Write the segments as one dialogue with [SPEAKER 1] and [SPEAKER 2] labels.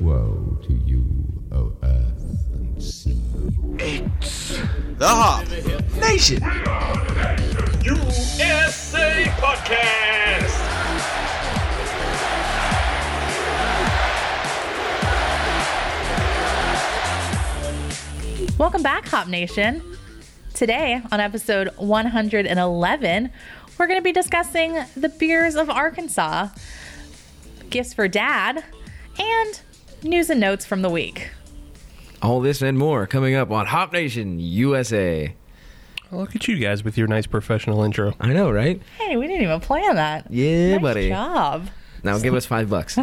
[SPEAKER 1] Woe to you, O earth and sea.
[SPEAKER 2] The Hop Nation.
[SPEAKER 3] USA Podcast.
[SPEAKER 4] Welcome back, Hop Nation. Today, on episode 111, we're going to be discussing the beers of Arkansas, gifts for dad, and news and notes from the week.
[SPEAKER 5] All this and more coming up on Hop Nation USA.
[SPEAKER 6] Look at you guys with your nice professional intro.
[SPEAKER 5] I know, right?
[SPEAKER 4] Hey, we didn't even plan that.
[SPEAKER 5] Yeah,
[SPEAKER 4] nice
[SPEAKER 5] buddy.
[SPEAKER 4] job.
[SPEAKER 5] Now give us five bucks.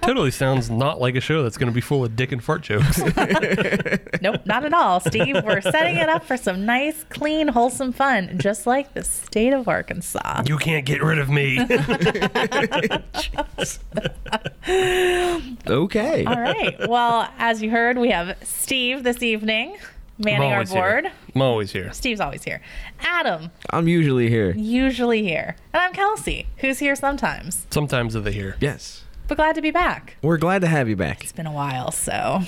[SPEAKER 6] totally sounds not like a show that's going to be full of dick and fart jokes.
[SPEAKER 4] Nope, not at all, Steve. We're setting it up for some nice, clean, wholesome fun, just like the state of Arkansas.
[SPEAKER 6] you can't get rid of me.
[SPEAKER 5] okay.
[SPEAKER 4] All right. Well, as you heard, we have Steve this evening manning our board.
[SPEAKER 6] here. I'm always here.
[SPEAKER 4] Steve's always here. Adam,
[SPEAKER 5] I'm usually here.
[SPEAKER 4] usually here. And I'm Kelsey, who's here sometimes.
[SPEAKER 6] Sometimes of the here.
[SPEAKER 5] Yes.
[SPEAKER 4] But glad to be back.
[SPEAKER 5] We're glad to have you back.
[SPEAKER 4] It's been a while, so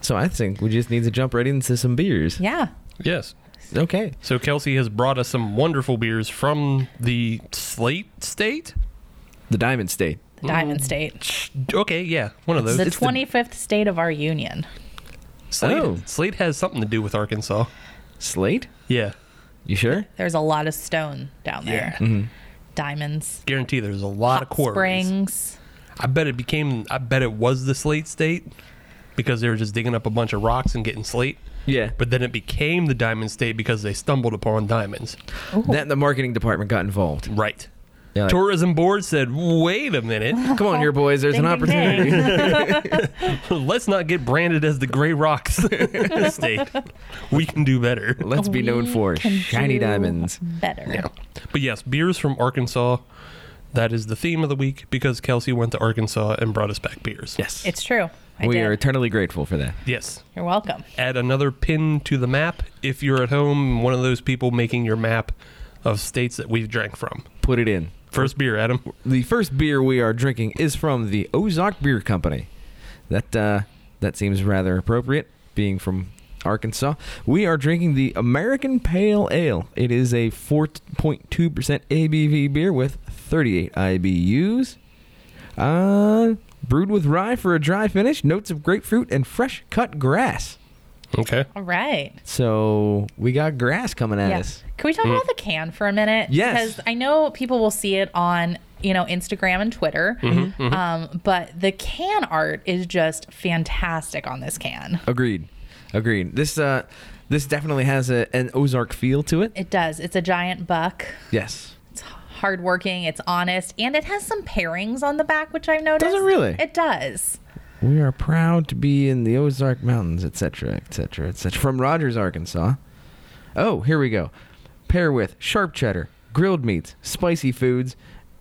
[SPEAKER 5] So I think we just need to jump right into some beers.
[SPEAKER 4] yeah.
[SPEAKER 6] Yes.
[SPEAKER 5] Okay.
[SPEAKER 6] So Kelsey has brought us some wonderful beers from the Slate State.
[SPEAKER 5] The Diamond State.
[SPEAKER 4] The Diamond State.
[SPEAKER 6] Okay, yeah, one of those.
[SPEAKER 4] The
[SPEAKER 5] it's Mm. the-
[SPEAKER 4] 25th state of our union.
[SPEAKER 6] Slate.
[SPEAKER 5] Oh.
[SPEAKER 6] Slate has something to do with Arkansas.
[SPEAKER 5] Slate?
[SPEAKER 6] Yeah,
[SPEAKER 5] You sure?
[SPEAKER 4] There's a lot of stone down there.
[SPEAKER 5] Mm-hmm.
[SPEAKER 4] Diamonds,
[SPEAKER 6] guarantee there's a lot of
[SPEAKER 4] hot
[SPEAKER 6] quarries.
[SPEAKER 4] springs.
[SPEAKER 6] I bet it became. I bet it was the Slate State because they were just digging up a bunch of rocks and getting slate.
[SPEAKER 5] Yeah. But
[SPEAKER 6] But then it became the Diamond State because they stumbled upon diamonds.
[SPEAKER 5] that the marketing department got involved.
[SPEAKER 6] Right.
[SPEAKER 5] Yeah, like,
[SPEAKER 6] Tourism board said, wait a minute,
[SPEAKER 5] Come on here, boys. There's an
[SPEAKER 4] Ding, ding, ding."
[SPEAKER 5] opportunity.
[SPEAKER 6] let's not get branded as the Gray Rocks state. We can do better.
[SPEAKER 5] Let's be known
[SPEAKER 4] We
[SPEAKER 5] for
[SPEAKER 4] can
[SPEAKER 5] shiny
[SPEAKER 4] do
[SPEAKER 5] diamonds.
[SPEAKER 4] Better.
[SPEAKER 6] But yes, beers from Arkansas. That is the theme of the week because Kelsey went to Arkansas and brought us back beers.
[SPEAKER 5] Yes.
[SPEAKER 4] It's true. I
[SPEAKER 5] we
[SPEAKER 4] did.
[SPEAKER 5] are eternally grateful for that.
[SPEAKER 6] Yes.
[SPEAKER 4] You're welcome.
[SPEAKER 6] Add another pin to the map if you're at home, one of those people making your map of states that we've drank from.
[SPEAKER 5] Put it in.
[SPEAKER 6] First beer, Adam.
[SPEAKER 5] The first beer we are drinking is from the Ozark Beer Company. That uh, that seems rather appropriate, being from Arkansas. We are drinking the American Pale Ale. It is a 4.2% ABV beer with 38 IBUs. Uh, brewed with rye for a dry finish, notes of grapefruit and fresh cut grass.
[SPEAKER 6] Okay.
[SPEAKER 4] All right.
[SPEAKER 5] So we got grass coming at
[SPEAKER 4] Yeah.
[SPEAKER 5] us.
[SPEAKER 4] Can we talk about the can for a minute?
[SPEAKER 5] Mm. Yes.
[SPEAKER 4] Because I know people will see it on, you know, Instagram and Twitter.
[SPEAKER 5] Mm-hmm,
[SPEAKER 4] Um, but the can art is just fantastic on this can.
[SPEAKER 5] Agreed. Agreed. This uh, this definitely has a, an Ozark feel to it.
[SPEAKER 4] It does. It's a giant buck.
[SPEAKER 5] Yes.
[SPEAKER 4] It's hardworking. It's honest, and it has some pairings on the back, which I've noticed.
[SPEAKER 5] Does it really?
[SPEAKER 4] It does.
[SPEAKER 5] We are proud to be in the Ozark Mountains, etc., etc., etc. From Rogers, Arkansas. Oh, here we go. Pair with sharp cheddar, grilled meats, spicy foods,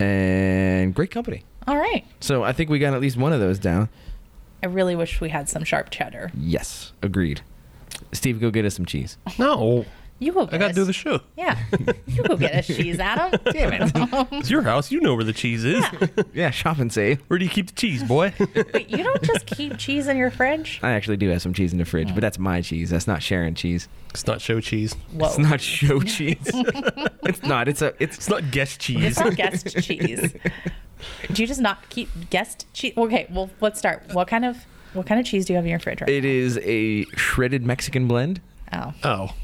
[SPEAKER 5] and great company.
[SPEAKER 4] All right.
[SPEAKER 5] So I think we got at least one of those down.
[SPEAKER 4] I really wish we had some sharp cheddar.
[SPEAKER 5] Yes, agreed. Steve, go get us some cheese.
[SPEAKER 6] No.
[SPEAKER 4] You will.
[SPEAKER 6] I got to do the show.
[SPEAKER 4] Yeah. You go get us cheese, Adam. Damn it.
[SPEAKER 6] It's your house. You know where the cheese is.
[SPEAKER 5] Yeah, shop and save.
[SPEAKER 6] Where do you keep the cheese, boy?
[SPEAKER 4] Wait, you don't just keep cheese in your fridge?
[SPEAKER 5] I actually do have some cheese in the fridge, but that's my cheese. That's not Sharon cheese.
[SPEAKER 6] it's not show cheese.
[SPEAKER 4] Whoa.
[SPEAKER 5] It's not show cheese. it's not. It's a. It's
[SPEAKER 6] It's not guest cheese.
[SPEAKER 4] It's not guest cheese. Do you just not keep guest cheese? Okay, well, let's start. What kind of what kind of cheese do you have in your fridge? Right?
[SPEAKER 5] it is a shredded Mexican blend.
[SPEAKER 4] now? Oh,
[SPEAKER 6] oh.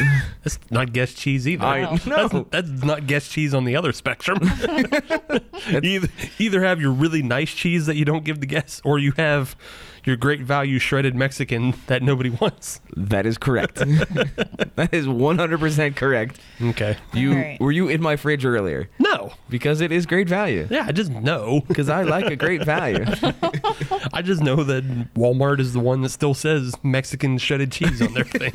[SPEAKER 6] That's not guest cheese either.
[SPEAKER 5] I- no.
[SPEAKER 6] That's, that's not guest cheese on the other spectrum. either, either have your really nice cheese that you don't give the guests, or you have your great value shredded Mexican that nobody wants.
[SPEAKER 5] That is correct. that is 100% correct.
[SPEAKER 6] Okay.
[SPEAKER 5] You
[SPEAKER 4] Alright.
[SPEAKER 5] were you in my fridge earlier
[SPEAKER 6] No.
[SPEAKER 5] because it is great value.
[SPEAKER 6] Yeah, I just know.
[SPEAKER 5] Because I like a great value.
[SPEAKER 6] I just know that Walmart is the one that still says Mexican shredded cheese on their thing.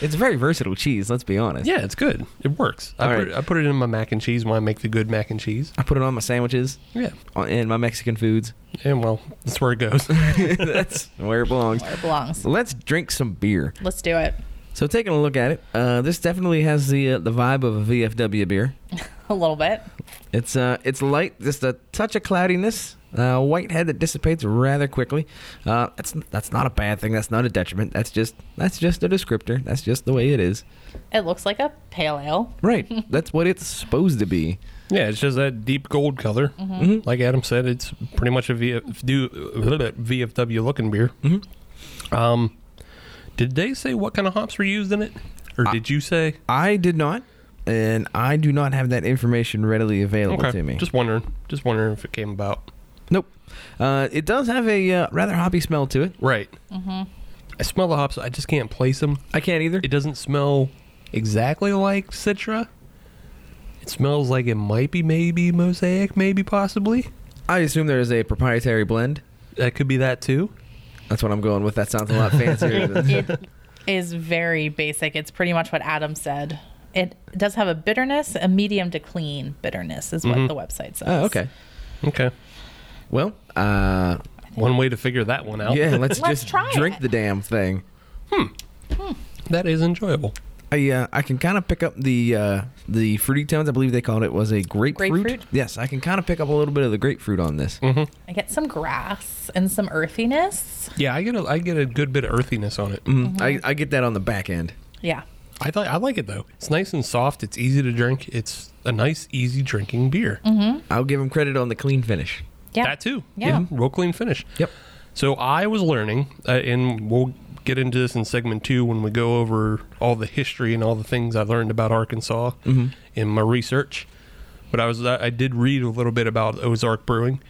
[SPEAKER 5] it's a very versatile cheese. Let's be honest.
[SPEAKER 6] Yeah, it's good. It works. I
[SPEAKER 5] All
[SPEAKER 6] put,
[SPEAKER 5] right.
[SPEAKER 6] I put it in my mac and cheese when I make the good mac and cheese.
[SPEAKER 5] I put it on my sandwiches,
[SPEAKER 6] Yeah.
[SPEAKER 5] on- in my Mexican foods.
[SPEAKER 6] And well, that's where it goes.
[SPEAKER 5] That's where it belongs.
[SPEAKER 4] where it belongs.
[SPEAKER 5] Let's drink some beer.
[SPEAKER 4] Let's do it.
[SPEAKER 5] So taking a look at it, uh, this definitely has the uh, the vibe of a VFW beer.
[SPEAKER 4] a little bit.
[SPEAKER 5] It's uh, it's light, just a touch of cloudiness. Uh, white head that dissipates rather quickly. Uh, that's that's not a bad thing. That's not a detriment. That's just that's just a descriptor. That's just the way it is.
[SPEAKER 4] It looks like a pale ale.
[SPEAKER 5] Right. that's what it's supposed to be.
[SPEAKER 6] Yeah, it's just that deep gold color.
[SPEAKER 5] Mm-hmm.
[SPEAKER 6] Like Adam said, it's pretty much a VFW, VFW looking beer. Um, did they say what kind of hops were used in it, or did you say?
[SPEAKER 5] I did not, and I do not have that information readily available to me.
[SPEAKER 6] just wondering. Just wondering if it came about.
[SPEAKER 5] nope. Uh, it does have a uh, rather hoppy smell to it.
[SPEAKER 6] Right. Mm-hmm. I smell the hops. I just can't place them.
[SPEAKER 5] I can't either.
[SPEAKER 6] It doesn't smell exactly like Citra. It smells like it might be maybe mosaic, maybe possibly.
[SPEAKER 5] I assume there is a proprietary blend.
[SPEAKER 6] That could be that too.
[SPEAKER 5] That's what I'm going with. That sounds a lot fancier. than,
[SPEAKER 4] It is very basic. It's pretty much what Adam said. It does have a bitterness, a medium to clean bitterness, is what the website says.
[SPEAKER 5] oh, okay.
[SPEAKER 6] Okay.
[SPEAKER 5] Well, uh,
[SPEAKER 6] One way to figure that one out.
[SPEAKER 5] yeah. Let's,
[SPEAKER 4] Oh. Let's
[SPEAKER 5] just
[SPEAKER 4] try
[SPEAKER 5] drink
[SPEAKER 4] it.
[SPEAKER 5] the damn thing.
[SPEAKER 6] that is enjoyable.
[SPEAKER 5] I uh, I can kind of pick up the uh, the fruity tones. I believe they called it was a grapefruit.
[SPEAKER 4] Grapefruit?
[SPEAKER 5] Yes, I can kind of pick up a little bit of the grapefruit on this.
[SPEAKER 4] I get some grass and some earthiness.
[SPEAKER 6] Yeah, I get a I get a good bit of earthiness on it.
[SPEAKER 5] Mm, I, I get that on the back end.
[SPEAKER 4] Yeah.
[SPEAKER 6] I th- I like it though. It's nice and soft. It's easy to drink. It's a nice, easy drinking beer.
[SPEAKER 5] I'll give them credit on the clean finish.
[SPEAKER 4] Yeah.
[SPEAKER 6] That too. Mm-hmm.
[SPEAKER 4] Yeah.
[SPEAKER 6] Real clean finish.
[SPEAKER 5] Yep.
[SPEAKER 6] So I was learning, uh, and we'll get into this in segment two when we go over all the history and all the things I learned about Arkansas
[SPEAKER 5] Mm-hmm.
[SPEAKER 6] in my research. But I was uh, I I did read a little bit about Ozark Brewing,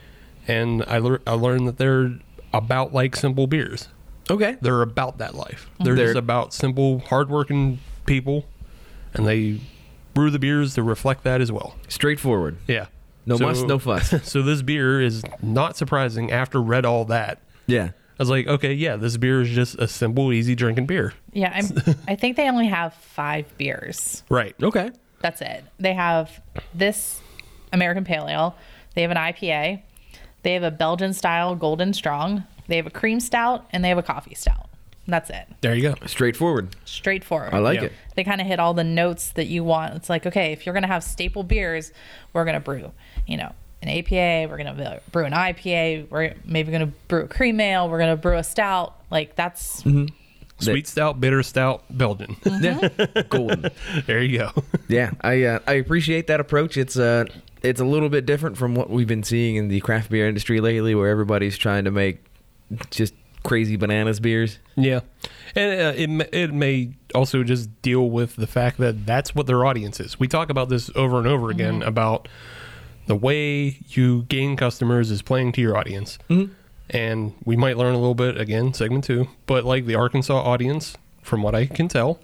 [SPEAKER 6] and I lear- I learned that they're about like simple beers.
[SPEAKER 5] Okay.
[SPEAKER 6] They're about that life. They're,
[SPEAKER 5] Mm-hmm. They're-
[SPEAKER 6] just about simple, hardworking people, and they brew the beers to reflect that as well.
[SPEAKER 5] Straightforward.
[SPEAKER 6] Yeah.
[SPEAKER 5] No muss, no fuss.
[SPEAKER 6] So this beer is not surprising after read all that.
[SPEAKER 5] yeah.
[SPEAKER 6] I was like, okay, yeah, this beer is just a simple, easy drinking beer.
[SPEAKER 4] Yeah. I'm, I think they only have five beers.
[SPEAKER 6] Right.
[SPEAKER 5] Okay.
[SPEAKER 4] That's it. They have this American Pale Ale. They have an IPA. They have a Belgian style Golden Strong. They have a cream stout and they have a coffee stout. That's it.
[SPEAKER 6] There you go.
[SPEAKER 5] Straightforward.
[SPEAKER 4] Straightforward.
[SPEAKER 5] I like
[SPEAKER 6] Yeah.
[SPEAKER 5] it.
[SPEAKER 4] they kind of hit all the notes that you want. It's like, okay, if you're going to have staple beers, we're going to brew, you know, an APA, we're going to brew an IPA, we're maybe going to brew a cream ale, we're going to brew a stout. Like that's
[SPEAKER 6] Mm-hmm. Sweet stout, bitter stout, Belgian.
[SPEAKER 5] Yeah. Golden.
[SPEAKER 6] there you go.
[SPEAKER 5] Yeah. I uh, I appreciate that approach. It's uh it's a little bit different from what we've been seeing in the craft beer industry lately, where everybody's trying to make just crazy bananas beers.
[SPEAKER 6] yeah. And uh, it, ma- it may also just deal with the fact that that's what their audience is. We talk about this over and over again about the way you gain customers is playing to your audience. And we might learn a little bit again, segment two. But like the Arkansas audience, from what I can tell,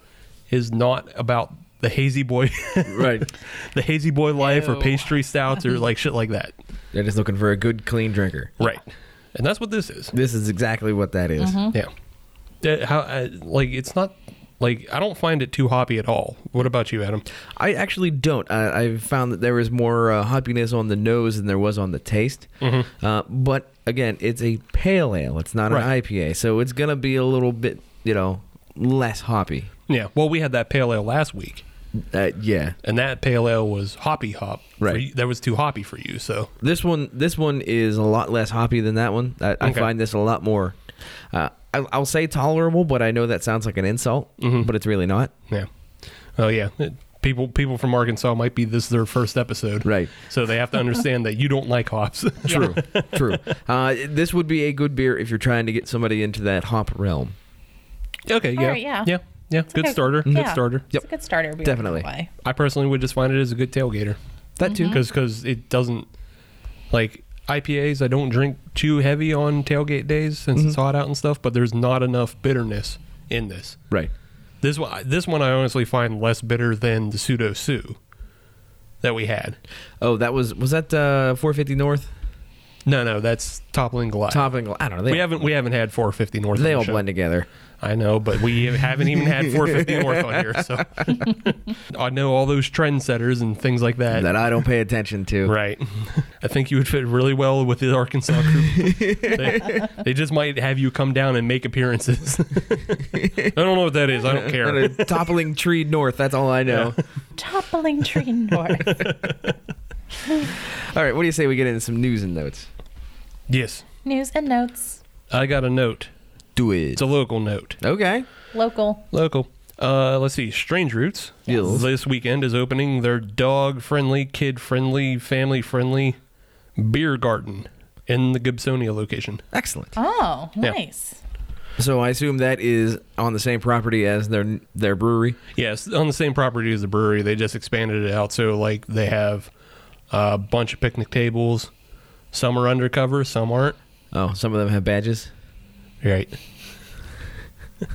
[SPEAKER 6] is not about the hazy boy
[SPEAKER 5] Right.
[SPEAKER 6] the hazy boy life or
[SPEAKER 4] Ew.
[SPEAKER 6] pastry stouts or like shit like that.
[SPEAKER 5] They're just looking for a good, clean drinker.
[SPEAKER 6] Right. And that's what this is.
[SPEAKER 5] This is exactly what that is.
[SPEAKER 4] Mm-hmm.
[SPEAKER 6] Yeah. That- how I, like it's not like I don't find it too hoppy at all. What about you, Adam?
[SPEAKER 5] I actually don't. I, I found that there was more uh, hoppiness on the nose than there was on the taste. Uh, but again, it's a pale ale. It's not
[SPEAKER 6] Right.
[SPEAKER 5] an IPA, so it's gonna be a little bit, you know, less hoppy.
[SPEAKER 6] Yeah. Well, we had that pale ale last week,
[SPEAKER 5] Uh, yeah.
[SPEAKER 6] and that pale ale was hoppy hop. for
[SPEAKER 5] Right.
[SPEAKER 6] you- that was too hoppy for you. So
[SPEAKER 5] This one, this one is a lot less hoppy than that one. I, I
[SPEAKER 6] Okay.
[SPEAKER 5] find this a lot more. Uh, I, I'll say tolerable, but I know that sounds like an insult, but it's really not.
[SPEAKER 6] yeah. Oh yeah. It- people people from Arkansas might be this their first episode.
[SPEAKER 5] Right.
[SPEAKER 6] So they have to understand that you don't like hops.
[SPEAKER 5] True, true. Uh, this would be a good beer if you're trying to get somebody into that hop realm.
[SPEAKER 6] okay. Yeah.
[SPEAKER 4] All right, yeah.
[SPEAKER 6] Yeah. Yeah.
[SPEAKER 4] it's
[SPEAKER 6] Good
[SPEAKER 4] like a-
[SPEAKER 6] starter. Good
[SPEAKER 4] yeah,
[SPEAKER 6] starter.
[SPEAKER 4] It's a good starter. Beer
[SPEAKER 5] Definitely.
[SPEAKER 4] anyway.
[SPEAKER 6] I personally would just find it as a good tailgater.
[SPEAKER 5] That too.
[SPEAKER 6] because it doesn't like IPAs. I don't drink too heavy on tailgate days since
[SPEAKER 5] Mm-hmm.
[SPEAKER 6] it's hot out and stuff. But there's not enough bitterness in this.
[SPEAKER 5] Right.
[SPEAKER 6] This one, this one, I honestly find less bitter than the pseudo Sue that we had.
[SPEAKER 5] Oh, that was was that uh, 450 North?
[SPEAKER 6] No, no, that's toppling Goliath.
[SPEAKER 5] Top and Gl- I don't know. They,
[SPEAKER 6] we haven't we haven't had 450 North.
[SPEAKER 5] They
[SPEAKER 6] on the
[SPEAKER 5] all
[SPEAKER 6] show.
[SPEAKER 5] blend together.
[SPEAKER 6] I know, but we haven't even had 450 North on here. So I know all those trendsetters and things like that.
[SPEAKER 5] That I don't pay attention to.
[SPEAKER 6] Right. I think you would fit really well with the Arkansas group. they, they just might have you come down and make appearances. I don't know what that is. I don't
[SPEAKER 5] And a
[SPEAKER 6] care.
[SPEAKER 5] toppling tree north. That's all I know.
[SPEAKER 4] toppling tree north.
[SPEAKER 5] All right, what do you say we get into some news and notes?
[SPEAKER 6] Yes,
[SPEAKER 4] News and notes.
[SPEAKER 6] I got a note.
[SPEAKER 5] Do it.
[SPEAKER 6] It's a local note.
[SPEAKER 5] Okay.
[SPEAKER 4] Local.
[SPEAKER 6] Local. Uh, let's see. Strange Roots
[SPEAKER 5] Yes.
[SPEAKER 6] this weekend is opening their dog-friendly, kid-friendly, family-friendly beer garden in the Gibsonia location.
[SPEAKER 5] Excellent.
[SPEAKER 4] Oh,
[SPEAKER 6] Yeah.
[SPEAKER 4] nice.
[SPEAKER 5] So I assume that is on the same property as their their brewery.
[SPEAKER 6] Yes, on the same property as the brewery. They just expanded it out. So, like, they have a bunch of picnic tables. Some are undercover, some aren't.
[SPEAKER 5] Oh, some of them have badges.
[SPEAKER 6] Right.
[SPEAKER 4] I'm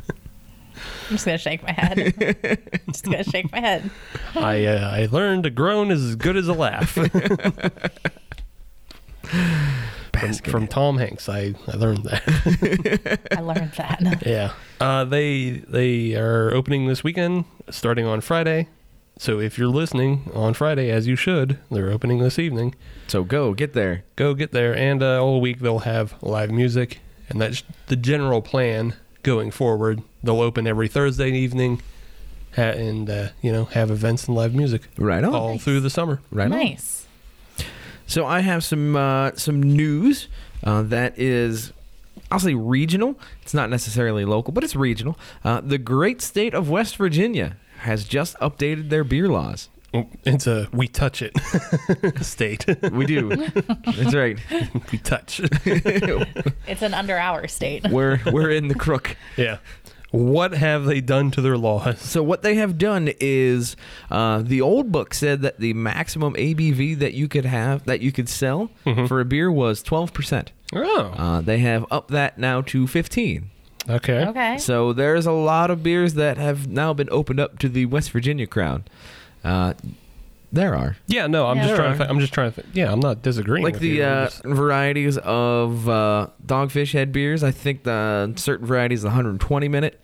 [SPEAKER 4] just gonna shake my head. just gonna shake my head.
[SPEAKER 6] I uh, I learned a groan is as good as a laugh from, from Tom Hanks. I, I learned that.
[SPEAKER 4] I learned that.
[SPEAKER 6] yeah. Uh, they they are opening this weekend, starting on Friday. So if you're listening on Friday, as you should, they're opening this evening.
[SPEAKER 5] So go get there.
[SPEAKER 6] Go get there, and uh, all week they'll have live music, and that's the general plan going forward. They'll open every Thursday evening, ha- and uh, you know have events and live music
[SPEAKER 5] Right on.
[SPEAKER 6] all
[SPEAKER 4] nice.
[SPEAKER 6] through the summer.
[SPEAKER 5] Right on.
[SPEAKER 4] nice.
[SPEAKER 5] So I have some uh, some news uh, that is, I'll say regional. It's not necessarily local, but it's regional. Uh, the great state of West Virginia has just updated their beer laws.
[SPEAKER 6] Mm, It's a we touch it state.
[SPEAKER 5] We do. That's right.
[SPEAKER 6] we touch.
[SPEAKER 4] It's an under hour state.
[SPEAKER 5] We're we're in the crook.
[SPEAKER 6] yeah. What have they done to their laws?
[SPEAKER 5] So what they have done is uh, the old book said that the maximum ABV that you could have that you could sell for a beer was twelve percent.
[SPEAKER 6] Oh,
[SPEAKER 5] Uh, they have upped that now to fifteen.
[SPEAKER 6] okay.
[SPEAKER 4] Okay.
[SPEAKER 5] So there's a lot of beers that have now been opened up to the West Virginia crowd. Uh, there are
[SPEAKER 6] Yeah, no, I'm
[SPEAKER 4] Yeah.
[SPEAKER 6] just
[SPEAKER 4] There
[SPEAKER 6] trying.
[SPEAKER 5] are.
[SPEAKER 6] To think, I'm just trying to. Think. Yeah, I'm not disagreeing.
[SPEAKER 5] like
[SPEAKER 6] with
[SPEAKER 5] the
[SPEAKER 6] you. I'm
[SPEAKER 5] uh,
[SPEAKER 6] just-
[SPEAKER 5] varieties of uh, Dogfish Head beers. I think the certain varieties, the 120 minute,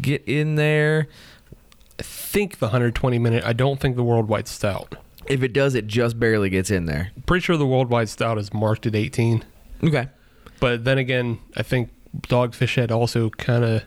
[SPEAKER 5] get in there.
[SPEAKER 6] I think the 120 minute. I don't think the worldwide stout.
[SPEAKER 5] If it does, it just barely gets in there.
[SPEAKER 6] Pretty sure the worldwide stout is marked at 18.
[SPEAKER 5] Okay.
[SPEAKER 6] But then again, I think Dogfish Head also kind of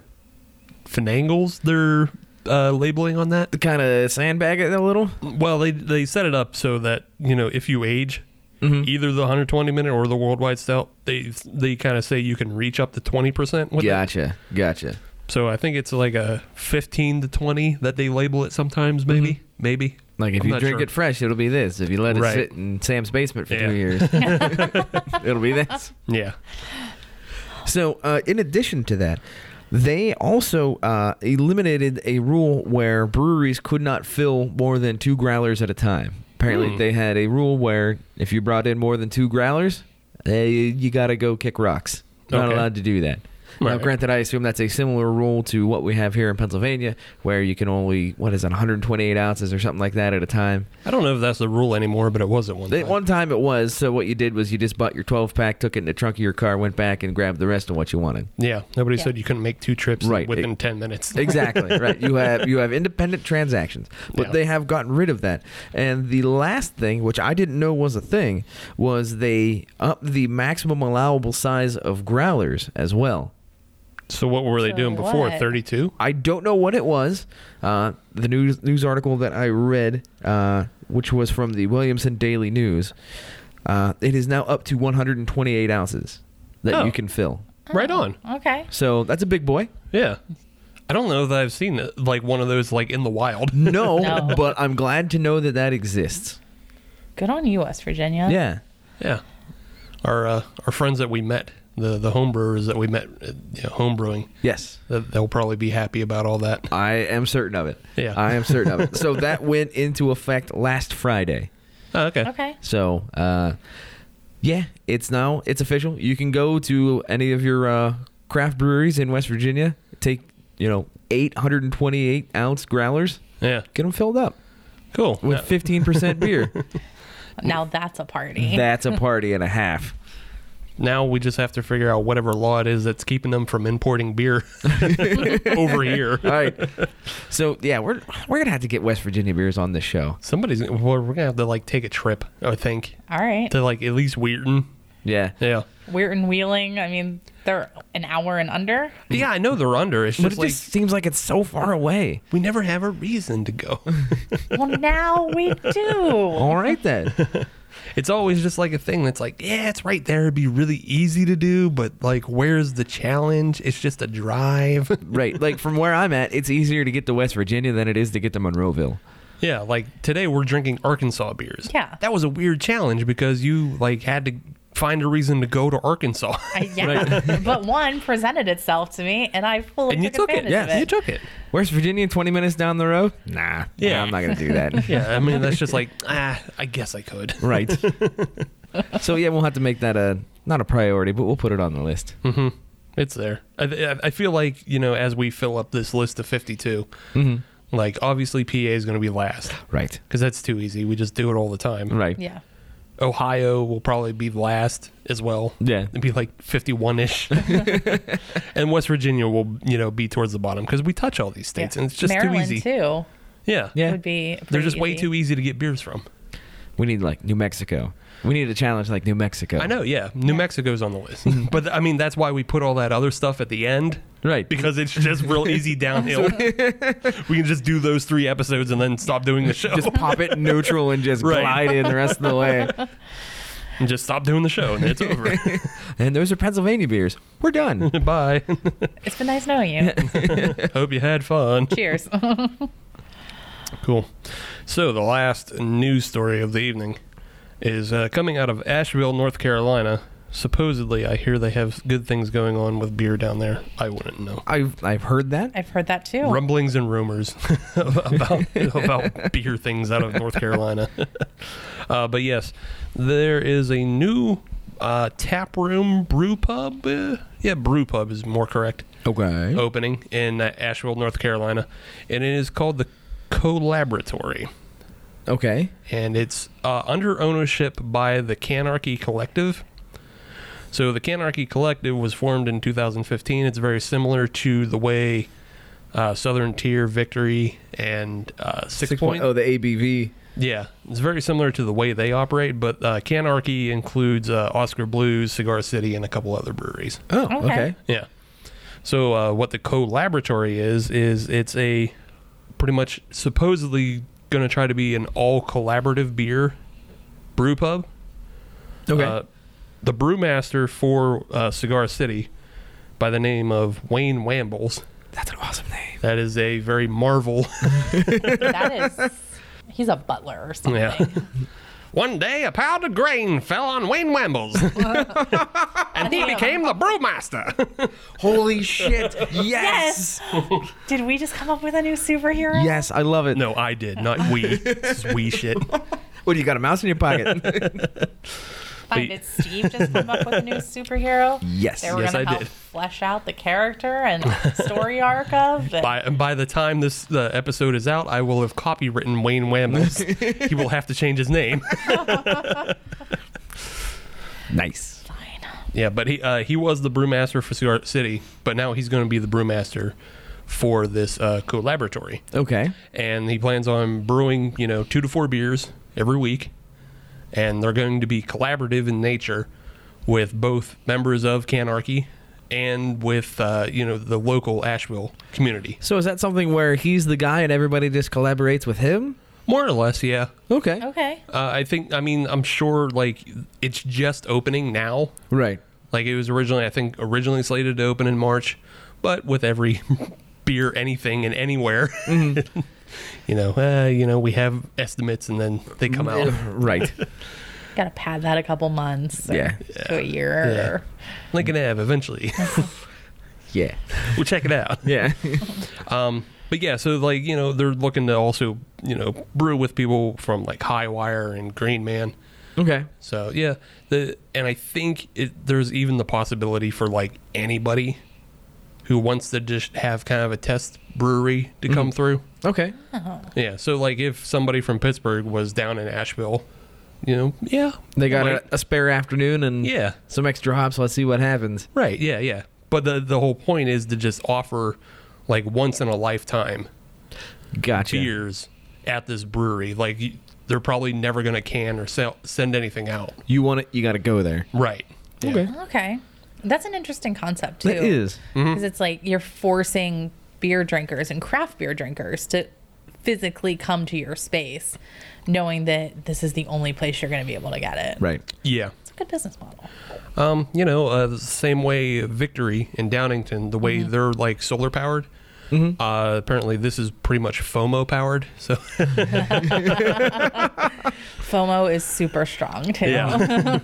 [SPEAKER 6] finangles their uh, labeling on that.
[SPEAKER 5] Kind of sandbag it a little.
[SPEAKER 6] Well, they they set it up so that you know if you age,
[SPEAKER 5] Mm-hmm.
[SPEAKER 6] either the 120 minute or the worldwide stout, they they kind of say you can reach up to 20 percent with it.
[SPEAKER 5] Gotcha. Gotcha.
[SPEAKER 6] So I think it's like a 15 to 20 that they label it sometimes. Maybe maybe
[SPEAKER 5] Mm-hmm. Like if
[SPEAKER 6] I'm
[SPEAKER 5] you
[SPEAKER 6] not
[SPEAKER 5] drink
[SPEAKER 6] sure.
[SPEAKER 5] it fresh, it'll be this. If you let it
[SPEAKER 6] Right.
[SPEAKER 5] sit in Sam's basement for
[SPEAKER 6] Yeah.
[SPEAKER 5] two years, it'll be this.
[SPEAKER 6] Yeah.
[SPEAKER 5] So, uh, in addition to that, they also uh, eliminated a rule where breweries could not fill more than two growlers at a time. Apparently,
[SPEAKER 6] Hmm.
[SPEAKER 5] they had a rule where if you brought in more than two growlers, eh, you got to go kick rocks. Not
[SPEAKER 6] Okay.
[SPEAKER 5] allowed to do that. Now,
[SPEAKER 6] Right.
[SPEAKER 5] granted, I assume that's a similar rule to what we have here in Pennsylvania, where you can only what is it, 128 ounces or something like that at a time.
[SPEAKER 6] I don't know if that's the rule anymore, but it was at one
[SPEAKER 5] At
[SPEAKER 6] time.
[SPEAKER 5] one time, it was. So what you did was you just bought your 12 pack, took it in the trunk of your car, went back and grabbed the rest of what you wanted.
[SPEAKER 6] yeah. Nobody
[SPEAKER 4] Yeah.
[SPEAKER 6] said you couldn't make two trips
[SPEAKER 5] Right.
[SPEAKER 6] within
[SPEAKER 5] It-
[SPEAKER 6] 10 minutes.
[SPEAKER 5] Exactly right. You have you have independent transactions, but
[SPEAKER 6] Yeah.
[SPEAKER 5] they have gotten rid of that. And the last thing, which I didn't know was a thing, was they upped the maximum allowable size of growlers as well.
[SPEAKER 6] So what were they
[SPEAKER 4] So
[SPEAKER 6] doing before?
[SPEAKER 4] what?
[SPEAKER 6] 32?
[SPEAKER 5] I don't know what it was. Uh, the news news article that I read, uh, which was from the Williamson Daily News, uh, it is now up to 128 ounces that
[SPEAKER 6] Oh.
[SPEAKER 5] you can fill.
[SPEAKER 6] Right on.
[SPEAKER 4] Okay.
[SPEAKER 5] So that's a big boy.
[SPEAKER 6] Yeah. I don't know that I've seen it, like one of those like in the wild.
[SPEAKER 5] No,
[SPEAKER 4] No.
[SPEAKER 5] but I'm glad to know that that exists.
[SPEAKER 4] Good on you, West Virginia.
[SPEAKER 5] Yeah.
[SPEAKER 6] Yeah, our uh, our friends that we met, the the homebrewers that we met, uh, you know, homebrewing,
[SPEAKER 5] Yes.
[SPEAKER 6] th- they'll probably be happy about all that.
[SPEAKER 5] I am certain of it.
[SPEAKER 6] Yeah.
[SPEAKER 5] I am certain of it. So that went into effect last Friday.
[SPEAKER 6] Oh, okay.
[SPEAKER 4] Okay.
[SPEAKER 5] So, uh, yeah, it's now it's official. You can go to any of your uh, craft breweries in West Virginia, take you know 828 ounce growlers,
[SPEAKER 6] Yeah.
[SPEAKER 5] get them filled up
[SPEAKER 6] Cool.
[SPEAKER 5] with
[SPEAKER 6] Now-
[SPEAKER 5] 15 percent beer.
[SPEAKER 4] Now that's a party.
[SPEAKER 5] That's a party and a half.
[SPEAKER 6] now we just have to figure out whatever law it is that's keeping them from importing beer over here.
[SPEAKER 5] All right. So yeah, we're we're gonna have to get West Virginia beers on this show.
[SPEAKER 6] Somebody's well, we're gonna have to like take a trip, I think,
[SPEAKER 4] All right.
[SPEAKER 6] to like at least Weirton.
[SPEAKER 5] Yeah.
[SPEAKER 6] Yeah.
[SPEAKER 4] Weirton and Wheeling. I mean, they're an hour and under.
[SPEAKER 6] Yeah, I know they're under. It's
[SPEAKER 5] But
[SPEAKER 6] just
[SPEAKER 5] it
[SPEAKER 6] like
[SPEAKER 5] just seems like it's so far away.
[SPEAKER 6] we never have a reason to go.
[SPEAKER 4] Well, now we do.
[SPEAKER 6] Oh,
[SPEAKER 5] All right then.
[SPEAKER 6] it's always just like a thing that's like, yeah, it's right there. It'd be really easy to do, but like, where's the challenge? It's just a drive.
[SPEAKER 5] right. Like from where I'm at, it's easier to get to West Virginia than it is to get to Monroeville.
[SPEAKER 6] yeah, like today we're drinking Arkansas beers.
[SPEAKER 4] Yeah.
[SPEAKER 6] that was a weird challenge because you like had to find a reason to go to Arkansas.
[SPEAKER 4] I, yeah, but one presented itself to me, and I fully
[SPEAKER 6] and you
[SPEAKER 4] took,
[SPEAKER 6] took it.
[SPEAKER 4] advantage
[SPEAKER 5] yes.
[SPEAKER 4] of it.
[SPEAKER 6] You took it.
[SPEAKER 5] West Virginia, 20 minutes down the road? Nah.
[SPEAKER 6] Yeah.
[SPEAKER 5] I'm not going to do that.
[SPEAKER 6] Yeah, I mean that's just like ah, I guess I could.
[SPEAKER 5] Right. so yeah, we'll have to make that a not a priority, but we'll put it on the list.
[SPEAKER 6] Hmm. It's there. I, I- I feel like you know as we fill up this list of 52
[SPEAKER 5] Mm-hmm.
[SPEAKER 6] like obviously PA is going to be last
[SPEAKER 5] Right.
[SPEAKER 6] because that's too easy. We just do it all the time.
[SPEAKER 5] Right.
[SPEAKER 4] Yeah.
[SPEAKER 6] Ohio will probably be last as well.
[SPEAKER 5] Yeah.
[SPEAKER 6] it'd be like 51 ish, and West Virginia will you know be towards the bottom because we touch all these states
[SPEAKER 4] yeah.
[SPEAKER 6] and it's just
[SPEAKER 4] Maryland
[SPEAKER 6] too easy.
[SPEAKER 4] too
[SPEAKER 6] Yeah,
[SPEAKER 5] Yeah.
[SPEAKER 4] would be.
[SPEAKER 6] They're
[SPEAKER 4] pretty
[SPEAKER 6] just way
[SPEAKER 4] easy.
[SPEAKER 6] too easy to get beers from.
[SPEAKER 5] We need like New Mexico. We need a challenge like New Mexico.
[SPEAKER 6] I know, yeah. New Mexico's on the list. but I mean, that's why we put all that other stuff at the end.
[SPEAKER 5] Right.
[SPEAKER 6] Because it's just real easy downhill. we can just do those three episodes and then stop doing the show.
[SPEAKER 5] Just pop it neutral and just
[SPEAKER 6] Right.
[SPEAKER 5] glide in the rest of the way.
[SPEAKER 6] and just stop doing the show and it's over.
[SPEAKER 5] And those are Pennsylvania beers. We're done.
[SPEAKER 6] Bye.
[SPEAKER 4] It's been nice knowing you.
[SPEAKER 6] Hope you had fun.
[SPEAKER 4] Cheers.
[SPEAKER 6] Cool. So, the last news story of the evening is uh, coming out of Asheville, North Carolina. Supposedly, I hear they have good things going on with beer down there. I wouldn't know.
[SPEAKER 5] I've I've heard that.
[SPEAKER 4] I've heard that too.
[SPEAKER 6] rumblings and rumors about about beer things out of North Carolina. uh, but yes, there is a new uh, tap room brew pub. Uh, yeah, brew pub is more correct.
[SPEAKER 5] Okay.
[SPEAKER 6] Opening in uh, Asheville, North Carolina, and it is called the Collaboratory,
[SPEAKER 5] Okay.
[SPEAKER 6] and it's uh, under ownership by the Canarchy Collective. So the Canarchy Collective was formed in 2015. It's very similar to the way uh, Southern Tier Victory and uh, Six, Point.
[SPEAKER 5] Oh, the ABV.
[SPEAKER 6] Yeah, it's very similar to the way they operate, but uh, Canarchy includes uh, Oscar Blues, Cigar City, and a couple other breweries.
[SPEAKER 5] Oh,
[SPEAKER 4] Okay.
[SPEAKER 5] okay.
[SPEAKER 6] Yeah. So uh, what the co-laboratory is is it's a pretty much supposedly going to try to be an all collaborative beer brew pub.
[SPEAKER 5] Okay.
[SPEAKER 6] Uh, the brewmaster for uh, Cigar City, by the name of Wayne Wambles,
[SPEAKER 5] That's an awesome name.
[SPEAKER 6] that is a very Marvel.
[SPEAKER 4] that is. He's a butler or something.
[SPEAKER 6] Yeah. One day, a pound of grain fell on Wayne Wambles, and he became the brewmaster.
[SPEAKER 5] Holy shit. Yes.
[SPEAKER 4] Yes. Did we just come up with a new superhero?
[SPEAKER 5] Yes, I love it.
[SPEAKER 6] no, I did, not we. This is we shit.
[SPEAKER 5] What do you got a mouse in your pocket?
[SPEAKER 4] Fine, did Steve just come up with a new superhero?
[SPEAKER 5] Yes.
[SPEAKER 4] They were
[SPEAKER 6] Yes,
[SPEAKER 4] gonna
[SPEAKER 6] I
[SPEAKER 4] help
[SPEAKER 6] did.
[SPEAKER 4] flesh out the character and story arc of. and-
[SPEAKER 6] By by the time this uh, episode is out, I will have copywritten Wayne Wambles. he will have to change his name.
[SPEAKER 5] nice.
[SPEAKER 4] Fine.
[SPEAKER 6] yeah, but he uh, he was the brewmaster for Cigar City, but now he's going to be the brewmaster for this uh, co-laboratory.
[SPEAKER 5] Okay.
[SPEAKER 6] and he plans on brewing, you know, two to four beers every week, and they're going to be collaborative in nature with both members of Canarchy and with uh, you know the local Asheville community.
[SPEAKER 5] So is that something where he's the guy and everybody just collaborates with him?
[SPEAKER 6] More or less, yeah.
[SPEAKER 5] Okay.
[SPEAKER 4] Okay.
[SPEAKER 6] Uh, I think. I mean, I'm sure like it's just opening now.
[SPEAKER 5] Right.
[SPEAKER 6] Like it was originally, I think originally slated to open in March, but with every beer, anything and anywhere. You know, uh, you know, we have estimates, and then they come out.
[SPEAKER 5] Right.
[SPEAKER 4] Gotta pad that a couple months. or
[SPEAKER 5] Yeah.
[SPEAKER 4] To a year.
[SPEAKER 6] Lincoln Ave eventually.
[SPEAKER 5] Yeah.
[SPEAKER 6] we'll check it out. Um,
[SPEAKER 5] Yeah.
[SPEAKER 6] But yeah, so like, you know, they're looking to also, you know, brew with people from like Highwire and Green Man.
[SPEAKER 5] okay.
[SPEAKER 6] So yeah, the and I think it, there's even the possibility for like anybody who wants to just have kind of a test brewery
[SPEAKER 5] Mm-hmm.
[SPEAKER 6] to come through.
[SPEAKER 5] Okay.
[SPEAKER 6] Yeah, so like if somebody from Pittsburgh was down in Asheville, you know, yeah,
[SPEAKER 5] They got
[SPEAKER 6] like-
[SPEAKER 5] a, a spare afternoon and
[SPEAKER 6] Yeah.
[SPEAKER 5] some extra hops. Let's see what happens.
[SPEAKER 6] Right. Yeah. Yeah. But the the whole point is to just offer like once in a lifetime
[SPEAKER 5] Gotcha.
[SPEAKER 6] beers at this brewery. Like you, they're probably never going to can or sell, send anything out.
[SPEAKER 5] You want it? You got to go there.
[SPEAKER 6] Right. Okay.
[SPEAKER 4] Okay. That's an interesting concept too.
[SPEAKER 5] It is. Mm-hmm.
[SPEAKER 4] Because it's like you're forcing beer drinkers and craft beer drinkers to physically come to your space knowing that this is the only place you're going to be able to get it.
[SPEAKER 5] Right.
[SPEAKER 6] Yeah.
[SPEAKER 4] It's a good business model.
[SPEAKER 6] Um, you know, uh, the same way Victory in Downington, the way
[SPEAKER 5] Mm-hmm.
[SPEAKER 6] they're like solar powered. Uh, apparently, this is pretty much FOMO powered. So
[SPEAKER 4] FOMO is super strong too.
[SPEAKER 6] yeah,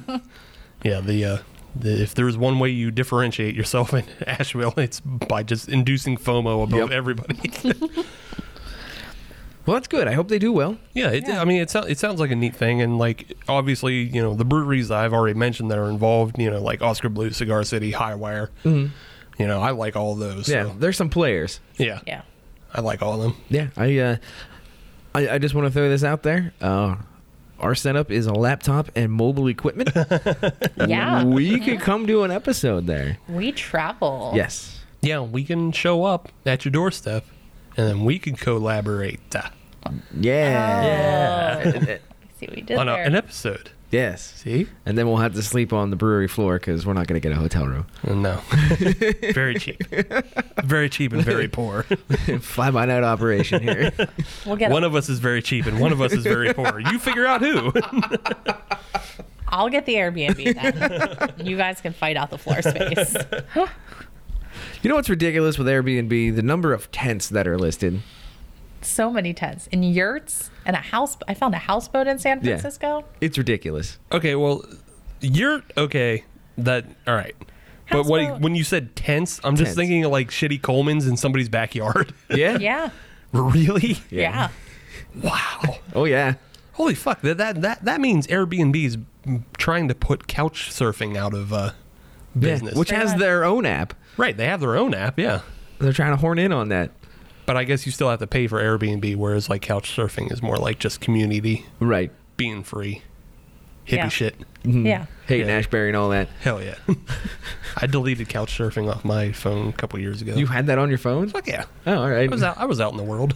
[SPEAKER 6] yeah. The, uh, the if there's one way you differentiate yourself in Asheville, it's by just inducing FOMO above
[SPEAKER 5] Yep.
[SPEAKER 6] everybody.
[SPEAKER 5] Well, that's good. I hope they do well.
[SPEAKER 6] yeah, it,
[SPEAKER 4] Yeah.
[SPEAKER 6] I mean, it sounds it sounds like a neat thing, and like obviously, you know, the breweries that I've already mentioned that are involved, you know, like Oscar Blue, Cigar City, Highwire. You know, I like all those.
[SPEAKER 5] Mm-hmm. Yeah,
[SPEAKER 6] so,
[SPEAKER 5] there's some players.
[SPEAKER 6] yeah,
[SPEAKER 4] Yeah.
[SPEAKER 6] I like all of them.
[SPEAKER 5] Yeah, I uh, I, I just want to throw this out there. Uh, our setup is a laptop and mobile equipment.
[SPEAKER 4] Yeah.
[SPEAKER 5] we could come do an episode there.
[SPEAKER 4] We travel.
[SPEAKER 5] Yes.
[SPEAKER 6] Yeah, we can show up at your doorstep, and then we can collaborate uh,
[SPEAKER 5] Yeah.
[SPEAKER 4] Yeah. Oh. See what we did
[SPEAKER 6] on a,
[SPEAKER 4] there.
[SPEAKER 6] an episode.
[SPEAKER 5] Yes.
[SPEAKER 6] See?
[SPEAKER 5] And then we'll have to sleep on the brewery floor because we're not going to get a hotel room.
[SPEAKER 6] Uh, No, very cheap, very cheap and very poor.
[SPEAKER 5] Fly by night operation here.
[SPEAKER 4] we'll get
[SPEAKER 6] one of us is very cheap and one of us is very poor. You figure out who.
[SPEAKER 4] I'll get the Airbnb then. you guys can fight out the floor space.
[SPEAKER 5] you know what's ridiculous with Airbnb? The number of tents that are listed.
[SPEAKER 4] so many tents and yurts and a house. I found a houseboat in San
[SPEAKER 5] Yeah.
[SPEAKER 4] Francisco.
[SPEAKER 5] It's ridiculous.
[SPEAKER 6] Okay, well, you're okay. That all right. But
[SPEAKER 4] Houseboat.
[SPEAKER 6] what, when you said tents, I'm just
[SPEAKER 5] Tents.
[SPEAKER 6] thinking of like shitty Coleman's in somebody's backyard.
[SPEAKER 5] Yeah.
[SPEAKER 4] Yeah.
[SPEAKER 6] really?
[SPEAKER 4] Yeah.
[SPEAKER 6] Wow.
[SPEAKER 5] Oh yeah.
[SPEAKER 6] Holy fuck! That that that, that means Airbnb's trying to put couch surfing out of uh, business.
[SPEAKER 5] Which has
[SPEAKER 4] much.
[SPEAKER 5] their own app.
[SPEAKER 6] right? They have their own app, yeah.
[SPEAKER 5] They're trying to horn in on that.
[SPEAKER 6] But I guess you still have to pay for Airbnb, whereas like couch surfing is more like just community
[SPEAKER 5] Right.
[SPEAKER 6] being free, hippie
[SPEAKER 4] Yeah.
[SPEAKER 6] shit.
[SPEAKER 5] Mm-hmm.
[SPEAKER 4] Yeah.
[SPEAKER 5] Hey,
[SPEAKER 6] Yeah.
[SPEAKER 5] Nashberry and all that.
[SPEAKER 6] Hell yeah! I deleted couch surfing off my phone a couple years ago.
[SPEAKER 5] You had that on your phone?
[SPEAKER 6] fuck yeah!
[SPEAKER 5] Oh, all right.
[SPEAKER 6] I was out. I was out in the world.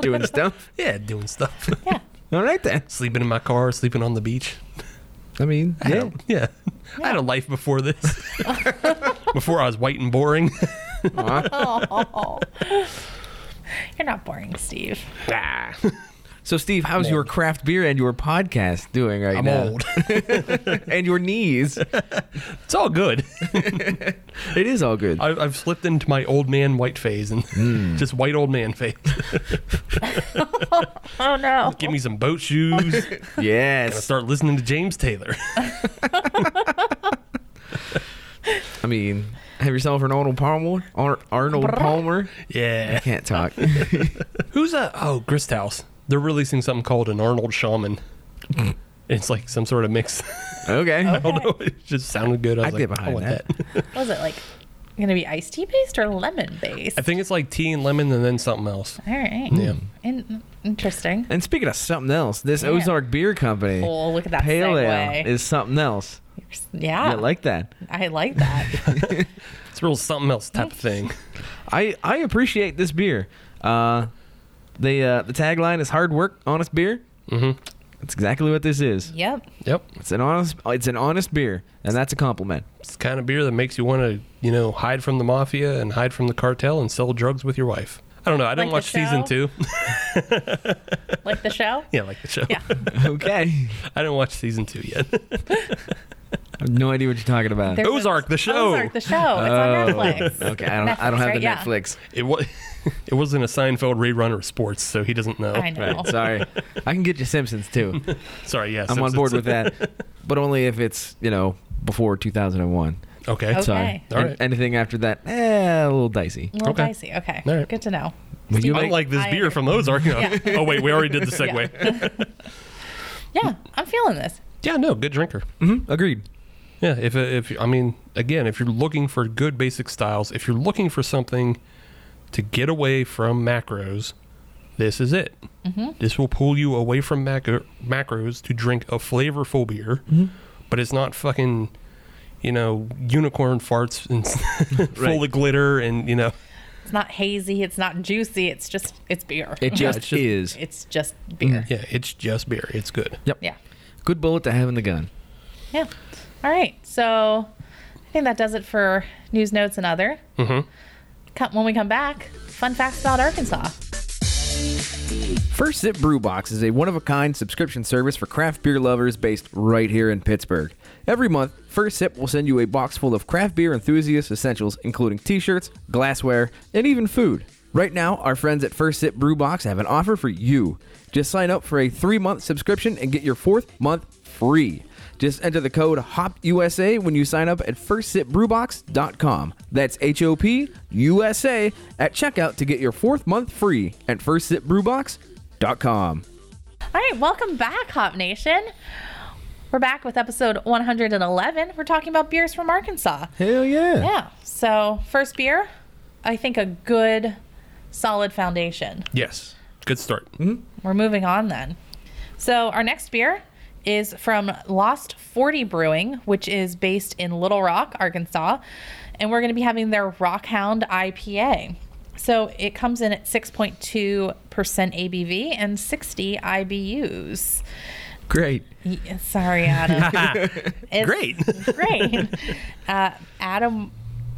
[SPEAKER 5] doing stuff.
[SPEAKER 6] yeah, doing stuff,
[SPEAKER 4] Yeah.
[SPEAKER 5] All right then.
[SPEAKER 6] sleeping in my car, sleeping on the beach.
[SPEAKER 5] I mean,
[SPEAKER 6] I
[SPEAKER 5] yeah.
[SPEAKER 6] had a- yeah. I had a life before this. before I was white and boring.
[SPEAKER 4] Oh. You're not boring, Steve.
[SPEAKER 5] So, Steve, how's your craft beer and your podcast doing right
[SPEAKER 6] I'm
[SPEAKER 5] now?
[SPEAKER 6] old.
[SPEAKER 5] and your knees.
[SPEAKER 6] It's all good.
[SPEAKER 5] It is all good.
[SPEAKER 6] I, I've slipped into my old man white phase and just white old man phase.
[SPEAKER 4] Oh no.
[SPEAKER 6] Give me some boat shoes. I
[SPEAKER 5] Yes.
[SPEAKER 6] start listening to James Taylor.
[SPEAKER 5] I mean, have yourself an Arnold Palmer. Ar- Arnold Palmer.
[SPEAKER 6] yeah.
[SPEAKER 5] Can't talk.
[SPEAKER 6] Who's a oh Grist House? They're releasing something called an Arnold Shaman. it's like some sort of mix. I
[SPEAKER 4] Oh.
[SPEAKER 5] Okay.
[SPEAKER 6] don't know. It just sounded good. I
[SPEAKER 5] I'd
[SPEAKER 6] was
[SPEAKER 5] get
[SPEAKER 6] like, I
[SPEAKER 5] behind
[SPEAKER 6] want
[SPEAKER 5] that.
[SPEAKER 4] What was it like? Gonna be iced tea based or lemon based?
[SPEAKER 6] I think it's like tea and lemon and then something else.
[SPEAKER 4] All right.
[SPEAKER 6] Yeah.
[SPEAKER 4] In- interesting.
[SPEAKER 5] And speaking of something else, this
[SPEAKER 4] Yeah.
[SPEAKER 5] Ozark Beer Company
[SPEAKER 4] Oh, look at that
[SPEAKER 5] Pale
[SPEAKER 4] segue. Ah.
[SPEAKER 5] Ale is something else.
[SPEAKER 4] yeah.
[SPEAKER 5] I like that.
[SPEAKER 4] I like that.
[SPEAKER 6] It's a real something else type of thing.
[SPEAKER 5] I, I appreciate this beer. Uh, they uh, the tagline is hard work, honest beer.
[SPEAKER 6] Mm-hmm.
[SPEAKER 5] That's exactly what this is.
[SPEAKER 4] yep.
[SPEAKER 6] Yep.
[SPEAKER 5] It's an honest it's an honest beer, and that's a compliment.
[SPEAKER 6] It's the kind of beer that makes you want to, you know, hide from the mafia and hide from the cartel and sell drugs with your wife. I don't know. I didn't
[SPEAKER 4] Like the
[SPEAKER 6] watch season
[SPEAKER 4] show?
[SPEAKER 6] two.
[SPEAKER 4] Like the show.
[SPEAKER 6] yeah, like the show.
[SPEAKER 4] Yeah.
[SPEAKER 5] Okay.
[SPEAKER 6] I didn't watch season two yet.
[SPEAKER 5] I have no idea what you're talking about.
[SPEAKER 4] There's a-
[SPEAKER 6] Ozark, the show.
[SPEAKER 4] Ozark the show. It's on Netflix.
[SPEAKER 5] Oh, Okay, I don't I
[SPEAKER 4] Netflix,
[SPEAKER 5] don't have
[SPEAKER 4] right?
[SPEAKER 5] the
[SPEAKER 4] Yeah.
[SPEAKER 5] Netflix.
[SPEAKER 6] it was it wasn't a Seinfeld rerun or sports, so he doesn't know.
[SPEAKER 4] I know.
[SPEAKER 5] Right, sorry. I can get you Simpsons too.
[SPEAKER 6] Sorry, yeah.
[SPEAKER 5] I'm on
[SPEAKER 6] Simpsons.
[SPEAKER 5] board with that. But only if it's, you know, before 2001.
[SPEAKER 6] okay.
[SPEAKER 4] Okay.
[SPEAKER 5] Sorry.
[SPEAKER 6] All right.
[SPEAKER 5] An- anything after that, eh, a little dicey.
[SPEAKER 4] A little
[SPEAKER 6] Okay.
[SPEAKER 4] dicey. Okay.
[SPEAKER 6] All right.
[SPEAKER 4] Good to know.
[SPEAKER 5] Would you
[SPEAKER 6] I
[SPEAKER 5] like-
[SPEAKER 6] like this
[SPEAKER 4] I-
[SPEAKER 6] beer from Ozark. You know.
[SPEAKER 4] Yeah.
[SPEAKER 6] Oh wait, we already did the segue. Yeah,
[SPEAKER 4] Yeah, I'm feeling this.
[SPEAKER 6] no, good drinker.
[SPEAKER 5] Mhm, agreed.
[SPEAKER 6] Yeah, if uh, if I mean again, if you're looking for good basic styles, if you're looking for something to get away from macros, this is it. This will pull you away from macro, macros to drink a flavorful beer, but it's not fucking you know unicorn farts and full of glitter and you know
[SPEAKER 4] It's not hazy. It's not juicy. It's just it's beer.
[SPEAKER 5] It just, Mm-hmm.
[SPEAKER 6] it's just-
[SPEAKER 5] is.
[SPEAKER 4] it's just beer.
[SPEAKER 6] yeah, it's just beer. It's good.
[SPEAKER 5] yep.
[SPEAKER 4] Yeah.
[SPEAKER 5] Good bullet to have in the gun.
[SPEAKER 4] Yeah. All right. So I think that does it for news, notes, and other. Mm-hmm. When we come back, fun facts about Arkansas.
[SPEAKER 5] First Sip Brew Box is a one of a kind subscription service for craft beer lovers based right here in Pittsburgh. Every month, First Sip will send you a box full of craft beer enthusiast essentials, including t shirts, glassware, and even food. Right now, our friends at First Sip Brew Box have an offer for you. Just sign up for a three month subscription and get your fourth month free. Just enter the code HOPUSA when you sign up at FirstSipBrewBox.com. That's H O P U S A at checkout to get your fourth month free at FirstSipBrewBox.com.
[SPEAKER 4] All right, welcome back, Hop Nation. We're back with episode 111. We're talking about beers from Arkansas.
[SPEAKER 5] Hell yeah.
[SPEAKER 4] Yeah. So, first beer, I think a good, solid foundation.
[SPEAKER 6] Yes. Good start.
[SPEAKER 4] We're moving on then. So, our next beer is from Lost 40 Brewing, which is based in Little Rock, Arkansas. And we're going to be having their Rockhound IPA. So, it comes in at 6.2% ABV and 60 IBUs.
[SPEAKER 5] Great.
[SPEAKER 4] Yeah, Sorry, Adam. It's
[SPEAKER 6] Great.
[SPEAKER 4] Great. Uh, Adam,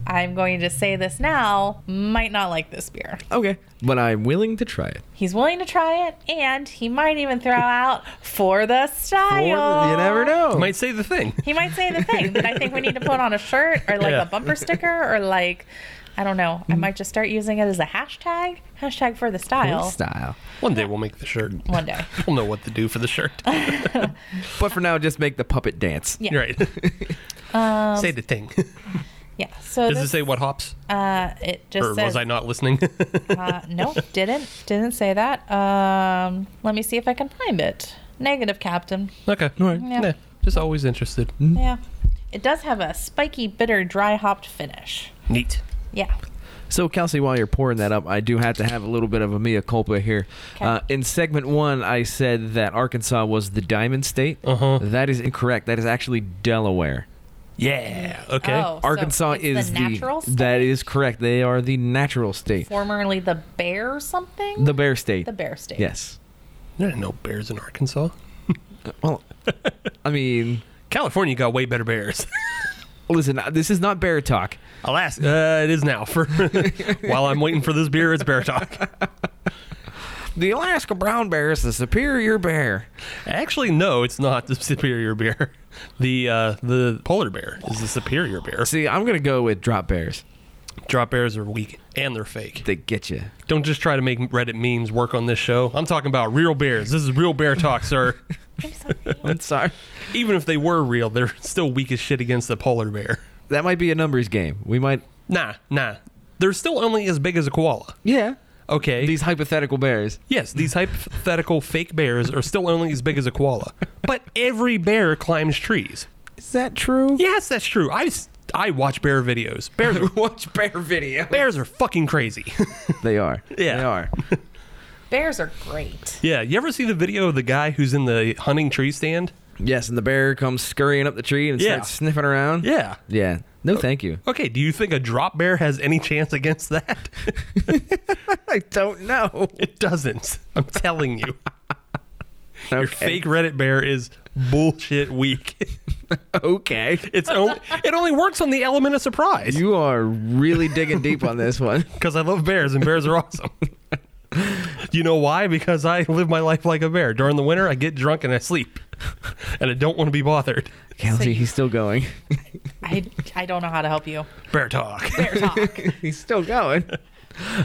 [SPEAKER 4] I'm going to say this now, might not like this beer.
[SPEAKER 5] Okay. But I'm willing to try it.
[SPEAKER 4] He's willing to try it, and he might even throw out for the
[SPEAKER 5] Or-
[SPEAKER 4] style.
[SPEAKER 5] You never know.
[SPEAKER 4] Oh.
[SPEAKER 6] Might say the thing.
[SPEAKER 4] He might say the thing that I think we need to put on a shirt or like
[SPEAKER 6] Yeah.
[SPEAKER 4] a bumper sticker or like, I don't know. I might just start using it as a hashtag. Hashtag for the style.
[SPEAKER 5] style.
[SPEAKER 6] One day we'll make the shirt.
[SPEAKER 4] One day.
[SPEAKER 6] We'll know what to do for the shirt.
[SPEAKER 5] But for now, just make the puppet dance.
[SPEAKER 4] Yeah.
[SPEAKER 6] Right.
[SPEAKER 4] Um,
[SPEAKER 6] say the thing.
[SPEAKER 4] Yeah. So
[SPEAKER 6] Does it
[SPEAKER 4] this,
[SPEAKER 6] say what hops?
[SPEAKER 4] uh, it just
[SPEAKER 6] or
[SPEAKER 4] says,
[SPEAKER 6] was I not listening?
[SPEAKER 4] Uh, no, didn't didn't say that. Um, let me see if I can find it. Negative, Captain.
[SPEAKER 6] okay. All right.
[SPEAKER 4] Yeah.
[SPEAKER 6] Nah, just always interested.
[SPEAKER 5] Mm-hmm.
[SPEAKER 4] Yeah, it does have a spiky, bitter, dry hopped finish.
[SPEAKER 6] Neat.
[SPEAKER 4] Yeah,
[SPEAKER 5] So, Kelsey, while you're pouring that up, I do have to have a little bit of a mea culpa here.
[SPEAKER 4] Okay.
[SPEAKER 5] Uh, in segment one, I said that Arkansas was the Diamond State.
[SPEAKER 6] Uh-huh.
[SPEAKER 5] That is incorrect. That is actually Delaware.
[SPEAKER 6] Yeah. Okay.
[SPEAKER 4] Oh. So
[SPEAKER 5] Arkansas
[SPEAKER 4] it's the
[SPEAKER 5] is the,
[SPEAKER 4] natural state?
[SPEAKER 5] That is correct. They are the natural state,
[SPEAKER 4] formerly the bear something.
[SPEAKER 5] the bear state.
[SPEAKER 4] The bear state.
[SPEAKER 5] Yes.
[SPEAKER 6] There are no bears in Arkansas.
[SPEAKER 5] Well, I mean,
[SPEAKER 6] California got way better bears.
[SPEAKER 5] listen, uh, this is not bear talk.
[SPEAKER 6] Alaska. Uh, it is now. For while I'm waiting for this beer, it's bear talk.
[SPEAKER 5] The Alaska brown bear is the superior bear.
[SPEAKER 6] Actually, no, it's not the superior beer. The uh, the polar bear is the superior bear.
[SPEAKER 5] See, I'm gonna go with drop bears.
[SPEAKER 6] Drop bears are weak and they're fake.
[SPEAKER 5] They get you.
[SPEAKER 6] Don't just try to make Reddit memes work on this show. I'm talking about real bears. This is real bear talk, sir.
[SPEAKER 4] I'm sorry.
[SPEAKER 5] I'm sorry.
[SPEAKER 6] Even if they were real, they're still weak as shit against the polar bear.
[SPEAKER 5] That might be a numbers game. We might.
[SPEAKER 6] Nah, nah. They're still only as big as a koala.
[SPEAKER 5] Yeah.
[SPEAKER 6] Okay.
[SPEAKER 5] These hypothetical bears.
[SPEAKER 6] Yes, these hypothetical fake bears are still only as big as a koala. But every bear climbs trees.
[SPEAKER 5] Is that true?
[SPEAKER 6] Yes, that's true. I, s- I watch bear videos. Bears are,
[SPEAKER 5] Watch bear video.
[SPEAKER 6] bears are fucking crazy.
[SPEAKER 5] They are.
[SPEAKER 6] Yeah.
[SPEAKER 5] They are.
[SPEAKER 4] Bears are great.
[SPEAKER 6] yeah, you ever see the video of the guy who's in the hunting tree stand?
[SPEAKER 5] Yes, and the bear comes scurrying up the tree and
[SPEAKER 6] Yeah.
[SPEAKER 5] starts sniffing around.
[SPEAKER 6] Yeah.
[SPEAKER 5] Yeah. No, thank you.
[SPEAKER 6] Okay, do you think a drop bear has any chance against that?
[SPEAKER 5] I don't know.
[SPEAKER 6] It doesn't. I'm telling you.
[SPEAKER 5] Okay.
[SPEAKER 6] Your fake Reddit bear is bullshit weak.
[SPEAKER 5] Okay.
[SPEAKER 6] It's only, it only works on the element of surprise
[SPEAKER 5] You are really digging deep on this one.
[SPEAKER 6] because I love bears and bears are awesome. you know why? Because I live my life like a bear. During the winter, I get drunk and I sleep, and I don't want to be bothered.
[SPEAKER 5] Kelsey, he's still going.
[SPEAKER 4] I I don't know how to help you.
[SPEAKER 6] Bear talk.
[SPEAKER 4] Bear talk.
[SPEAKER 5] he's still going.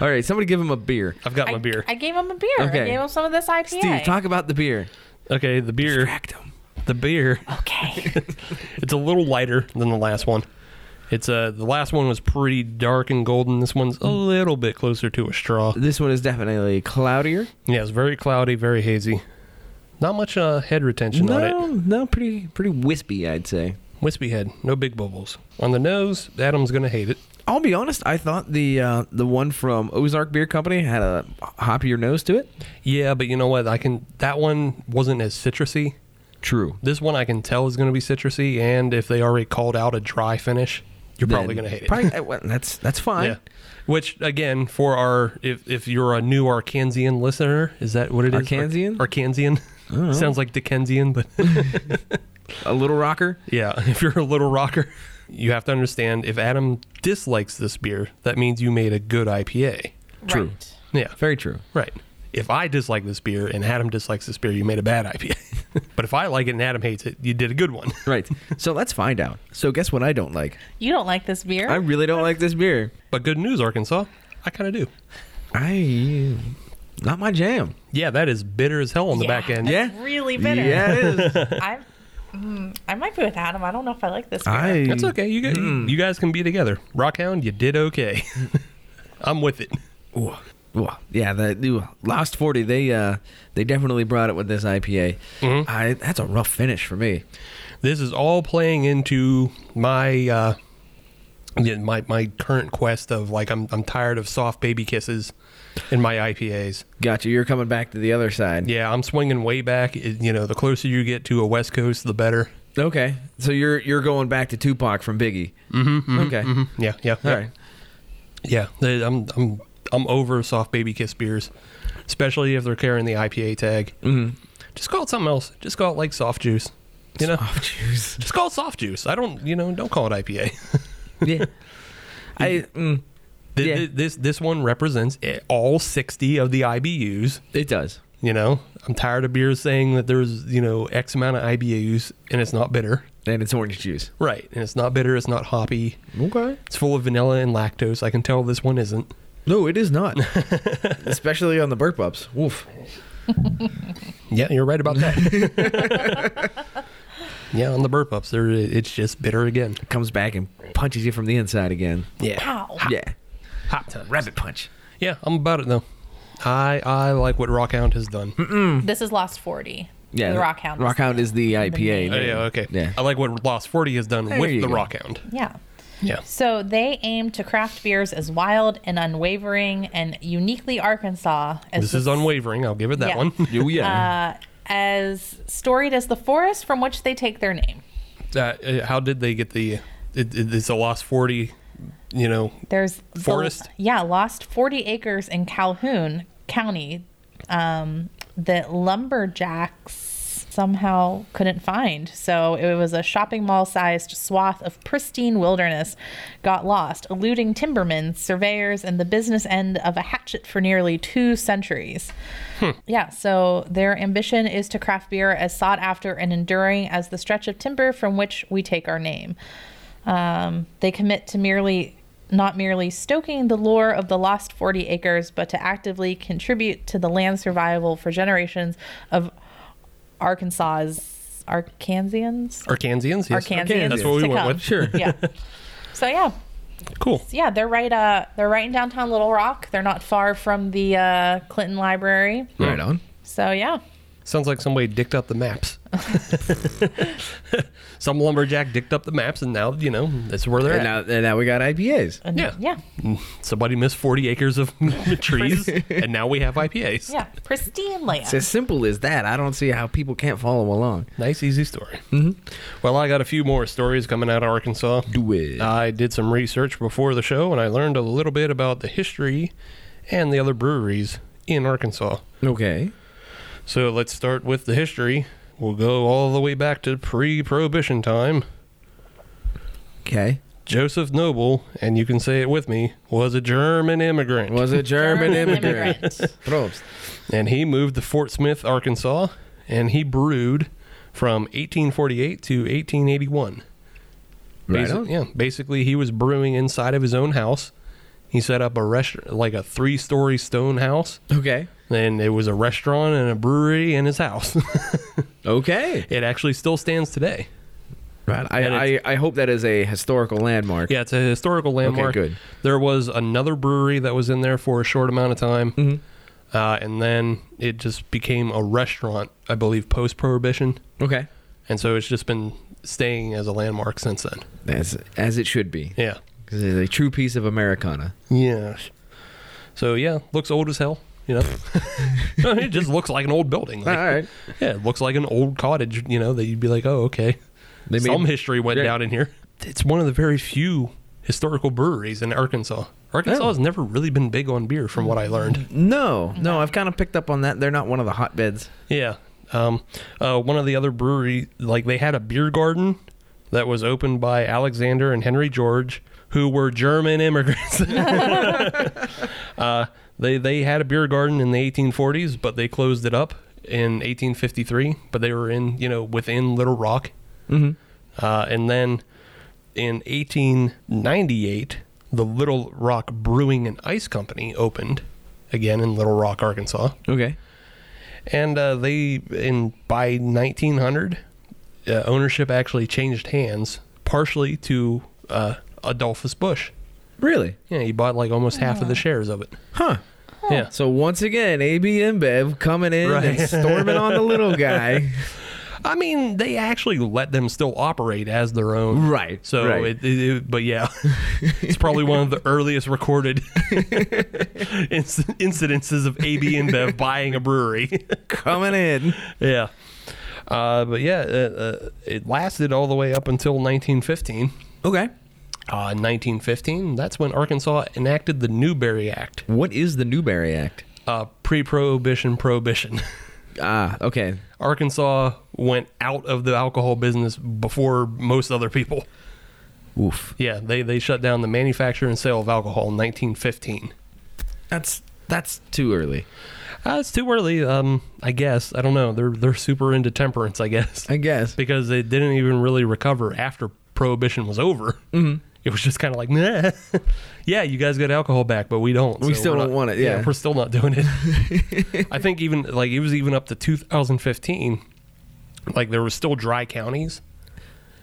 [SPEAKER 5] All right, somebody give him a beer.
[SPEAKER 6] I've got
[SPEAKER 4] I,
[SPEAKER 6] my beer.
[SPEAKER 4] I gave him a beer. I
[SPEAKER 5] Okay.
[SPEAKER 4] gave him some of this IPA.
[SPEAKER 5] Steve, talk about the beer.
[SPEAKER 6] okay, the beer.
[SPEAKER 5] Distract him.
[SPEAKER 6] The beer.
[SPEAKER 4] Okay.
[SPEAKER 6] It's a little lighter than the last one. It's uh the last one was pretty dark and golden. This one's a little bit closer to a straw.
[SPEAKER 5] This one is definitely cloudier.
[SPEAKER 6] Yeah, it's very cloudy, very hazy. Not much uh, head retention on
[SPEAKER 5] no,
[SPEAKER 6] it.
[SPEAKER 5] no, pretty pretty wispy, I'd say.
[SPEAKER 6] Wispy head, no big bubbles. On the nose, Adam's gonna hate it.
[SPEAKER 5] I'll be honest. I thought the uh, the one from Ozark Beer Company had a hoppier nose to it.
[SPEAKER 6] Yeah, but you know what? I can. That one wasn't as citrusy.
[SPEAKER 5] True.
[SPEAKER 6] This one I can tell is gonna be citrusy, and if they already called out a dry finish, you're probably
[SPEAKER 5] Then-
[SPEAKER 6] gonna hate it.
[SPEAKER 5] Probably, uh, well, that's that's fine.
[SPEAKER 6] yeah. Which again, for our if if you're a new Arkansian listener, is that what it is?
[SPEAKER 5] Arkansian?
[SPEAKER 6] Arkansian. Sounds like Dickensian, but
[SPEAKER 5] a little rocker.
[SPEAKER 6] Yeah, if you're a little rocker, you have to understand if Adam dislikes this beer, that means you made a good IPA.
[SPEAKER 5] True.
[SPEAKER 4] Right.
[SPEAKER 6] Yeah,
[SPEAKER 5] Very true.
[SPEAKER 6] right. If I dislike this beer and Adam dislikes this beer, you made a bad IPA. but if I like it and Adam hates it, you did a good one.
[SPEAKER 5] Right. So let's find out. So guess what I don't like?
[SPEAKER 4] You don't like this beer?
[SPEAKER 5] I really don't like this beer.
[SPEAKER 6] But good news, Arkansas, I kind of do.
[SPEAKER 5] I not my jam.
[SPEAKER 6] Yeah, that is bitter as hell on the back end.
[SPEAKER 5] Yeah.
[SPEAKER 4] it's Really bitter.
[SPEAKER 5] Yeah, it is.
[SPEAKER 4] I'm, mm, I might be with Adam. I don't know if I like this beer.
[SPEAKER 5] I
[SPEAKER 6] That's okay. You guys, you guys can be together. Rockhound, you did okay. I'm with it.
[SPEAKER 5] Ooh, yeah, that ooh, last forty. They uh, they definitely brought it with this IPA. I that's a rough finish for me.
[SPEAKER 6] This is all playing into my uh, yeah, my my current quest of like I'm I'm tired of soft baby kisses in my IPAs.
[SPEAKER 5] Gotcha. You're coming back to the other side.
[SPEAKER 6] Yeah, I'm swinging way back. It- you know, the closer you get to a West Coast, the better.
[SPEAKER 5] Okay. So you're you're going back to Tupac from Biggie. Mm-hmm. Okay.
[SPEAKER 6] Yeah, yeah,
[SPEAKER 5] All
[SPEAKER 6] yeah.
[SPEAKER 5] right.
[SPEAKER 6] Yeah, they- I'm I'm I'm over soft baby kiss beers, especially if they're carrying the IPA tag. Mm-hmm. Just call it something else. Just call it like soft juice. You know,
[SPEAKER 5] Oh jeez.
[SPEAKER 6] just call it soft juice. I don't, you know, don't call it IPA.
[SPEAKER 5] Yeah. I. Mm,
[SPEAKER 6] Th-
[SPEAKER 5] Yeah.
[SPEAKER 6] th- This this one represents it- all 60 of the IBUs.
[SPEAKER 5] it does.
[SPEAKER 6] You know, I'm tired of beers saying that there's you know X amount of IBUs and it's not bitter.
[SPEAKER 5] And it's orange juice.
[SPEAKER 6] Right, and it's not bitter. It's not hoppy.
[SPEAKER 5] Okay.
[SPEAKER 6] It's full of vanilla and lactose. I can tell this one isn't.
[SPEAKER 5] No, it is not. Especially on the burp ups. Woof.
[SPEAKER 6] Yeah, you're right about that. yeah, on the burp ups, there it's just bitter again.
[SPEAKER 5] Comes back and punches you from the inside again.
[SPEAKER 6] Yeah,
[SPEAKER 4] Wow.
[SPEAKER 5] Yeah.
[SPEAKER 6] hot time.
[SPEAKER 5] Rabbit punch.
[SPEAKER 6] Yeah, I'm about it though. I I like what Rockhound has done.
[SPEAKER 4] This is Lost 40.
[SPEAKER 5] Yeah.
[SPEAKER 4] The Rockhound. is-
[SPEAKER 5] Rockhound is the IPA.
[SPEAKER 4] main-
[SPEAKER 6] Oh, yeah, okay.
[SPEAKER 5] Yeah.
[SPEAKER 6] I like what Lost Forty has done
[SPEAKER 5] you
[SPEAKER 6] with the
[SPEAKER 5] go.
[SPEAKER 6] Rockhound.
[SPEAKER 4] Yeah.
[SPEAKER 6] Yeah.
[SPEAKER 4] So they aim to craft beers as wild and unwavering and uniquely Arkansas as
[SPEAKER 6] This is unwavering. I'll give it that
[SPEAKER 4] Yeah.
[SPEAKER 6] one.
[SPEAKER 5] Oh, yeah.
[SPEAKER 4] uh, as storied as the forest from which they take their name.
[SPEAKER 6] Uh, uh, how did they get the? It, it- it's a Lost Forty. You know,
[SPEAKER 4] There's the-
[SPEAKER 6] Forest?
[SPEAKER 4] yeah, lost 40 acres in Calhoun County um, that lumberjacks somehow couldn't find. So it was a shopping mall sized swath of pristine wilderness got lost, eluding timbermen, surveyors, and the business end of a hatchet for nearly two centuries. Yeah, so their ambition is to craft beer as sought after and enduring as the stretch of timber from which we take our name. Um, they commit to merely not merely stoking the lore of the lost 40 acres, but to actively contribute to the land's survival for generations of Arkansas's Arkansians.
[SPEAKER 6] Arkansians. Yes.
[SPEAKER 4] Arkansians.
[SPEAKER 6] That's what we
[SPEAKER 4] to
[SPEAKER 6] went
[SPEAKER 4] come.
[SPEAKER 6] with.
[SPEAKER 5] Sure.
[SPEAKER 4] Yeah. So yeah,
[SPEAKER 6] Cool.
[SPEAKER 4] yeah, they're right. Uh, they're right in downtown Little Rock. They're not far from the uh, Clinton Library.
[SPEAKER 5] Right on.
[SPEAKER 4] So yeah,
[SPEAKER 6] Sounds like somebody dicked up the maps. Some lumberjack dicked up the maps, and now you know that's where they're
[SPEAKER 5] And
[SPEAKER 6] at.
[SPEAKER 5] now, and now we got IPAs.
[SPEAKER 4] And-
[SPEAKER 6] Yeah.
[SPEAKER 4] yeah,
[SPEAKER 6] Somebody missed forty acres of trees, and now we have IPAs.
[SPEAKER 4] yeah. Pristine land.
[SPEAKER 5] It's as simple as that. I don't see how people can't follow along.
[SPEAKER 6] Nice, easy story. Well, I got a few more stories coming out of Arkansas.
[SPEAKER 5] Do it.
[SPEAKER 6] I did some research before the show, and I learned a little bit about the history and the other breweries in Arkansas.
[SPEAKER 5] okay.
[SPEAKER 6] So let's start with the history. We'll go all the way back to pre-prohibition time.
[SPEAKER 5] Okay.
[SPEAKER 6] Joseph Noble, and you can say it with me, was a German immigrant.
[SPEAKER 5] Was a German, immigrant.
[SPEAKER 4] immigrant.
[SPEAKER 5] Probst.
[SPEAKER 6] And he moved to Fort Smith, Arkansas, and he brewed from 1848 to 1881.
[SPEAKER 5] Right
[SPEAKER 6] Basi-
[SPEAKER 5] on.
[SPEAKER 6] Yeah, basically he was brewing inside of his own house. He set up a restaurant, like a three-story stone house,
[SPEAKER 5] Okay.
[SPEAKER 6] and it was a restaurant and a brewery in his house.
[SPEAKER 5] Okay.
[SPEAKER 6] it actually still stands today.
[SPEAKER 5] Right.
[SPEAKER 6] And
[SPEAKER 5] I, I,
[SPEAKER 6] it's-
[SPEAKER 5] I hope that is a historical landmark.
[SPEAKER 6] Yeah, it's a historical landmark.
[SPEAKER 5] good.
[SPEAKER 6] There was another brewery that was in there for a short amount of time,
[SPEAKER 5] Mm-hmm.
[SPEAKER 6] uh, and then it just became a restaurant, I believe, post prohibition,
[SPEAKER 5] Okay.
[SPEAKER 6] and so it's just been staying as a landmark since then.
[SPEAKER 5] As as it should be.
[SPEAKER 6] Yeah.
[SPEAKER 5] Because it's a true piece of Americana.
[SPEAKER 6] Yeah. So yeah, looks old as hell. You know, it just looks like an old building.
[SPEAKER 5] All
[SPEAKER 6] Like,
[SPEAKER 5] right.
[SPEAKER 6] Yeah, it looks like an old cottage. You know that you'd be like, oh, okay.
[SPEAKER 5] They made-
[SPEAKER 6] Some history went
[SPEAKER 5] Yeah.
[SPEAKER 6] down in here. It's one of the very few historical breweries in Arkansas. Arkansas
[SPEAKER 5] Oh.
[SPEAKER 6] has never really been big on beer, from what I learned.
[SPEAKER 5] No, no, I've kind of picked up on that. They're not one of the hotbeds.
[SPEAKER 6] Yeah, Um, uh, one of the other brewery, like they had a beer garden that was opened by Alexander and Henry George, who were German immigrants. uh, they they had a beer garden in the 1840s, but they closed it up in 1853. But they were in you know within Little Rock, mm-hmm. uh, and then in 1898, the Little Rock Brewing and Ice Company opened again in Little Rock, Arkansas
[SPEAKER 5] Okay.
[SPEAKER 6] and uh, they in by 1900 uh, ownership actually changed hands partially to uh, Adolphus Bush.
[SPEAKER 5] Really?
[SPEAKER 6] Yeah, he bought like almost half of the shares of it.
[SPEAKER 5] Huh.
[SPEAKER 6] Yeah.
[SPEAKER 5] So once again, AB InBev coming in and
[SPEAKER 6] Right.
[SPEAKER 5] storming on the little guy.
[SPEAKER 6] I mean, they actually let them still operate as their own.
[SPEAKER 5] Right,
[SPEAKER 6] So,
[SPEAKER 5] right.
[SPEAKER 6] It, it, it- but yeah, it's probably one of the earliest recorded inc- incidences of AB InBev buying a brewery.
[SPEAKER 5] coming in.
[SPEAKER 6] yeah. Uh, but yeah, uh, uh, it lasted all the way up until 1915.
[SPEAKER 5] Okay.
[SPEAKER 6] Uh, in 1915, that's when Arkansas enacted the Newberry Act,
[SPEAKER 5] What is the Newberry Act?
[SPEAKER 6] uh, pre prohibition prohibition.
[SPEAKER 5] Ah, okay.
[SPEAKER 6] Arkansas went out of the alcohol business before most other people.
[SPEAKER 5] Oof.
[SPEAKER 6] Yeah, they, they shut down the manufacture and sale of alcohol in 1915.
[SPEAKER 5] That's that's too early.
[SPEAKER 6] Uh, it's too early, um, I guess. I don't know. They're, they're super into temperance, I guess,
[SPEAKER 5] I guess.
[SPEAKER 6] because they didn't even really recover after prohibition was over. Mm-hmm. It was just kind of like, nah. yeah, you guys got alcohol back, but we don't.
[SPEAKER 5] We still
[SPEAKER 6] we're
[SPEAKER 5] don't
[SPEAKER 6] not-
[SPEAKER 5] want it, yeah.
[SPEAKER 6] we're still not doing it. I think even like it was even up to 2015, like there was still dry counties,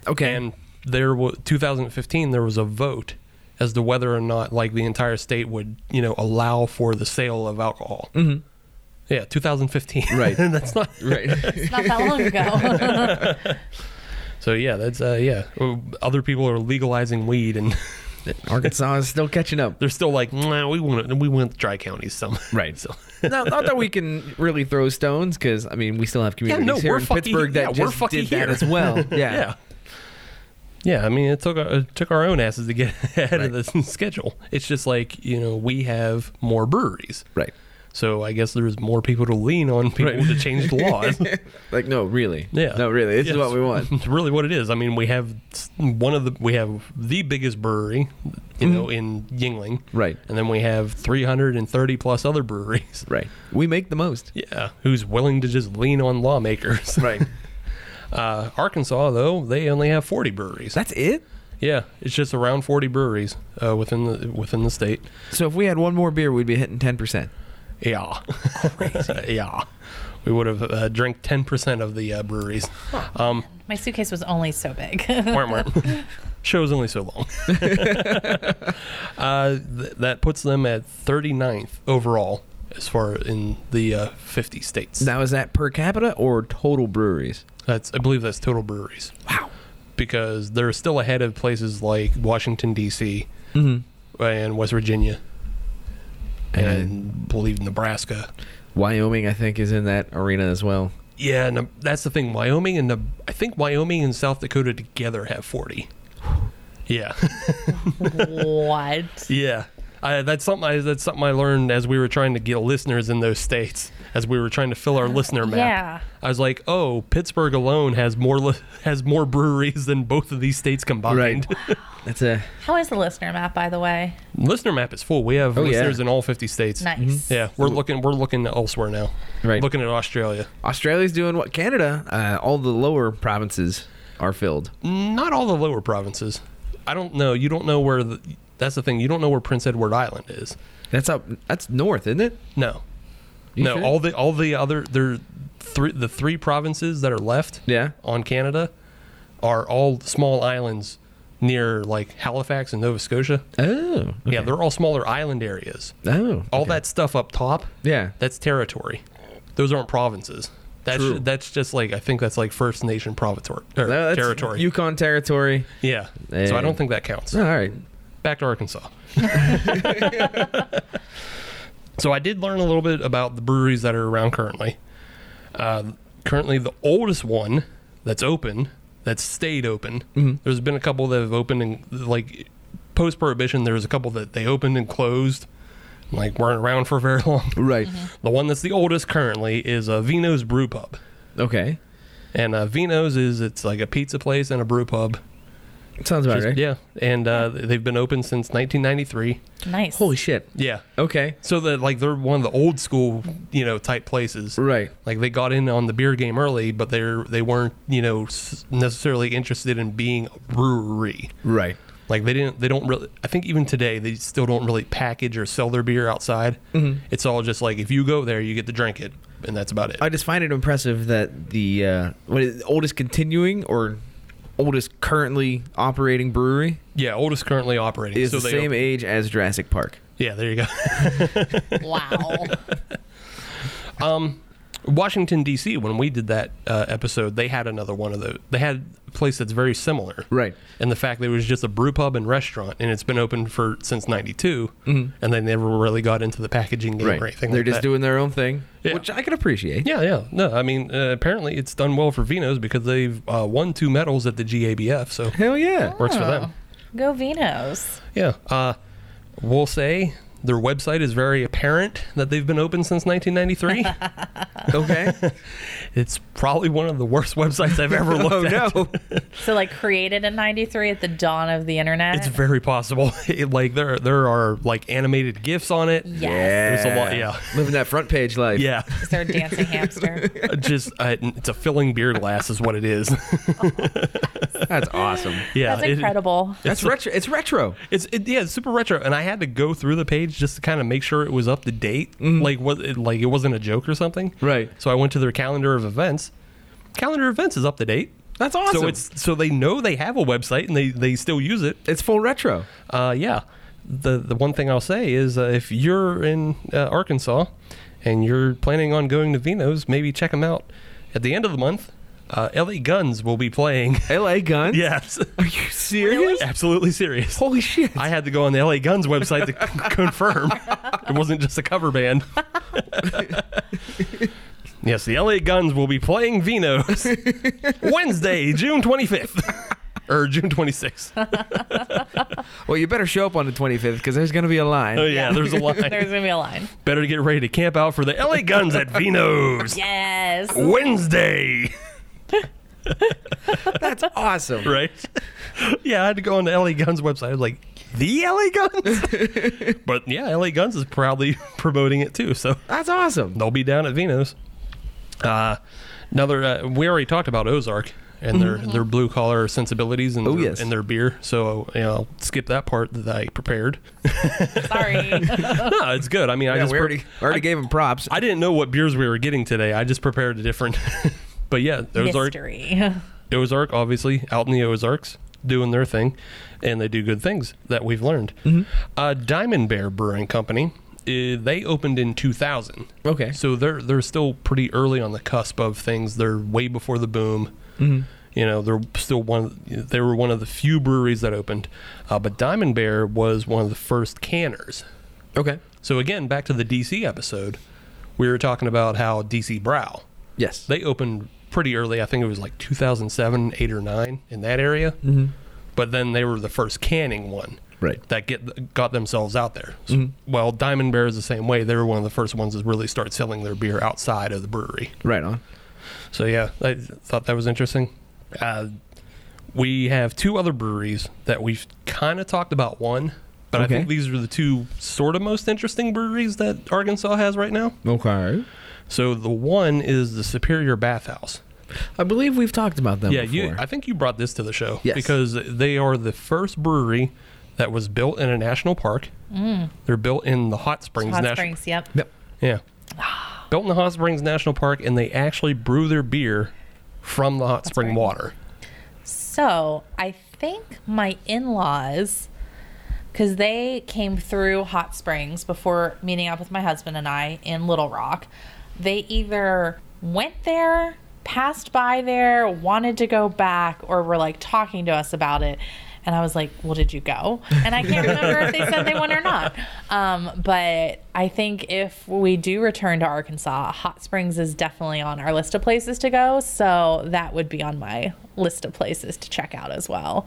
[SPEAKER 5] Okay.
[SPEAKER 6] and there was 2015 there was a vote as to whether or not like the entire state would you know allow for the sale of alcohol. Mm-hmm. Yeah, 2015.
[SPEAKER 5] Right.
[SPEAKER 6] that's not
[SPEAKER 5] right.
[SPEAKER 4] It's not that long ago.
[SPEAKER 6] so. Yeah, that's uh, yeah. Other people are legalizing weed and.
[SPEAKER 5] Arkansas is still catching up.
[SPEAKER 6] they're still like, nah, we want to, we want dry counties some.
[SPEAKER 5] Right.
[SPEAKER 6] So
[SPEAKER 5] No, not that we can really throw stones because I mean we still have communities
[SPEAKER 6] no,
[SPEAKER 5] here
[SPEAKER 6] we're
[SPEAKER 5] in
[SPEAKER 6] fucking-
[SPEAKER 5] Pittsburgh
[SPEAKER 6] yeah,
[SPEAKER 5] that
[SPEAKER 6] we're
[SPEAKER 5] just
[SPEAKER 6] fucking
[SPEAKER 5] did
[SPEAKER 6] here.
[SPEAKER 5] that as well. Yeah.
[SPEAKER 6] yeah. Yeah, I mean, it took our, it took our own asses to get ahead of this schedule. It's just like you know we have more breweries,
[SPEAKER 5] Right.
[SPEAKER 6] so I guess there's more people to lean on people to change the laws.
[SPEAKER 5] Like no, really.
[SPEAKER 6] yeah,
[SPEAKER 5] No, really. This
[SPEAKER 6] Yeah,
[SPEAKER 5] is what we want.
[SPEAKER 6] It's really what it is. I mean, we have s- one of the we have the biggest brewery, you know, in Yingling,
[SPEAKER 5] Mm-hmm. Right.
[SPEAKER 6] and then we have 330 plus other breweries,
[SPEAKER 5] Right. We make the most.
[SPEAKER 6] yeah, who's willing to just lean on lawmakers,
[SPEAKER 5] Right.
[SPEAKER 6] Uh, Arkansas, though, they only have 40 breweries.
[SPEAKER 5] That's it.
[SPEAKER 6] Yeah, it's just around 40 breweries uh, within the within the state.
[SPEAKER 5] So if we had one more beer, we'd be hitting ten percent.
[SPEAKER 6] Yeah, yeah, we would have uh, drank 10 percent of the uh, breweries. Um,
[SPEAKER 4] My suitcase was only so big.
[SPEAKER 6] warm, warm. Show's only so long. uh, th- that puts them at 39th overall as far in the uh, 50 states.
[SPEAKER 5] Now is that per capita or total breweries?
[SPEAKER 6] That's I believe that's total breweries. Wow. Because they're still ahead of places like Washington D.C. and West Virginia, and, believe Nebraska.
[SPEAKER 5] Wyoming, I think, is in that arena as well.
[SPEAKER 6] Yeah, and that's the thing. Wyoming and Neb- I think Wyoming and South Dakota together have forty. Yeah,
[SPEAKER 4] what?
[SPEAKER 6] yeah. I, that's something. I, that's something I learned as we were trying to get listeners in those states. As we were trying to fill our listener map,
[SPEAKER 4] Uh, Yeah.
[SPEAKER 6] I was like, "Oh, Pittsburgh alone has more li- has more breweries than both of these states combined."
[SPEAKER 5] That's a
[SPEAKER 4] How is the listener map, by the way?
[SPEAKER 6] Listener map is full. We have
[SPEAKER 5] Oh, yeah. Mm-hmm.
[SPEAKER 6] listeners in all 50 states.
[SPEAKER 4] Nice.
[SPEAKER 6] Yeah, we're looking we're looking elsewhere now.
[SPEAKER 5] Right.
[SPEAKER 6] Looking at Australia.
[SPEAKER 5] Australia's doing what Canada. Uh, all the lower provinces are filled.
[SPEAKER 6] Not all the lower provinces. I don't know. You don't know where the, that's the thing. You don't know where Prince Edward Island is.
[SPEAKER 5] That's up. That's north, isn't it?
[SPEAKER 6] No.
[SPEAKER 5] You
[SPEAKER 6] no,
[SPEAKER 5] sure?
[SPEAKER 6] all the all the other there three the three provinces that are left
[SPEAKER 5] Yeah.
[SPEAKER 6] on Canada are all small islands near like Halifax and Nova Scotia.
[SPEAKER 5] Oh.
[SPEAKER 6] Yeah, they're all smaller island areas.
[SPEAKER 5] Oh.
[SPEAKER 6] All that stuff up top
[SPEAKER 5] Yeah.
[SPEAKER 6] That's territory. Those aren't provinces. That's
[SPEAKER 5] True.
[SPEAKER 6] that's just like I think that's like First Nation provitor,
[SPEAKER 5] No,
[SPEAKER 6] or
[SPEAKER 5] that's
[SPEAKER 6] territory.
[SPEAKER 5] Yukon territory.
[SPEAKER 6] yeah. So I don't think that counts.
[SPEAKER 5] All right.
[SPEAKER 6] Back to Arkansas. so I did learn a little bit about the breweries that are around currently. Uh, currently, the oldest one that's open, that's stayed open. There's been a couple that have opened and like post prohibition. There was a couple that they opened and closed, like weren't around for very long.
[SPEAKER 5] Right.
[SPEAKER 6] The one that's the oldest currently is a Vino's Brew Pub.
[SPEAKER 5] Okay.
[SPEAKER 6] And uh, Vino's is it's like a pizza place and a brew pub.
[SPEAKER 5] Sounds about
[SPEAKER 6] Just-
[SPEAKER 5] right.
[SPEAKER 6] Yeah, and uh, they've been open since 1993.
[SPEAKER 4] Nice.
[SPEAKER 5] Holy shit.
[SPEAKER 6] Yeah,
[SPEAKER 5] Okay.
[SPEAKER 6] so that like they're one of the old school you know type places.
[SPEAKER 5] Right.
[SPEAKER 6] Like they got in on the beer game early, but they're they weren't you know s- necessarily interested in being a brewery.
[SPEAKER 5] Right.
[SPEAKER 6] Like they didn't they don't really. I think even today they still don't really package or sell their beer outside.
[SPEAKER 5] Mm-hmm.
[SPEAKER 6] It's all just like if you go there, you get to drink it, and that's about it.
[SPEAKER 5] I just find it impressive that the uh, what is oldest continuing or oldest currently operating brewery
[SPEAKER 6] yeah, oldest currently operating
[SPEAKER 5] is the
[SPEAKER 6] they
[SPEAKER 5] same age as Jurassic Park.
[SPEAKER 6] Yeah, there you go.
[SPEAKER 4] Wow.
[SPEAKER 6] Washington D.C. When we did that uh, episode, they had another one of those. They had a place that's very similar,
[SPEAKER 5] Right.
[SPEAKER 6] And the fact that it was just a brew pub and restaurant, and it's been open for since '92, and they never really got into the packaging game or anything.
[SPEAKER 5] Mm-hmm. They're
[SPEAKER 6] like
[SPEAKER 5] just
[SPEAKER 6] that.
[SPEAKER 5] doing their own thing,
[SPEAKER 6] Yeah.
[SPEAKER 5] which I can appreciate.
[SPEAKER 6] Yeah, yeah. No, I mean, uh, apparently it's done well for Vinos because they've uh, won two medals at the GABF, so
[SPEAKER 5] Hell yeah.
[SPEAKER 6] works for them.
[SPEAKER 4] Go Vinos.
[SPEAKER 6] Yeah. Uh, we'll say their website is very apparent that they've been open since 1993.
[SPEAKER 5] Okay.
[SPEAKER 6] it's probably one of the worst websites I've ever looked
[SPEAKER 5] oh
[SPEAKER 6] at.
[SPEAKER 5] no.
[SPEAKER 4] So like created in 93 at the dawn of the internet.
[SPEAKER 6] It's very possible. It, like there, there are like animated gifs on it.
[SPEAKER 4] yes.
[SPEAKER 6] There's a lot. Yeah,
[SPEAKER 5] Living that front page life.
[SPEAKER 6] yeah.
[SPEAKER 4] Is there a dancing hamster?
[SPEAKER 6] Just uh, it's a filling beer glass is what it is.
[SPEAKER 5] That's awesome.
[SPEAKER 6] yeah,
[SPEAKER 4] That's
[SPEAKER 6] it-
[SPEAKER 4] incredible.
[SPEAKER 5] That's retro. It's retro.
[SPEAKER 6] it's it, yeah, it's super retro, and I had to go through the page just to kind of make sure it was up to date. Like what? It, like it wasn't a joke or something.
[SPEAKER 5] Mm-hmm. Right.
[SPEAKER 6] So I went to their calendar of events. Calendar of events is up to date.
[SPEAKER 5] That's awesome.
[SPEAKER 6] So it's so they know they have a website and they they still use it.
[SPEAKER 5] it's full retro.
[SPEAKER 6] uh, yeah, the the one thing I'll say is uh, if you're in uh, Arkansas and you're planning on going to Vino's, maybe check them out. At the end of the month, uh, LA Guns will be playing.
[SPEAKER 5] L.A. Guns.
[SPEAKER 6] yes,
[SPEAKER 5] Are you serious?
[SPEAKER 6] absolutely serious.
[SPEAKER 5] Holy shit.
[SPEAKER 6] I had to go on the LA Guns website to c- confirm it wasn't just a cover band. yes, the LA Guns will be playing Vino's Wednesday, June 25th or June 26th.
[SPEAKER 5] Well, you better show up on the 25th because there's going to be a line.
[SPEAKER 6] Oh yeah, there's a line.
[SPEAKER 4] There's gonna be a line.
[SPEAKER 6] Better get ready to camp out for the LA Guns at Vino's
[SPEAKER 4] Yes.
[SPEAKER 6] Wednesday,
[SPEAKER 5] That's awesome.
[SPEAKER 6] right? Yeah, I had to go on the LA Guns website. I was like, the LA Guns? but yeah, LA Guns is proudly promoting it too. So
[SPEAKER 5] That's awesome.
[SPEAKER 6] they'll be down at Vino's. Uh, another, uh, we already talked about Ozark and their, their blue collar sensibilities and,
[SPEAKER 5] Mm-hmm. Oh,
[SPEAKER 6] their,
[SPEAKER 5] yes.
[SPEAKER 6] and their beer. So, you know, I'll skip that part that I prepared.
[SPEAKER 4] Sorry.
[SPEAKER 6] no, it's good. I mean, I
[SPEAKER 5] Yeah,
[SPEAKER 6] just
[SPEAKER 5] we
[SPEAKER 6] pre-
[SPEAKER 5] already, already gave him props.
[SPEAKER 6] I didn't know what beers we were getting today. I just prepared a different. but yeah, Ozark,
[SPEAKER 4] Mystery.
[SPEAKER 6] Ozark, obviously out in the Ozarks doing their thing, and they do good things that we've learned. Uh, Diamond Bear Brewing Company, uh, they opened in 2000.
[SPEAKER 5] Okay.
[SPEAKER 6] so they're they're still pretty early on the cusp of things. They're way before the boom. You know, they're still one. They were one of the few breweries that opened, uh, but Diamond Bear was one of the first canners.
[SPEAKER 5] Okay.
[SPEAKER 6] So again, back to the DC episode, we were talking about how DC Brow
[SPEAKER 5] Yes.
[SPEAKER 6] they opened pretty early. I think it was like 2007, eight or nine in that area. Mm-hmm. But then they were the first canning one,
[SPEAKER 5] Right. Mm-hmm.
[SPEAKER 6] That get got themselves out there. So- Well, Diamond Bear is the same way. They were one of the first ones to really start selling their beer outside of the brewery.
[SPEAKER 5] right on.
[SPEAKER 6] So yeah, I thought that was interesting. Uh, we have two other breweries that we've kind of talked about one, but I
[SPEAKER 5] Okay.
[SPEAKER 6] think these are the two sort of most interesting breweries that Arkansas has right now.
[SPEAKER 5] Okay.
[SPEAKER 6] So the one is the Superior Bathhouse.
[SPEAKER 5] I believe we've talked about them
[SPEAKER 6] yeah,
[SPEAKER 5] before.
[SPEAKER 6] you. I think you brought this to the show
[SPEAKER 5] Yes.
[SPEAKER 6] because they are the first brewery that was built in a national park. They're built in the Hot Springs
[SPEAKER 4] Hot
[SPEAKER 6] National.
[SPEAKER 4] Springs. Yep.
[SPEAKER 5] yep.
[SPEAKER 6] Yeah, built in the Hot Springs National Park, and they actually brew their beer from the hot spring
[SPEAKER 4] right.
[SPEAKER 6] water.
[SPEAKER 4] So I think my in laws, because they came through Hot Springs before meeting up with my husband and I in Little Rock, they either went there, passed by there, wanted to go back, or were like talking to us about it. And I was like, well, did you go? And I can't remember if they said they went or not. Um, but I think if we do return to Arkansas, Hot Springs is definitely on our list of places to go. So that would be on my list of places to check out as well.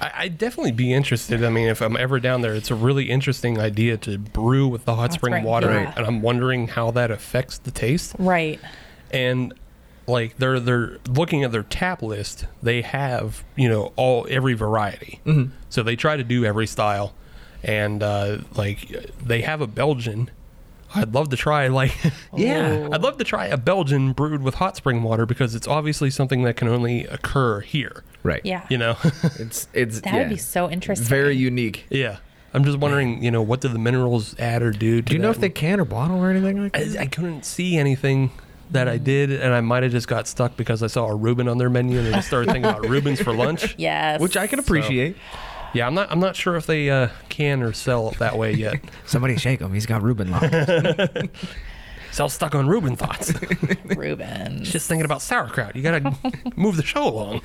[SPEAKER 6] I, I'd definitely be interested. I mean, if I'm ever down there, it's a really interesting idea to brew with the hot, spring,
[SPEAKER 4] spring,
[SPEAKER 6] water,
[SPEAKER 4] yeah.
[SPEAKER 6] and I'm wondering how that affects the taste.
[SPEAKER 4] Right.
[SPEAKER 6] And like they're they're looking at their tap list. They have you know all every variety,
[SPEAKER 5] Mm-hmm.
[SPEAKER 6] so they try to do every style, and uh, like they have a Belgian. I'd love to try like
[SPEAKER 5] Yeah.
[SPEAKER 6] I'd love to try a Belgian brewed with hot spring water because it's obviously something that can only occur here.
[SPEAKER 5] Right.
[SPEAKER 4] Yeah.
[SPEAKER 6] You know,
[SPEAKER 5] It's it's
[SPEAKER 4] That
[SPEAKER 5] yeah.
[SPEAKER 4] would be so interesting.
[SPEAKER 5] very unique.
[SPEAKER 6] yeah. I'm just wondering, you know, what do the minerals add or do? To
[SPEAKER 5] Do you know
[SPEAKER 6] that?
[SPEAKER 5] if they can or bottle or anything like that?
[SPEAKER 6] I, I couldn't see anything that I did, and I might have just got stuck because I saw a Reuben on their menu and I just started thinking about Reubens for lunch.
[SPEAKER 4] Yes.
[SPEAKER 5] Which I can appreciate.
[SPEAKER 6] Yeah, I'm not. I'm not sure if they uh, can or sell it that way yet.
[SPEAKER 5] Somebody shake him. He's got Reuben lines.
[SPEAKER 6] Sell stuck on Reuben thoughts.
[SPEAKER 4] Reuben.
[SPEAKER 6] just thinking about sauerkraut. You gotta move the show along.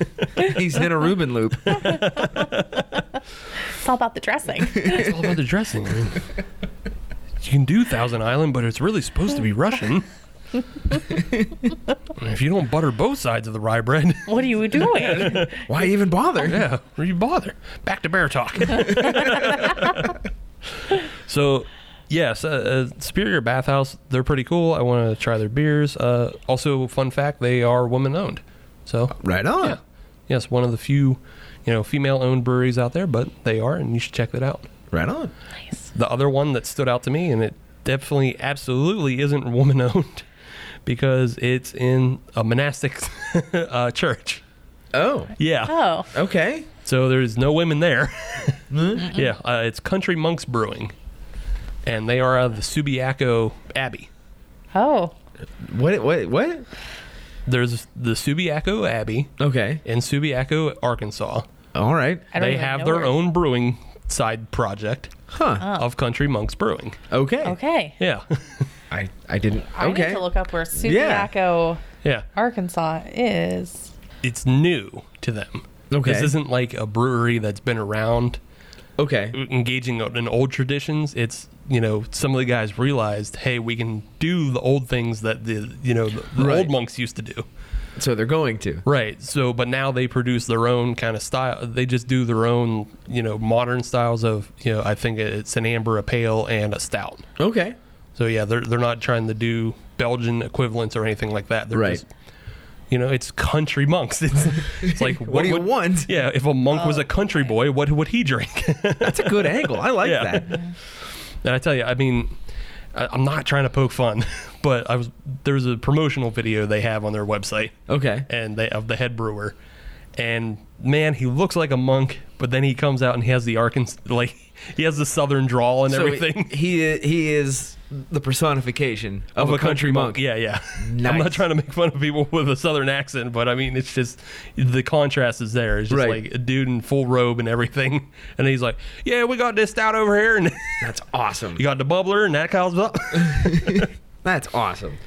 [SPEAKER 5] He's in a Reuben loop.
[SPEAKER 4] It's all about the dressing.
[SPEAKER 6] It's all about the dressing. man. You can do Thousand Island, but it's really supposed to be Russian. And if you don't butter both sides of the rye bread,
[SPEAKER 4] what are you doing?
[SPEAKER 5] Why even bother?
[SPEAKER 6] yeah, where you bother? Back to bear talk. so, yes, uh, uh, Superior Bathhouse, they're pretty cool. I want to try their beers. Uh, also, fun fact, they are women owned. So,
[SPEAKER 5] Right on.
[SPEAKER 6] yeah. Yes, one of the few, you know, female owned breweries out there, but they are, and you should check that out.
[SPEAKER 5] Right on.
[SPEAKER 4] nice.
[SPEAKER 6] the other one that stood out to me, and it definitely, absolutely isn't woman owned because it's in a monastic uh, church.
[SPEAKER 5] Oh.
[SPEAKER 6] Yeah.
[SPEAKER 4] Oh,
[SPEAKER 5] Okay.
[SPEAKER 6] So there's no women there.
[SPEAKER 5] Hmm?
[SPEAKER 6] Yeah. Uh, it's Country Monks Brewing, and they are out of the Subiaco Abbey.
[SPEAKER 4] oh,
[SPEAKER 5] What what what?
[SPEAKER 6] There's the Subiaco Abbey
[SPEAKER 5] Okay.
[SPEAKER 6] in Subiaco, Arkansas.
[SPEAKER 5] All right.
[SPEAKER 4] I don't
[SPEAKER 6] They
[SPEAKER 4] even
[SPEAKER 6] have
[SPEAKER 4] know
[SPEAKER 6] their
[SPEAKER 4] where-
[SPEAKER 6] own brewing side project
[SPEAKER 5] Huh.
[SPEAKER 6] of Country Monks Brewing.
[SPEAKER 5] okay.
[SPEAKER 4] Uh, Okay.
[SPEAKER 6] Yeah.
[SPEAKER 5] I I didn't
[SPEAKER 4] I need
[SPEAKER 5] Okay.
[SPEAKER 4] to look up where
[SPEAKER 5] Yeah.
[SPEAKER 4] Subiaco,
[SPEAKER 6] yeah.
[SPEAKER 4] Arkansas is.
[SPEAKER 6] it's new to them.
[SPEAKER 5] Okay.
[SPEAKER 6] This isn't like a brewery that's been around
[SPEAKER 5] Okay.
[SPEAKER 6] engaging in old traditions. It's, you know, some of the guys realized, hey, we can do the old things that the, you know, the, the
[SPEAKER 5] Right.
[SPEAKER 6] old monks used to do.
[SPEAKER 5] So they're going to.
[SPEAKER 6] Right. So, but now they produce their own kind of style. They just do their own, you know, modern styles of, you know, I think it's an amber, a pale, and a stout.
[SPEAKER 5] Okay.
[SPEAKER 6] So, yeah, they're, they're not trying to do Belgian equivalents or anything like that. They're
[SPEAKER 5] Right.
[SPEAKER 6] just, you know, it's country monks. It's, it's like,
[SPEAKER 5] What, do you
[SPEAKER 6] would-
[SPEAKER 5] want?
[SPEAKER 6] Yeah, if a monk was a country boy, what would he drink?
[SPEAKER 5] That's a good angle. I like
[SPEAKER 6] Yeah.
[SPEAKER 5] that.
[SPEAKER 6] and I tell you, I mean, I, I'm not trying to poke fun, but I was there's a promotional video they have on their website,
[SPEAKER 5] Okay.
[SPEAKER 6] and they of the head brewer, and man, he looks like a monk, but then he comes out and he has the Arkansas, like he has the southern drawl and
[SPEAKER 5] So
[SPEAKER 6] everything.
[SPEAKER 5] he he- he is the personification of, a country, monk.
[SPEAKER 6] Yeah, yeah. I'm not
[SPEAKER 5] Nice.
[SPEAKER 6] trying to make fun of people with a southern accent, but I mean, it's just the contrast is there. It's just
[SPEAKER 5] Right.
[SPEAKER 6] like a dude in full robe and everything, and he's like, "Yeah, we got this stout over here, and
[SPEAKER 5] That's awesome.
[SPEAKER 6] you got the bubbler, and that cows up."
[SPEAKER 5] That's awesome.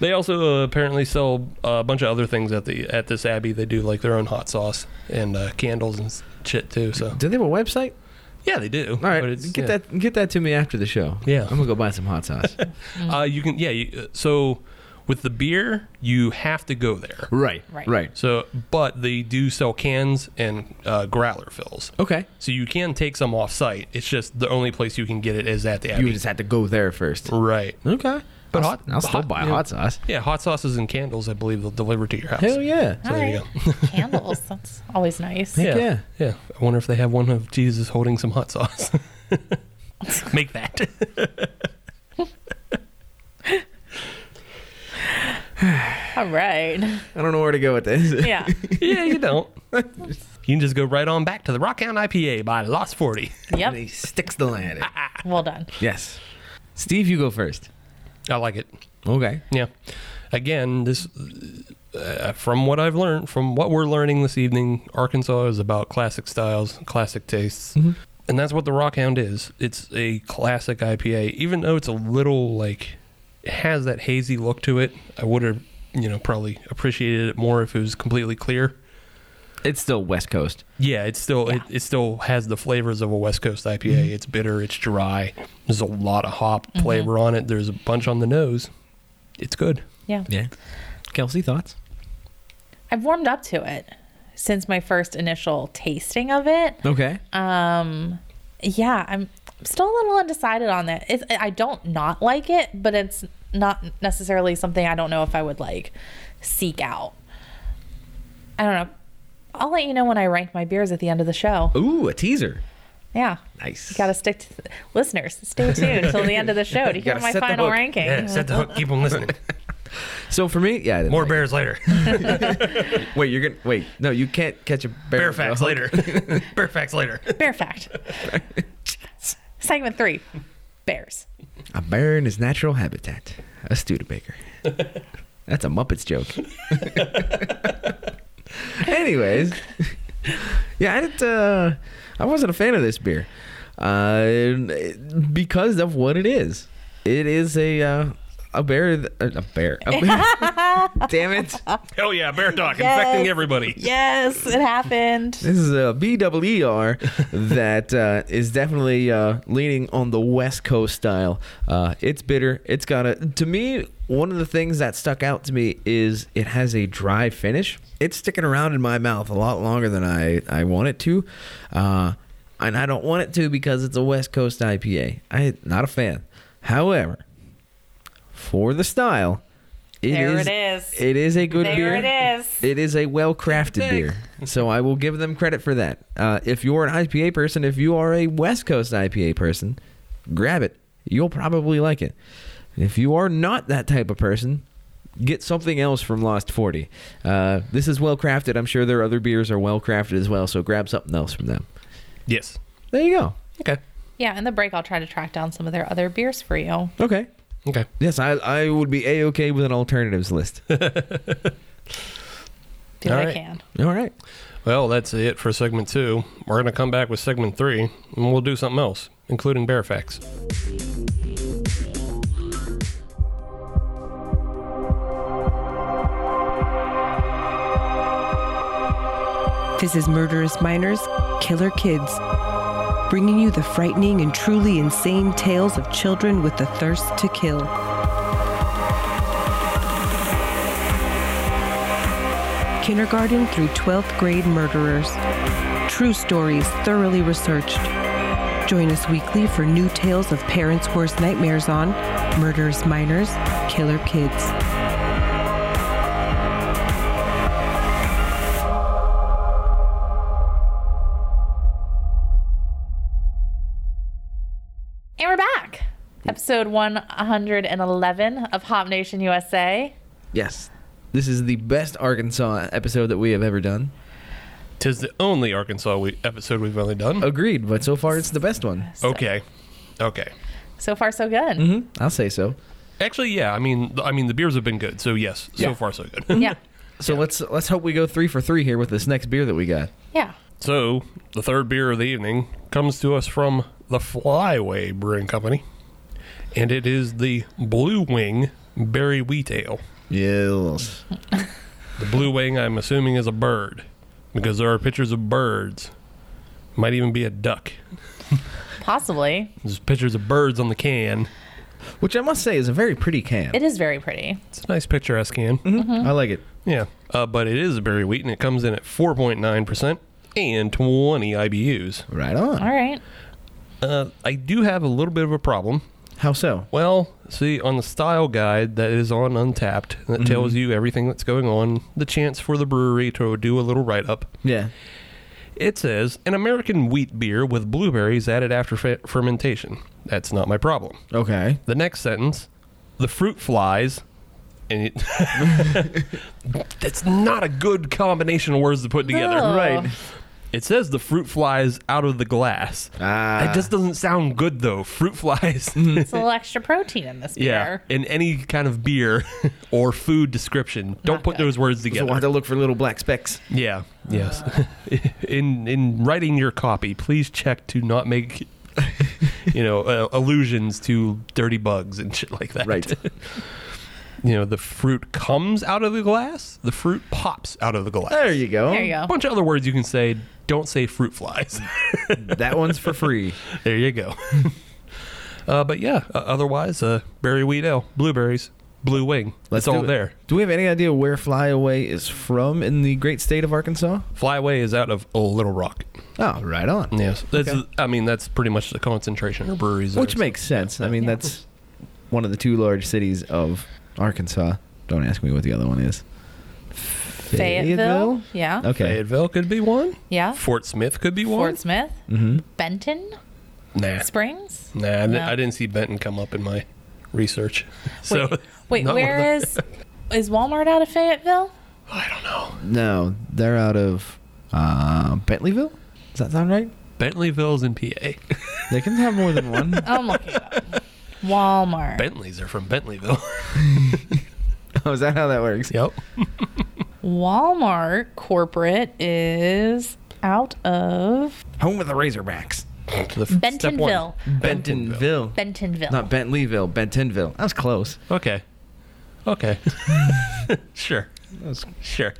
[SPEAKER 6] they also uh, apparently sell uh, a bunch of other things at the at this abbey. They do like their own hot sauce and uh, candles and s- shit too. So
[SPEAKER 5] Do they have a website?
[SPEAKER 6] yeah, they do.
[SPEAKER 5] All
[SPEAKER 6] but
[SPEAKER 5] right,
[SPEAKER 6] it's-
[SPEAKER 5] get
[SPEAKER 6] yeah.
[SPEAKER 5] that get that to me after the show.
[SPEAKER 6] Yeah.
[SPEAKER 5] I'm gonna go buy some hot sauce.
[SPEAKER 6] Uh, you can yeah. You, uh, so with the beer, you have to go there.
[SPEAKER 5] right,
[SPEAKER 4] Right.
[SPEAKER 5] right.
[SPEAKER 6] So, but they do sell cans and uh, growler fills.
[SPEAKER 5] Okay,
[SPEAKER 6] So you can take some off site. It's just the only place you can get it is at the
[SPEAKER 5] you
[SPEAKER 6] Abbey.
[SPEAKER 5] just had to go there first.
[SPEAKER 6] right.
[SPEAKER 5] Okay,
[SPEAKER 6] But
[SPEAKER 5] I'll,
[SPEAKER 6] hot-
[SPEAKER 5] I'll still
[SPEAKER 6] hot-
[SPEAKER 5] buy
[SPEAKER 6] yeah.
[SPEAKER 5] hot sauce.
[SPEAKER 6] Yeah, hot sauces and candles, I believe, they'll deliver to your house.
[SPEAKER 5] Hell yeah!
[SPEAKER 4] All
[SPEAKER 6] there you
[SPEAKER 4] right. Candles. That's always nice.
[SPEAKER 5] Heck yeah.
[SPEAKER 6] Yeah. I wonder if they have one of Jesus holding some hot sauce. Make that.
[SPEAKER 4] All right.
[SPEAKER 5] I don't know where to go with this.
[SPEAKER 4] Yeah.
[SPEAKER 6] yeah, you don't. You can just go right on back to the Rockhound IPA by Lost 40.
[SPEAKER 5] And
[SPEAKER 4] Yep.
[SPEAKER 5] he sticks the land.
[SPEAKER 4] Well done.
[SPEAKER 5] yes, Steve, you go first.
[SPEAKER 6] I like it.
[SPEAKER 5] Okay.
[SPEAKER 6] Yeah. Again, this uh, from what I've learned, from what we're learning this evening, Arkansas is about classic styles, classic tastes. And that's what the Rockhound is. It's a classic IPA, even though it's a little like it has that hazy look to it. I would have, you know, probably appreciated it more if it was completely clear.
[SPEAKER 5] It's still West Coast.
[SPEAKER 6] Yeah, Mm-hmm. it's still It, it still has the flavors of a West Coast IPA. It's bitter, it's dry. There's a lot of hop flavor on it. There's a bunch on the nose. It's good.
[SPEAKER 4] Yeah.
[SPEAKER 5] Yeah. Kelsey, thoughts?
[SPEAKER 4] I've warmed up to it since my first initial tasting of it.
[SPEAKER 5] Okay.
[SPEAKER 4] Um, yeah, I'm still a little undecided on that. It's, I don't not like it, but it's not necessarily something I don't know if I would like. seek out. I don't know. I'll let you know when I rank my beers at the end of the show.
[SPEAKER 5] Ooh, a teaser.
[SPEAKER 4] Yeah.
[SPEAKER 5] Nice.
[SPEAKER 4] You gotta stick to listeners. Stay tuned till the end of the show to hear
[SPEAKER 5] gotta
[SPEAKER 4] my
[SPEAKER 5] set the
[SPEAKER 4] final
[SPEAKER 5] hook.
[SPEAKER 4] ranking.
[SPEAKER 6] Yeah, set the hook. Keep them listening.
[SPEAKER 5] So for me, yeah. I didn't
[SPEAKER 6] More
[SPEAKER 5] like
[SPEAKER 6] bears later.
[SPEAKER 5] it. Wait, you're gonna wait. No, you can't catch a bear.
[SPEAKER 6] Bear facts later. Bear facts later.
[SPEAKER 4] Bear fact. Segment three. Bears.
[SPEAKER 5] A bear in his natural habitat, a Studebaker. That's a Muppets joke. Anyways, yeah, I didn't. Uh, I wasn't a fan of this beer uh, because of what it is. It is a uh, a bear, th- uh, a bear. A bear. Damn it!
[SPEAKER 6] Hell yeah, bear talk
[SPEAKER 4] Yes.
[SPEAKER 6] infecting everybody.
[SPEAKER 4] Yes, it happened.
[SPEAKER 5] This is a BWER that uh, is definitely uh, leaning on the West Coast style. Uh, it's bitter. It's got a. To me, one of the things that stuck out to me is it has a dry finish. It's sticking around in my mouth a lot longer than I, I want it to. Uh, and I don't want it to because it's a West Coast IPA. I not a fan. However, for the style,
[SPEAKER 4] There it is.
[SPEAKER 5] It is a good
[SPEAKER 4] There
[SPEAKER 5] beer.
[SPEAKER 4] it is.
[SPEAKER 5] It is a well crafted beer. So I will give them credit for that. Uh, if you're an IPA person, if you are a West Coast IPA person, grab it. You'll probably like it. If you are not that type of person, get something else from Lost 40. Uh, this is well crafted. I'm sure their other beers are well crafted as well. So grab something else from them.
[SPEAKER 6] Yes.
[SPEAKER 5] There you go.
[SPEAKER 6] Okay.
[SPEAKER 4] Yeah, in the break, I'll try to track down some of their other beers for you.
[SPEAKER 5] Okay.
[SPEAKER 6] Okay.
[SPEAKER 5] Yes, I, I would be a okay with an alternatives list.
[SPEAKER 4] Do what I
[SPEAKER 6] Alright.
[SPEAKER 4] can.
[SPEAKER 5] All right.
[SPEAKER 6] Well, that's it for segment two. We're going to come back with segment three, and we'll do something else, including bear facts.
[SPEAKER 7] This is Murderous Minors, Killer Kids, bringing you the frightening and truly insane tales of children with the thirst to kill. Kindergarten through 12th grade murderers. True stories thoroughly researched. Join us weekly for new tales of parents' worst nightmares on Murderous Minors, Killer Kids.
[SPEAKER 4] And we're back. Episode 111 of Hop Nation USA.
[SPEAKER 5] Yes. This is the best Arkansas episode that we have ever done.
[SPEAKER 6] Tis the only Arkansas we- episode we've only done.
[SPEAKER 5] Agreed, but so far it's the best one.
[SPEAKER 6] Okay. Okay.
[SPEAKER 4] So far, so good.
[SPEAKER 6] Mm-hmm.
[SPEAKER 5] I'll say so.
[SPEAKER 6] Actually, yeah. I mean, I mean, the beers have been good, so yes,
[SPEAKER 5] Yeah.
[SPEAKER 6] so far so good.
[SPEAKER 4] Yeah.
[SPEAKER 5] So let's let's hope we go three for three here with this next beer that we got.
[SPEAKER 4] Yeah.
[SPEAKER 6] so the third beer of the evening comes to us from the Flyway Brewing Company, and it is the Blue Wing Berry Wheat Ale.
[SPEAKER 5] Yes.
[SPEAKER 6] The blue wing, I'm assuming, is a bird because there are pictures of birds. Might even be a duck.
[SPEAKER 4] Possibly.
[SPEAKER 6] There's pictures of birds on the can.
[SPEAKER 5] Which I must say is a very pretty can.
[SPEAKER 4] It is Mm-hmm. very pretty.
[SPEAKER 6] It's a nice picturesque can.
[SPEAKER 5] I like it.
[SPEAKER 6] Yeah, uh, but it is a berry wheat, and it comes in at 4.9 percent and 20 IBUs.
[SPEAKER 5] Right on.
[SPEAKER 4] All right.
[SPEAKER 6] Uh, I do have a little bit of a problem.
[SPEAKER 5] How so?
[SPEAKER 6] Well, see, on the style guide that is on Untapped, that tells you everything that's going on, the chance for the brewery to do a little write up.
[SPEAKER 5] Yeah.
[SPEAKER 6] It says an American wheat beer with blueberries added after fe- fermentation. That's not my problem.
[SPEAKER 5] Okay.
[SPEAKER 6] The next sentence, the fruit flies, and it, that's not a good combination of words to put together.
[SPEAKER 4] No.
[SPEAKER 5] Right.
[SPEAKER 6] It says the fruit flies out of the glass.
[SPEAKER 5] Ah.
[SPEAKER 6] That just doesn't sound good though. Fruit flies.
[SPEAKER 4] It's a little extra protein in this
[SPEAKER 6] yeah.
[SPEAKER 4] beer.
[SPEAKER 6] In any kind of beer or food description, don't
[SPEAKER 4] Not
[SPEAKER 6] put
[SPEAKER 4] good.
[SPEAKER 6] those words
[SPEAKER 5] So
[SPEAKER 6] together.
[SPEAKER 5] we'll have to look for little black specks.
[SPEAKER 6] Yeah. Yes. in in writing your copy, please check to not make you know uh, allusions to dirty bugs and shit like that.
[SPEAKER 5] Right.
[SPEAKER 6] you know, the fruit comes out of the glass. The fruit pops out of the glass.
[SPEAKER 5] There you go.
[SPEAKER 4] There you
[SPEAKER 6] A
[SPEAKER 4] go.
[SPEAKER 6] bunch of other words you can say. Don't say fruit flies.
[SPEAKER 5] That one's for free.
[SPEAKER 6] there you go. uh, but yeah, uh, otherwise, uh, berry wheat ale, blueberries, blue wing.
[SPEAKER 5] Let's
[SPEAKER 6] it's all
[SPEAKER 5] do it.
[SPEAKER 6] there.
[SPEAKER 5] Do we have any idea where Flyaway is from in the great state of Arkansas?
[SPEAKER 6] Flyaway is out of oh, Little Rock.
[SPEAKER 5] Oh, right on.
[SPEAKER 6] Yes, that's.
[SPEAKER 5] Okay.
[SPEAKER 6] I mean, that's pretty much the concentration of breweries.
[SPEAKER 5] Which
[SPEAKER 6] there.
[SPEAKER 5] makes sense. I mean, that's one of the two large cities of Arkansas. Don't ask me what the other one is.
[SPEAKER 4] Fayetteville. Yeah.
[SPEAKER 8] Okay.
[SPEAKER 6] Fayetteville could be one.
[SPEAKER 4] Yeah.
[SPEAKER 6] Fort Smith could be one.
[SPEAKER 4] Fort Smith. Benton
[SPEAKER 6] nah,
[SPEAKER 4] Springs.
[SPEAKER 6] nah, I, di-
[SPEAKER 4] No.
[SPEAKER 6] I didn't see Benton come up in my research. So
[SPEAKER 4] Wait,
[SPEAKER 6] not one of
[SPEAKER 4] where is is Walmart out of Fayetteville?
[SPEAKER 6] the- I don't know.
[SPEAKER 8] No, they're out of uh, Bentleyville. Does that sound right?
[SPEAKER 6] Bentleyville's in PA.
[SPEAKER 5] They can have more than one.
[SPEAKER 4] I'm looking it up. Walmart.
[SPEAKER 6] Bentleys are from Bentleyville.
[SPEAKER 8] Oh, is that how that works?
[SPEAKER 6] yep.
[SPEAKER 4] Walmart corporate is out of
[SPEAKER 5] Home of the Razorbacks.
[SPEAKER 6] The f- step one.
[SPEAKER 4] Bentonville.
[SPEAKER 6] Bentonville.
[SPEAKER 4] Bentonville.
[SPEAKER 5] Not Bentleyville, Bentonville.
[SPEAKER 8] That was close.
[SPEAKER 6] Okay. Okay. sure. Sure.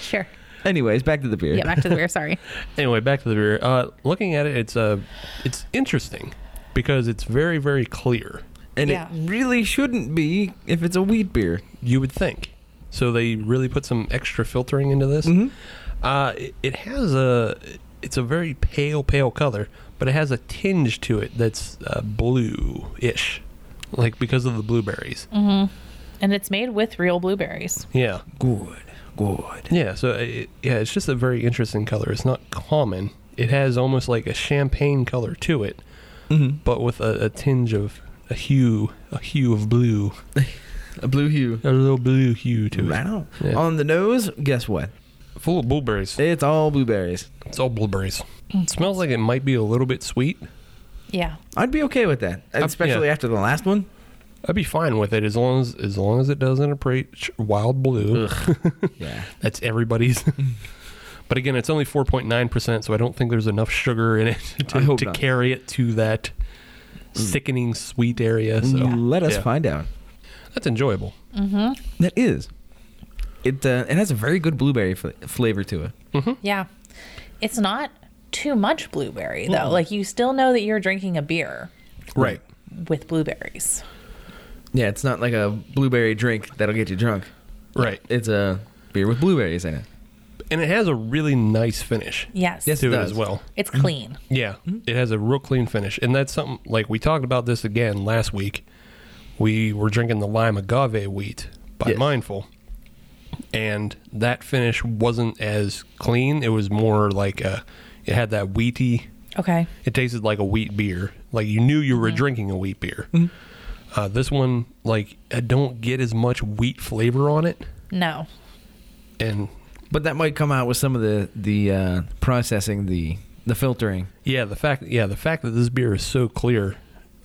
[SPEAKER 4] sure.
[SPEAKER 5] Anyways, back to the beer.
[SPEAKER 4] Yeah, back to the beer. Sorry.
[SPEAKER 6] anyway, back to the beer. Uh, looking at it, it's uh, it's interesting because it's very very clear.
[SPEAKER 5] and
[SPEAKER 4] Yeah.
[SPEAKER 5] it really shouldn't be if it's a wheat beer.
[SPEAKER 6] You would think. So they really put some extra filtering into this. Uh, it, it has a it's a very pale pale color, but it has a tinge to it that's uh, blue ish, like because of the blueberries.
[SPEAKER 4] And it's made with real blueberries.
[SPEAKER 6] Yeah.
[SPEAKER 5] Good, good.
[SPEAKER 6] Yeah, so uh, it, yeah, it's just a very interesting color. It's not common. It has almost like a champagne color to it,
[SPEAKER 5] Mm-hmm.
[SPEAKER 6] but with a, a tinge of a hue, a hue of blue,
[SPEAKER 5] A blue hue.
[SPEAKER 6] a little blue hue to
[SPEAKER 5] Right
[SPEAKER 6] it.
[SPEAKER 5] on.
[SPEAKER 6] Yeah.
[SPEAKER 5] On the nose, guess what?
[SPEAKER 6] Full of blueberries.
[SPEAKER 5] It's all blueberries.
[SPEAKER 6] It's all blueberries.
[SPEAKER 5] Mm.
[SPEAKER 6] It smells like it might be a little bit sweet.
[SPEAKER 4] Yeah.
[SPEAKER 5] I'd be okay with that, especially
[SPEAKER 6] yeah.
[SPEAKER 5] after the last one.
[SPEAKER 6] I'd be fine with it as long as as long as it doesn't approach wild blue.
[SPEAKER 5] Yeah.
[SPEAKER 6] That's everybody's. but again, it's only four point nine percent, so I don't think there's enough sugar in it
[SPEAKER 5] I
[SPEAKER 6] to,
[SPEAKER 5] hope
[SPEAKER 6] to
[SPEAKER 5] not. Mm.
[SPEAKER 6] carry it to that sickening sweet area. So
[SPEAKER 5] Let us
[SPEAKER 6] Yeah.
[SPEAKER 5] find out.
[SPEAKER 6] That's enjoyable.
[SPEAKER 5] That is. It uh, it has a very good blueberry fl- flavor to it.
[SPEAKER 4] Yeah. It's not too much blueberry though. Like you still know that you're drinking a beer
[SPEAKER 5] Right.
[SPEAKER 4] with blueberries.
[SPEAKER 5] Yeah, it's not like a blueberry drink that'll get you drunk.
[SPEAKER 6] Right.
[SPEAKER 5] It's a beer with blueberries in it.
[SPEAKER 6] And it has a really nice finish
[SPEAKER 4] Yes.
[SPEAKER 5] Yes.
[SPEAKER 6] to it
[SPEAKER 5] does. Hmm?
[SPEAKER 6] as well.
[SPEAKER 4] It's clean.
[SPEAKER 6] Yeah. It has a real clean finish. And that's something like we talked about this again last week. We were drinking the lime agave wheat by
[SPEAKER 5] Yes.
[SPEAKER 6] Mindful. And that finish wasn't as clean. It was more like a it had that wheaty
[SPEAKER 4] Okay.
[SPEAKER 6] it tasted like a wheat beer. Like you knew you were
[SPEAKER 5] Mm-hmm.
[SPEAKER 6] drinking a wheat beer. Uh, this one, like, I don't get as much wheat flavor on it,
[SPEAKER 4] No.
[SPEAKER 6] and
[SPEAKER 5] But that might come out with some of the the uh, processing, the the filtering.
[SPEAKER 6] Yeah, the fact yeah, the fact that this beer is so clear,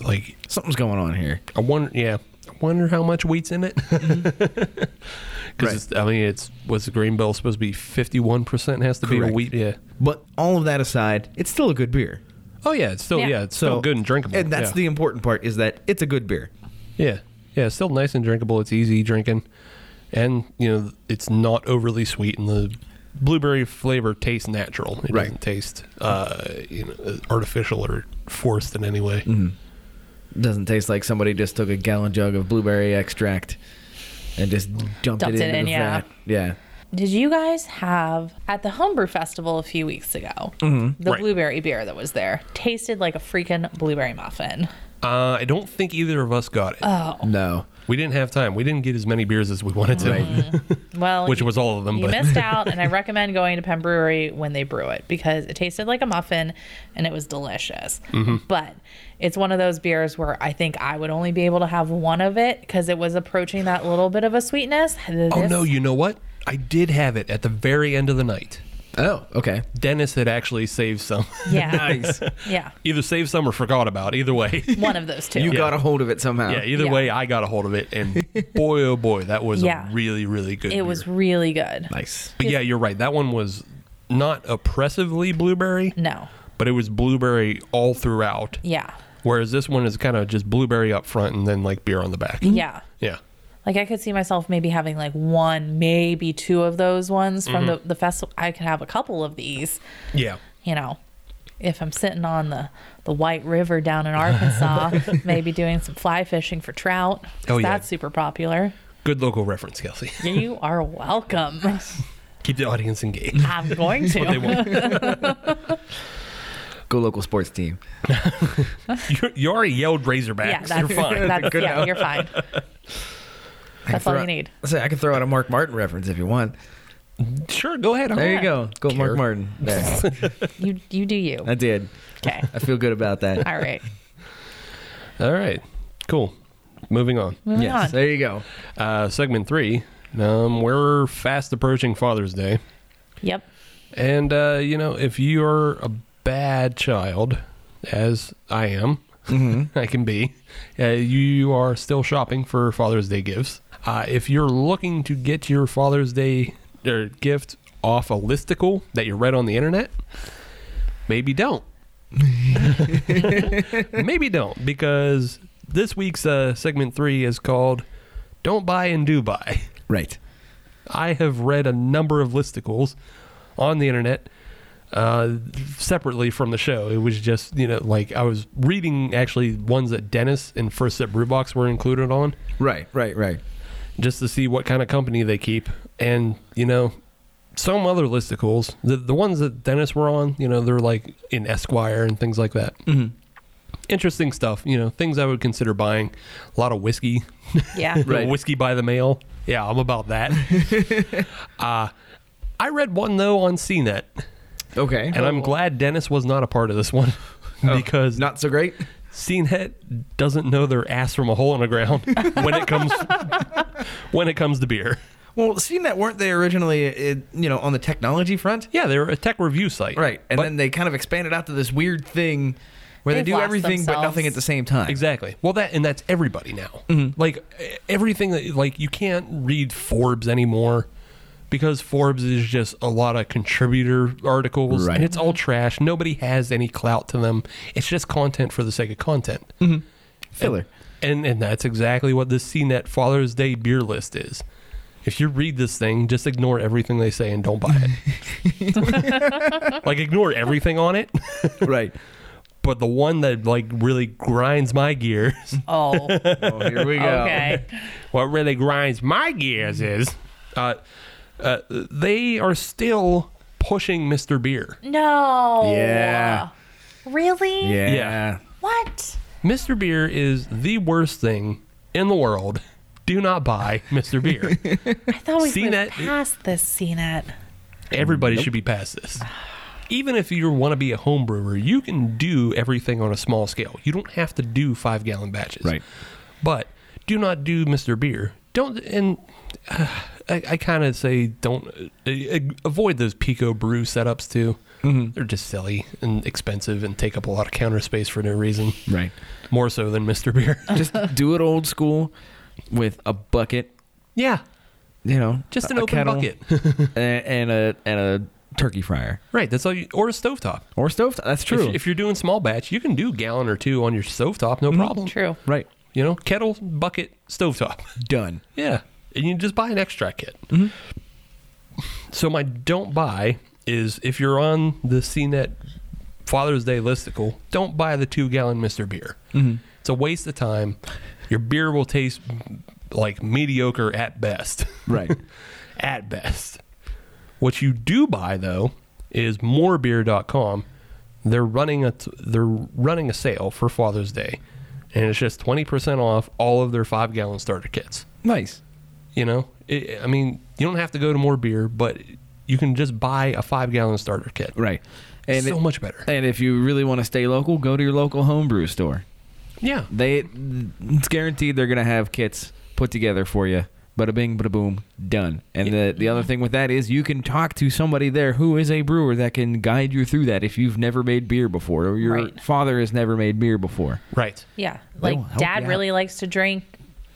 [SPEAKER 6] like
[SPEAKER 5] Something's going on here.
[SPEAKER 6] I wonder yeah, I wonder how much wheat's in it.
[SPEAKER 5] Mm-hmm. Right.
[SPEAKER 6] Because I mean, it's what's the green bell supposed to be? Fifty one percent has to be
[SPEAKER 5] Correct.
[SPEAKER 6] a wheat. Yeah.
[SPEAKER 5] But all of that aside, it's still a good beer.
[SPEAKER 6] Oh yeah, it's still
[SPEAKER 4] Yeah.
[SPEAKER 6] yeah, it's still good and drinkable.
[SPEAKER 5] And that's
[SPEAKER 6] yeah.
[SPEAKER 5] the important part is that it's a good beer.
[SPEAKER 6] yeah yeah, it's still nice and drinkable. It's easy drinking, and you know it's not overly sweet and the. Blueberry flavor tastes natural. It
[SPEAKER 5] Right.
[SPEAKER 6] doesn't taste uh, you know, artificial or forced in any way.
[SPEAKER 5] Doesn't taste like somebody just took a gallon jug of blueberry extract and just dumped,
[SPEAKER 4] Dumped it
[SPEAKER 5] it, into
[SPEAKER 4] in,
[SPEAKER 5] the
[SPEAKER 4] yeah.
[SPEAKER 5] vat. Yeah.
[SPEAKER 4] Did you guys have at the Homebrew Festival a few weeks ago? The
[SPEAKER 6] Mm-hmm. Right.
[SPEAKER 4] blueberry beer that was there tasted like a freaking blueberry muffin.
[SPEAKER 6] Uh, I don't think either of us got it.
[SPEAKER 4] Oh.
[SPEAKER 5] No.
[SPEAKER 6] We didn't have time. We didn't get as many beers as we wanted to,
[SPEAKER 4] Well,
[SPEAKER 6] which
[SPEAKER 4] you-
[SPEAKER 6] was all of them.
[SPEAKER 4] Mm-hmm. You
[SPEAKER 6] But
[SPEAKER 4] missed out, and I recommend going to Penn Brewery when they brew it because it tasted like a muffin and it was delicious.
[SPEAKER 6] Mm-hmm.
[SPEAKER 4] But it's one of those beers where I think I would only be able to have one of it because it was approaching that little bit of a sweetness.
[SPEAKER 6] oh
[SPEAKER 4] This-
[SPEAKER 6] no, you know what? I did have it at the very end of the night.
[SPEAKER 5] Oh, okay.
[SPEAKER 6] Dennis had actually saved some,
[SPEAKER 4] Yeah.
[SPEAKER 5] Nice.
[SPEAKER 4] Yeah.
[SPEAKER 6] either saved some or forgot about. it. Either way,
[SPEAKER 4] One of those two.
[SPEAKER 5] You
[SPEAKER 4] yeah.
[SPEAKER 5] got a hold of it somehow.
[SPEAKER 6] yeah. Either
[SPEAKER 4] Yeah.
[SPEAKER 6] way, I got a hold of it, and boy, oh boy, that was
[SPEAKER 4] Yeah.
[SPEAKER 6] a really, really good.
[SPEAKER 4] It was
[SPEAKER 6] beer.
[SPEAKER 4] really good.
[SPEAKER 5] Nice.
[SPEAKER 6] But yeah, you're right. That one was not oppressively blueberry,
[SPEAKER 4] No.
[SPEAKER 6] but it was blueberry all throughout.
[SPEAKER 4] Yeah.
[SPEAKER 6] Whereas this one is kind of just blueberry up front and then like beer on the back.
[SPEAKER 4] Yeah.
[SPEAKER 6] Yeah.
[SPEAKER 4] Like I could see myself maybe having like one, maybe two of those ones from
[SPEAKER 6] Mm-hmm.
[SPEAKER 4] the, the festival. I could have a couple of these.
[SPEAKER 6] Yeah.
[SPEAKER 4] you know, if I'm sitting on the, the White River down in Arkansas, maybe doing some fly fishing for trout. 'cause
[SPEAKER 6] Oh, yeah.
[SPEAKER 4] That's super popular.
[SPEAKER 6] Good local reference, Kelsey.
[SPEAKER 4] You are welcome.
[SPEAKER 6] Keep the audience engaged.
[SPEAKER 4] I'm going to.
[SPEAKER 5] Go local sports team.
[SPEAKER 6] you, you already yelled Razorbacks.
[SPEAKER 4] Yeah,
[SPEAKER 6] You're
[SPEAKER 4] that's,
[SPEAKER 6] fine.
[SPEAKER 4] that's yeah, you're fine. That's all you need.
[SPEAKER 5] I say I can throw out a Mark Martin reference if you want.
[SPEAKER 6] Sure, go ahead. I
[SPEAKER 5] There you
[SPEAKER 6] don't
[SPEAKER 5] go. Go, Mark
[SPEAKER 6] care.
[SPEAKER 5] Martin. There.
[SPEAKER 4] You you do you.
[SPEAKER 5] I did.
[SPEAKER 4] Okay.
[SPEAKER 5] I feel good about that.
[SPEAKER 4] All right.
[SPEAKER 6] All right, cool. Moving on.
[SPEAKER 4] Moving
[SPEAKER 5] yes.
[SPEAKER 4] on.
[SPEAKER 5] There you go.
[SPEAKER 6] Uh, segment three. Um, we're fast approaching Father's Day,
[SPEAKER 4] Yep.
[SPEAKER 6] and uh, you know if you are a bad child, as I am, I can be. Uh, you are still shopping for Father's Day gifts. Uh, if you're looking to get your Father's Day er, gift off a listicle that you read on the internet, maybe don't. maybe don't, because this week's uh, segment three is called Don't Buy and Do Buy.
[SPEAKER 5] Right.
[SPEAKER 6] I have read a number of listicles on the internet uh, separately from the show. It was just, you know, like I was reading actually ones that Dennis and First Step Brewbox were included on
[SPEAKER 5] Right. Right. Right.
[SPEAKER 6] just to see what kind of company they keep. And, you know, some other listicles, the, the ones that Dennis were on, you know, they're like in Esquire and things like that. Mm-hmm. Interesting stuff, you know, things I would consider buying. A lot of whiskey,
[SPEAKER 4] Yeah.
[SPEAKER 5] Right.
[SPEAKER 6] Whiskey by the mail. Yeah, I'm about that. uh, I read one though on CNET,
[SPEAKER 5] Okay.
[SPEAKER 6] and I'm glad Dennis was not a part of this one because
[SPEAKER 5] Oh, Not so great.
[SPEAKER 6] CNET doesn't know their ass from a hole in the ground when it comes when it comes to beer.
[SPEAKER 5] Well, seeing that weren't they originally, uh, you know, on the technology front?
[SPEAKER 6] Yeah, they're a tech review site,
[SPEAKER 5] Right. And
[SPEAKER 6] But-
[SPEAKER 5] then they kind of expanded out to this weird thing where
[SPEAKER 4] They've
[SPEAKER 5] they do
[SPEAKER 4] lost
[SPEAKER 5] everything but
[SPEAKER 4] themselves.
[SPEAKER 5] nothing at the same time.
[SPEAKER 6] Exactly. Well, that and that's everybody now. Like e- everything that like you can't read Forbes anymore because Forbes is just a lot of contributor articles
[SPEAKER 5] Right.
[SPEAKER 6] and it's all trash. Nobody has any clout to them. It's just content for the sake of content.
[SPEAKER 5] Filler.
[SPEAKER 6] And and that's exactly what this CNET Father's Day beer list is. If you read this thing, just ignore everything they say and don't buy it. like ignore everything on it,
[SPEAKER 5] right.
[SPEAKER 6] but the one that like really grinds my gears
[SPEAKER 4] Oh.
[SPEAKER 5] Oh, here we go.
[SPEAKER 4] Okay.
[SPEAKER 6] what really grinds my gears is uh, uh, they are still pushing Mr. Beer.
[SPEAKER 4] No.
[SPEAKER 5] Yeah.
[SPEAKER 4] Really?
[SPEAKER 5] Yeah.
[SPEAKER 6] Yeah.
[SPEAKER 4] What?
[SPEAKER 6] Mr. Beer is the worst thing in the world. Do not buy Mr. Beer.
[SPEAKER 4] I thought we
[SPEAKER 6] CNET.
[SPEAKER 4] moved past this CNET.
[SPEAKER 6] Everybody should be past this. Even if you want to be a home brewer, you can do everything on a small scale. You don't have to do five gallon batches.
[SPEAKER 5] Right.
[SPEAKER 6] But do not do Mr. Beer. Don't, and uh, I, I kind of say don't uh, uh, avoid those Pico Brew setups too.
[SPEAKER 5] Mm-hmm.
[SPEAKER 6] They're just silly and expensive and take up a lot of counter space for no reason.
[SPEAKER 5] Right.
[SPEAKER 6] More so than Mr. Beer.
[SPEAKER 5] Just do it old school with a bucket,
[SPEAKER 6] yeah.
[SPEAKER 5] you know,
[SPEAKER 6] Just an
[SPEAKER 5] a
[SPEAKER 6] open
[SPEAKER 5] kettle
[SPEAKER 6] bucket.
[SPEAKER 5] a- and a and a turkey fryer
[SPEAKER 6] right. That's all you, or a stovetop.
[SPEAKER 5] or stove. That's
[SPEAKER 6] If-
[SPEAKER 5] true.
[SPEAKER 6] If, you're doing small batch, you can do gallon or two on your stovetop, no problem.
[SPEAKER 4] True.
[SPEAKER 5] right.
[SPEAKER 6] You know, kettle, bucket, stovetop.
[SPEAKER 5] Done.
[SPEAKER 6] Yeah. And you just buy an extract kit. So my don't buy is if you're on the CNET Father's Day listicle, don't buy the two gallon Mr. Beer. It's a waste of time. Your beer will taste like mediocre at best.
[SPEAKER 5] Right.
[SPEAKER 6] at best. What you do buy though is morebeer.com. They're running a t- they're running a sale for Father's Day, and it's just twenty percent off all of their five gallon starter kits.
[SPEAKER 5] nice.
[SPEAKER 6] You know, it, I mean, you don't have to go to more beer, but you can just buy a five gallon starter kit.
[SPEAKER 5] Right. And
[SPEAKER 6] so
[SPEAKER 5] it-
[SPEAKER 6] much better.
[SPEAKER 5] And if you really want to stay local, go to your local homebrew store.
[SPEAKER 6] yeah.
[SPEAKER 5] They it's guaranteed they're gonna have kits put together for you. Bada bing, bada boom, done. And the the other thing with that is you can talk to somebody there who is a brewer that can guide you through that if you've never made beer before or your
[SPEAKER 4] Right.
[SPEAKER 5] father has never made beer before.
[SPEAKER 6] Right.
[SPEAKER 4] Yeah.
[SPEAKER 5] They
[SPEAKER 4] Like
[SPEAKER 5] will help
[SPEAKER 4] dad
[SPEAKER 5] you out.
[SPEAKER 4] really likes to drink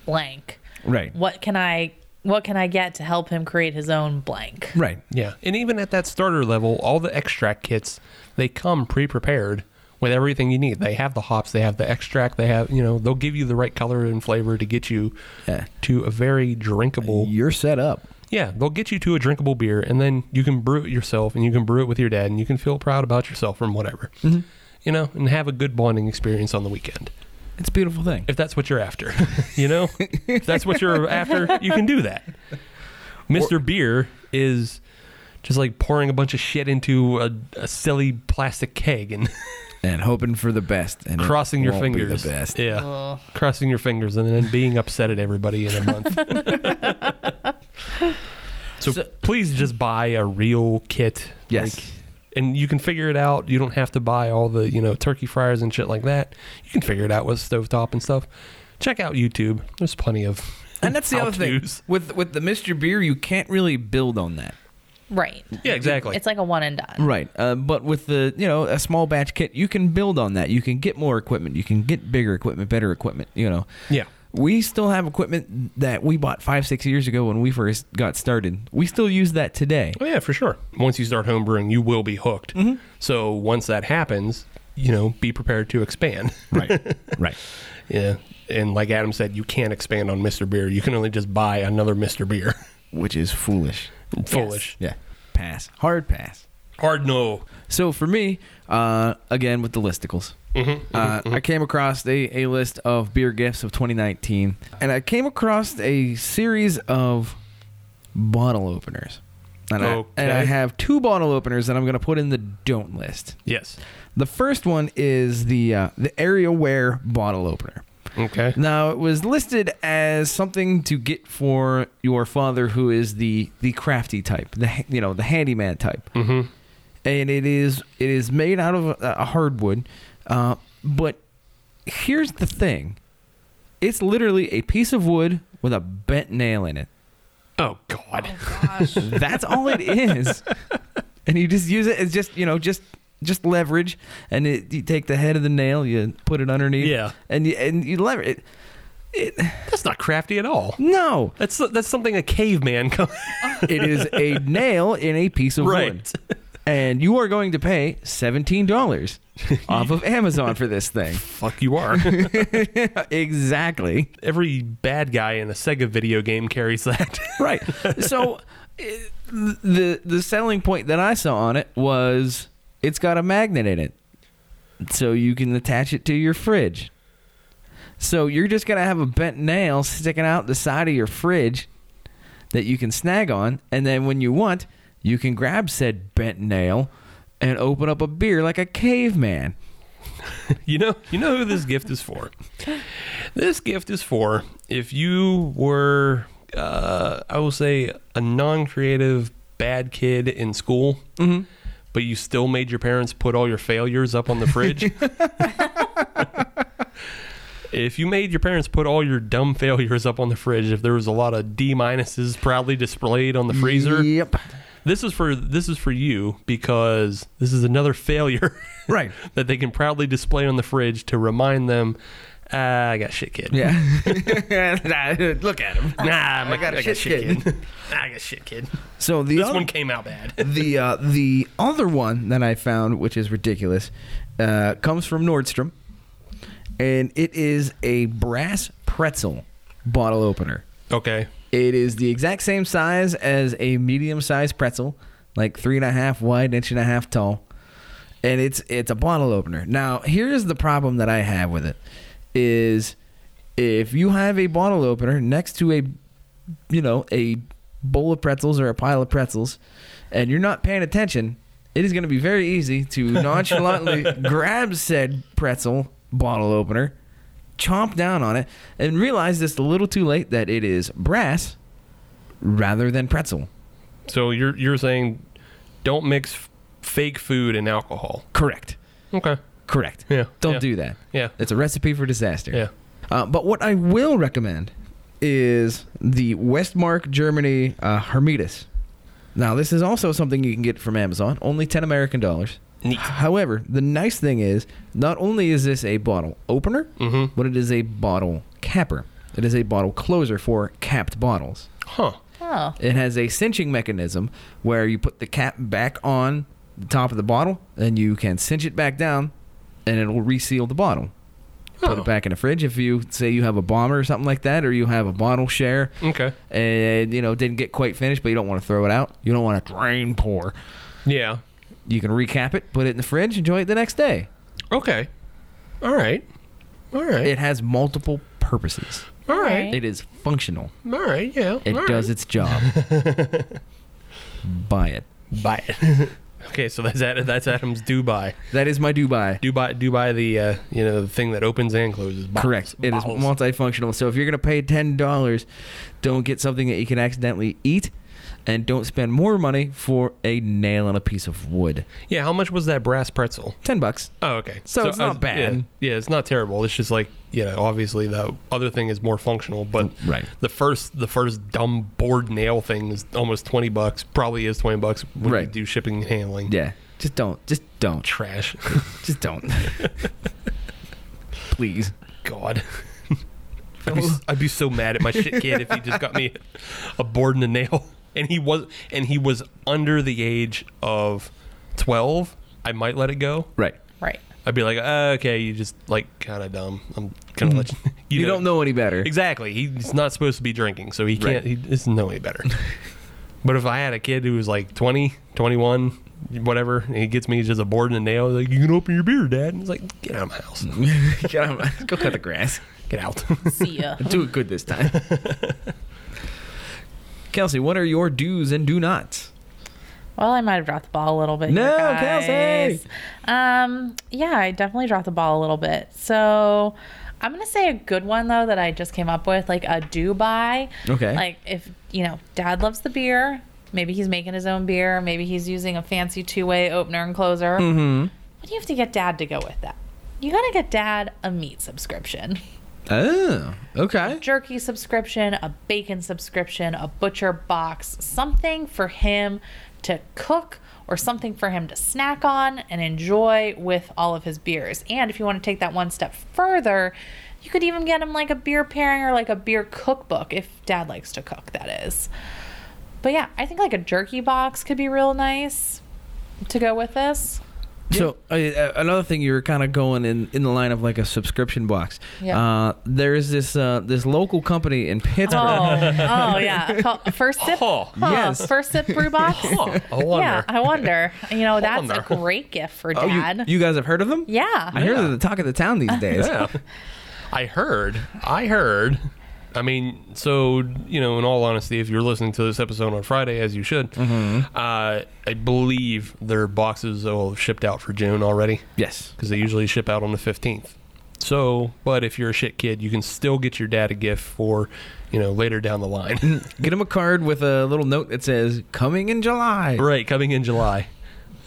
[SPEAKER 4] blank.
[SPEAKER 5] Right.
[SPEAKER 4] What can I what can I get to help him create his own blank?
[SPEAKER 5] Right.
[SPEAKER 6] Yeah. And even at that starter level, all the extract kits, they come pre prepared with everything you need. They have the hops, they have the extract, they have, you know, they'll give you the right color and flavor to get you
[SPEAKER 5] Yeah.
[SPEAKER 6] to a very drinkable.
[SPEAKER 5] You're set up.
[SPEAKER 6] Yeah. They'll get you to a drinkable beer and then you can brew it yourself and you can brew it with your dad and you can feel proud about yourself from whatever,
[SPEAKER 5] Mm-hmm.
[SPEAKER 6] you know, and have a good bonding experience on the weekend.
[SPEAKER 5] It's a beautiful thing.
[SPEAKER 6] if that's what you're after, you know, if that's what you're after, you can do that. Mr. Beer is just like pouring a bunch of shit into a, a silly plastic keg and
[SPEAKER 5] And hoping for the best and it
[SPEAKER 6] crossing your
[SPEAKER 5] won't be
[SPEAKER 6] fingers.
[SPEAKER 5] the best.
[SPEAKER 6] Yeah. Crossing your fingers and then being upset at everybody in a month. So, please just buy a real kit.
[SPEAKER 5] Yes.
[SPEAKER 6] and you can figure it out. You don't have to buy all the, you know, turkey fryers and shit like that. You can figure it out with stovetop and stuff. Check out YouTube. There's plenty of
[SPEAKER 5] And that's the other thing
[SPEAKER 6] how-tos.
[SPEAKER 5] with with the Mr. Beer, you can't really build on that.
[SPEAKER 4] Right.
[SPEAKER 6] Yeah, exactly.
[SPEAKER 4] It's like a one and done.
[SPEAKER 5] Right. Uh, but with the you know a small batch kit, you can build on that. You can get more equipment. You can get bigger equipment, better equipment. You know.
[SPEAKER 6] Yeah.
[SPEAKER 5] We still have equipment that we bought five, six years ago when we first got started. We still use that today.
[SPEAKER 6] Oh yeah, for sure. Once you start homebrewing, you will be hooked.
[SPEAKER 5] Mm-hmm.
[SPEAKER 6] So once that happens, you know, be prepared to expand.
[SPEAKER 5] Right. right.
[SPEAKER 6] yeah. And like Adam said, you can't expand on Mr. Beer. You can only just buy another Mr. Beer.
[SPEAKER 5] Which is foolish.
[SPEAKER 6] Foolish.
[SPEAKER 5] Yeah. Pass. Hard pass.
[SPEAKER 6] Hard no.
[SPEAKER 5] So for me, uh, again with the listicles, uh, I came across a, a list of beer gifts of 2019, and I came across a series of bottle openers. And, I, and I
[SPEAKER 6] Okay.
[SPEAKER 5] have two bottle openers that I'm going to put in the don't list.
[SPEAKER 6] Yes.
[SPEAKER 5] The first one is the uh, the AreaWare bottle opener.
[SPEAKER 6] Okay.
[SPEAKER 5] Now it was listed as something to get for your father, who is the the crafty type, the ha- you know the handyman type, mm-hmm. and it is it is made out of a, a hardwood. Uh, but here's the thing: it's literally a piece of wood with a bent nail in it.
[SPEAKER 6] Oh God.
[SPEAKER 5] That's all it is. And you just use it as just you know just just leverage, and it, you take the head of the nail, you put it underneath,
[SPEAKER 6] Yeah.
[SPEAKER 5] and you and you lever it.
[SPEAKER 6] That's not crafty at all.
[SPEAKER 5] No,
[SPEAKER 6] That's that's something a caveman. Com-
[SPEAKER 5] it is a nail in a piece of
[SPEAKER 6] Right.
[SPEAKER 5] wood. And you are going to pay seventeen dollars off of Amazon for this thing.
[SPEAKER 6] Fuck you are.
[SPEAKER 5] exactly.
[SPEAKER 6] Every bad guy in a Sega video game carries that.
[SPEAKER 5] Right. So it- the the selling point that I saw on it was it's got a magnet in it. So you can attach it to your fridge. So you're just gonna have a bent nail sticking out the side of your fridge that you can snag on, and then when you want, you can grab said bent nail and open up a beer like a caveman.
[SPEAKER 6] You know, you know who this gift is for. This gift is for if you were, uh, I will say, a non-creative bad kid in school, but you still made your parents put all your failures up on the fridge. if you made your parents put all your dumb failures up on the fridge, if there was a lot of D minuses proudly displayed on the freezer,
[SPEAKER 5] Yep.
[SPEAKER 6] this is for this is for you because this is another failure
[SPEAKER 5] Right.
[SPEAKER 6] that they can proudly display on the fridge to remind them ah, i got shit kid
[SPEAKER 5] Yeah. Look at him.
[SPEAKER 6] nah I'm a- i got, shit, kid, i got shit kid
[SPEAKER 5] So the
[SPEAKER 6] this
[SPEAKER 5] other-
[SPEAKER 6] one came out bad
[SPEAKER 5] the uh, the other one that I found, which is ridiculous, uh, comes from Nordstrom, and it is a brass pretzel bottle opener.
[SPEAKER 6] okay
[SPEAKER 5] It is the exact same size as a medium-sized pretzel, like three and a half wide, inch and a half tall, and it's it's a bottle opener. Now, here's the problem that I have with it: is if you have a bottle opener next to a, you know, a bowl of pretzels or a pile of pretzels, and you're not paying attention, it is going to be very easy to nonchalantly grab said pretzel bottle opener chomp down on it and realize just a little too late that it is brass rather than pretzel.
[SPEAKER 6] so you're you're saying don't mix f- fake food and alcohol
[SPEAKER 5] Correct.
[SPEAKER 6] okay
[SPEAKER 5] Correct.
[SPEAKER 6] Yeah,
[SPEAKER 5] Don't
[SPEAKER 6] yeah.
[SPEAKER 5] do that.
[SPEAKER 6] Yeah.
[SPEAKER 5] It's a recipe for disaster.
[SPEAKER 6] Yeah.
[SPEAKER 5] Uh, but what I will recommend is the Westmark Germany uh, Hermitas. Now, this is also something you can get from Amazon, only 10 American dollars.
[SPEAKER 6] Neat.
[SPEAKER 5] However, the nice thing is, not only is this a bottle opener,
[SPEAKER 6] Mm-hmm.
[SPEAKER 5] but it is a bottle capper. It is a bottle closer for capped bottles.
[SPEAKER 6] huh
[SPEAKER 4] Oh.
[SPEAKER 5] It has a cinching mechanism where you put the cap back on the top of the bottle and you can cinch it back down and it'll reseal the bottle. Put
[SPEAKER 6] Oh.
[SPEAKER 5] it back in the fridge if you say you have a bomber or something like that or you have a bottle share
[SPEAKER 6] okay
[SPEAKER 5] and you know didn't get quite finished but you don't want to throw it out. You don't want to drain pour.
[SPEAKER 6] yeah
[SPEAKER 5] You can recap it, put it in the fridge, enjoy it the next day.
[SPEAKER 6] okay all right all right
[SPEAKER 5] It has multiple purposes.
[SPEAKER 6] all right
[SPEAKER 5] It is functional.
[SPEAKER 6] all right yeah
[SPEAKER 5] It
[SPEAKER 6] all
[SPEAKER 5] does
[SPEAKER 6] right.
[SPEAKER 5] its job. Buy it.
[SPEAKER 6] buy it okay so that's Ad- that's adam's dubai
[SPEAKER 5] That is my Dubai.
[SPEAKER 6] Dubai, Dubai, the uh, you know the thing that opens and closes. Bottles,
[SPEAKER 5] Correct. It is
[SPEAKER 6] bottles.
[SPEAKER 5] multifunctional. So if you're going to pay ten dollars, don't get something that you can accidentally eat. and don't spend more money for a nail and a piece of wood.
[SPEAKER 6] Yeah, how much was that brass pretzel?
[SPEAKER 5] Ten bucks.
[SPEAKER 6] Oh, okay.
[SPEAKER 5] So it's
[SPEAKER 6] I
[SPEAKER 5] not
[SPEAKER 6] was-
[SPEAKER 5] bad.
[SPEAKER 6] Yeah, yeah, it's not terrible. It's just like you know, obviously the other thing is more functional, but
[SPEAKER 5] Right.
[SPEAKER 6] the first the first dumb board nail thing is almost twenty bucks. Probably is twenty bucks when you
[SPEAKER 5] Right.
[SPEAKER 6] do shipping and handling.
[SPEAKER 5] Yeah. Just don't. Just don't.
[SPEAKER 6] Trash.
[SPEAKER 5] Just don't. Please.
[SPEAKER 6] God. I'd, be, I'd be so mad at my shit kid if he just got me a board and a nail, and he was and he was under the age of twelve. I might let it go.
[SPEAKER 5] Right.
[SPEAKER 4] Right.
[SPEAKER 6] I'd be like, "Uh, okay, you just like kind of dumb. I'm gonna let you.
[SPEAKER 5] Mm. You, don't know any better.
[SPEAKER 6] exactly. He's not supposed to be drinking, so he
[SPEAKER 5] Right.
[SPEAKER 6] can't. He doesn't know any better. but if I had a kid who was like 20, 21, whatever, and he gets me just a board and a nail, like you can open your beer, dad. And he's like, get out of my
[SPEAKER 5] Mm.
[SPEAKER 6] house.
[SPEAKER 5] Get out- Go cut the grass.
[SPEAKER 6] Get out.
[SPEAKER 4] See ya.
[SPEAKER 5] Do it good this time. Kelsey, what are your do's and do nots?
[SPEAKER 4] Well, I might have dropped the ball a little bit.
[SPEAKER 5] No,
[SPEAKER 4] here,
[SPEAKER 5] Kelsey!
[SPEAKER 4] guys. Um, yeah, I definitely dropped the ball a little bit. So I'm gonna say a good one though that I just came up with, like a do buy.
[SPEAKER 5] Okay.
[SPEAKER 4] Like if you know, Dad loves the beer. Maybe he's making his own beer. Maybe he's using a fancy two-way opener and closer. Mm-hmm. But you have to get Dad to go with that. You gotta get Dad a meat subscription
[SPEAKER 5] Oh, okay.
[SPEAKER 4] jerky subscription, a bacon subscription, a butcher box, something for him to cook or something for him to snack on and enjoy with all of his beers. And if you want to take that one step further, you could even get him like a beer pairing or like a beer cookbook if dad likes to cook, that is. But yeah, I think like a jerky box could be real nice to go with this.
[SPEAKER 5] So uh, uh, another thing, you're kind of going in, in the line of like a subscription box.
[SPEAKER 4] Yeah.
[SPEAKER 5] Uh, there is this uh, this local company in
[SPEAKER 4] Oh,
[SPEAKER 5] Pittsburgh.
[SPEAKER 4] oh yeah. Call- First sip.
[SPEAKER 6] Huh.
[SPEAKER 5] Yes.
[SPEAKER 4] First sip brew box.
[SPEAKER 6] Huh, I wonder.
[SPEAKER 4] Yeah, I wonder. You know, that's
[SPEAKER 6] wonder.
[SPEAKER 4] a great gift for
[SPEAKER 5] Oh, you-
[SPEAKER 4] dad.
[SPEAKER 5] you, guys have heard of them?
[SPEAKER 4] yeah.
[SPEAKER 5] I hear they're the talk of the town these days.
[SPEAKER 6] Yeah. I heard. I heard. I mean, so you know, in all honesty, if you're listening to this episode on Friday, as you should, uh, I believe their boxes will have shipped out for June already
[SPEAKER 5] Yes.
[SPEAKER 6] because they usually ship out on the 15th. So, but if you're a shit kid, you can still get your dad a gift for, you know, later down the line.
[SPEAKER 5] Get them a card with a little note that says "Coming in July."
[SPEAKER 6] right, coming in July.